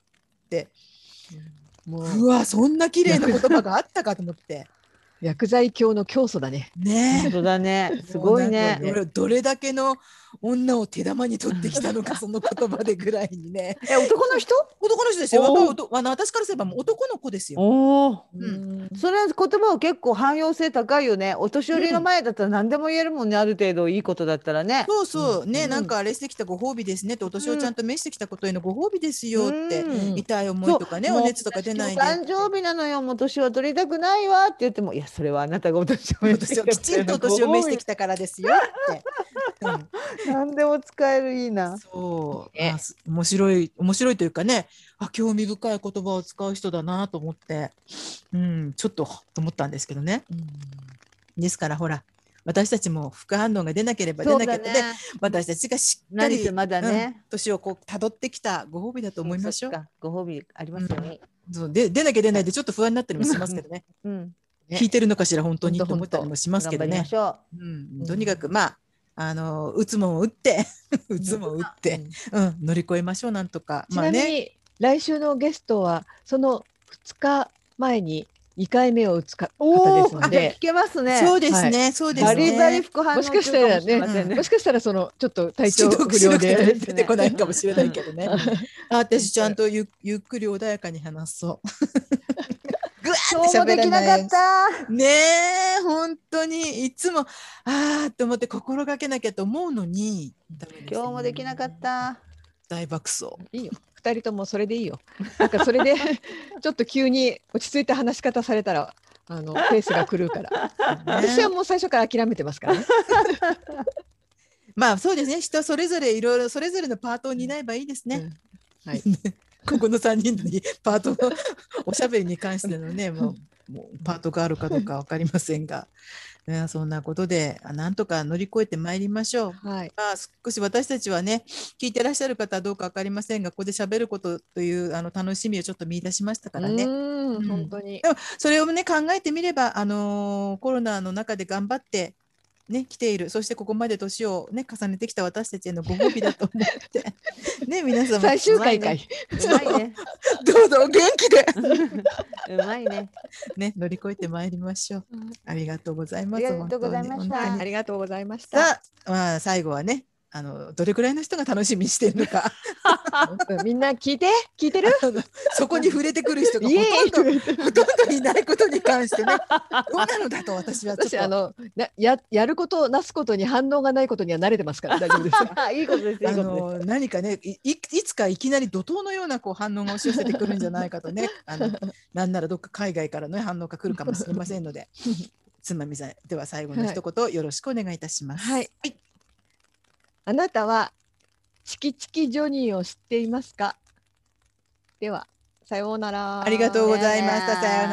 [SPEAKER 1] て
[SPEAKER 2] も
[SPEAKER 1] う
[SPEAKER 2] う
[SPEAKER 1] わそんな綺麗な言葉があったかと思って
[SPEAKER 2] 薬剤教の教祖だね。
[SPEAKER 1] ね
[SPEAKER 3] 本
[SPEAKER 1] え
[SPEAKER 3] 当だね。すごいね
[SPEAKER 1] もうなん。かどれどれだけの女を手玉に取ってきたのかその言葉でぐらいにね
[SPEAKER 3] え、男の人。
[SPEAKER 1] 男の人ですよ
[SPEAKER 3] おー
[SPEAKER 1] 若い男あの私からすればもう男の子ですよ。
[SPEAKER 3] おお。
[SPEAKER 1] ん
[SPEAKER 2] うん
[SPEAKER 3] それは言葉は結構汎用性高いよね。お年寄りの前だったら何でも言えるもんね、ある程度いいことだったらね。
[SPEAKER 1] そうそう、
[SPEAKER 2] うん
[SPEAKER 1] ね、
[SPEAKER 2] うん
[SPEAKER 1] なんかあれしてきたご褒美ですねって、お年をちゃんと召してきたことへのご褒美ですよって、
[SPEAKER 3] うん
[SPEAKER 1] 痛い思いとかね、
[SPEAKER 3] そう
[SPEAKER 1] お熱とか出ないで。
[SPEAKER 3] 誕生日なのよ、もう年は取りたくないわって言っても、いや、それはあなたがお年を召してき
[SPEAKER 1] 私
[SPEAKER 3] た
[SPEAKER 1] をきちんとお年を召してき
[SPEAKER 3] た。
[SPEAKER 1] たからですよって。
[SPEAKER 3] [laughs] 何でも使えるいいな。
[SPEAKER 1] そう、
[SPEAKER 2] ね
[SPEAKER 1] あす面白い、面白いというかね、あ、興味深い言葉を使う人だなと思って。うん、ちょっとはっと思ったんですけどね。ですから、ほら、私たちも副反応が出なければ出なければで、。私たちがしっか
[SPEAKER 3] 何
[SPEAKER 1] り
[SPEAKER 3] せ。まだね。
[SPEAKER 1] 年をこう辿ってきたご褒美だと思いましょう
[SPEAKER 3] そ。っか。ご褒美ありますよね。
[SPEAKER 1] そうで出なきゃ出ないでちょっと不安になったりもしますけどね、
[SPEAKER 3] うん。
[SPEAKER 2] ね
[SPEAKER 1] 聞いてるのかしら本当に
[SPEAKER 2] ほん
[SPEAKER 1] と
[SPEAKER 2] と
[SPEAKER 1] 思ったりもします
[SPEAKER 3] 頑
[SPEAKER 1] けど
[SPEAKER 3] 張りま
[SPEAKER 1] ね
[SPEAKER 3] し。ょ
[SPEAKER 1] うん、
[SPEAKER 2] うん
[SPEAKER 1] とにかくまああの打つもんを打って打つもんを打って、うん、乗り越えましょうなんとか
[SPEAKER 2] ち
[SPEAKER 1] まあ
[SPEAKER 2] なみ
[SPEAKER 1] ね
[SPEAKER 2] に来週のゲストはその2日前に2回目を打つか方ですの
[SPEAKER 3] じゃあ
[SPEAKER 2] [laughs] で
[SPEAKER 3] 聞。けますね。
[SPEAKER 1] そうですね、そうです
[SPEAKER 3] バリバリ
[SPEAKER 1] ね。
[SPEAKER 3] 副反応
[SPEAKER 2] もしかしたらね
[SPEAKER 3] 中かもしれません
[SPEAKER 2] もしかしたらそのちょっと体調
[SPEAKER 1] 白く
[SPEAKER 2] 不
[SPEAKER 1] 白
[SPEAKER 2] 良
[SPEAKER 1] く
[SPEAKER 2] で
[SPEAKER 1] 出てこないかもしれないけどね。あ私ちゃんとゆゆっくり穏やかに話そう。ぐわーって
[SPEAKER 3] そうも
[SPEAKER 1] 喋
[SPEAKER 3] で
[SPEAKER 1] ら
[SPEAKER 3] きな
[SPEAKER 1] な
[SPEAKER 3] か
[SPEAKER 1] い
[SPEAKER 3] っ。た。
[SPEAKER 1] ねえ本当にいつもああと思って心がけなきゃと思うのにダメです
[SPEAKER 3] 今日もできなかった。
[SPEAKER 1] 大爆
[SPEAKER 3] [laughs]
[SPEAKER 1] 走
[SPEAKER 2] [laughs] いいよ2人ともそれでいいよなんかそ [laughs] れでちょっと急に落ち着いた話し方されたらあ [laughs] のペースが狂うから私はもう最初から諦めてますからね
[SPEAKER 1] まあそうですね人それぞれいろいろそれぞれのパートを担えばいいですね、
[SPEAKER 2] うんはい、
[SPEAKER 1] [laughs] ここの3人にパートのおしゃべりに関してのねもうもうパートがあるかどうか分かりませんが、ね、そんなことであなんとか乗り越えてまいりましょう。
[SPEAKER 2] はい、
[SPEAKER 1] まあ、少し私たちはね聞いてらっしゃる方はどうか分かりませんがここで喋ることというあの楽しみをちょっと見出しましたからね
[SPEAKER 2] う。ー
[SPEAKER 1] うん
[SPEAKER 2] ん本当に
[SPEAKER 1] でもそれをね考えてみれば、あのーコロナの中で頑張って、ね、来ているそしてここまで年を、ね、重ねてきた私たちへのご褒美だと思って
[SPEAKER 3] [laughs]
[SPEAKER 1] ね皆様
[SPEAKER 2] 最終回か
[SPEAKER 3] うまい
[SPEAKER 2] い
[SPEAKER 1] [laughs]
[SPEAKER 3] うまいね。
[SPEAKER 1] どうぞお元気で、
[SPEAKER 3] うまいね。
[SPEAKER 1] ね、乗り越えてまいりましょう。ありがとうございます。
[SPEAKER 3] ありがとうございまし
[SPEAKER 1] 本
[SPEAKER 3] た
[SPEAKER 1] 当に本当に
[SPEAKER 2] ありがとうございました
[SPEAKER 1] さあ、まあ、最後はねあのどれくらいの人が楽しみにしてるのか
[SPEAKER 2] うんみんな聞いて聞いてる
[SPEAKER 1] あのそこに触れてくる人がほ
[SPEAKER 2] イエーイ
[SPEAKER 1] とんど
[SPEAKER 2] とか言って
[SPEAKER 1] ほとんどいないことに関して
[SPEAKER 2] [laughs]
[SPEAKER 1] ねどうなのだと私はちょっ
[SPEAKER 2] 私
[SPEAKER 1] と
[SPEAKER 2] あのなややることなすことに反応がないことには慣れてます [laughs] から大丈夫です
[SPEAKER 3] あ、いいことです。いい
[SPEAKER 1] あ
[SPEAKER 3] ことで
[SPEAKER 1] の
[SPEAKER 3] す。
[SPEAKER 1] 何かねいいいつかいきなり怒涛のようなこう反応が押し寄せてくるんじゃないかとねあ
[SPEAKER 2] [laughs]
[SPEAKER 1] のなんならどっか海外からのね反応が来るかもしれませんのでつまみさんでは最後の一言よろしくお願いいたします。
[SPEAKER 2] はいあなたはチキチキジョニーを知っていますかではさようなら
[SPEAKER 1] ありがとうございましたさようなら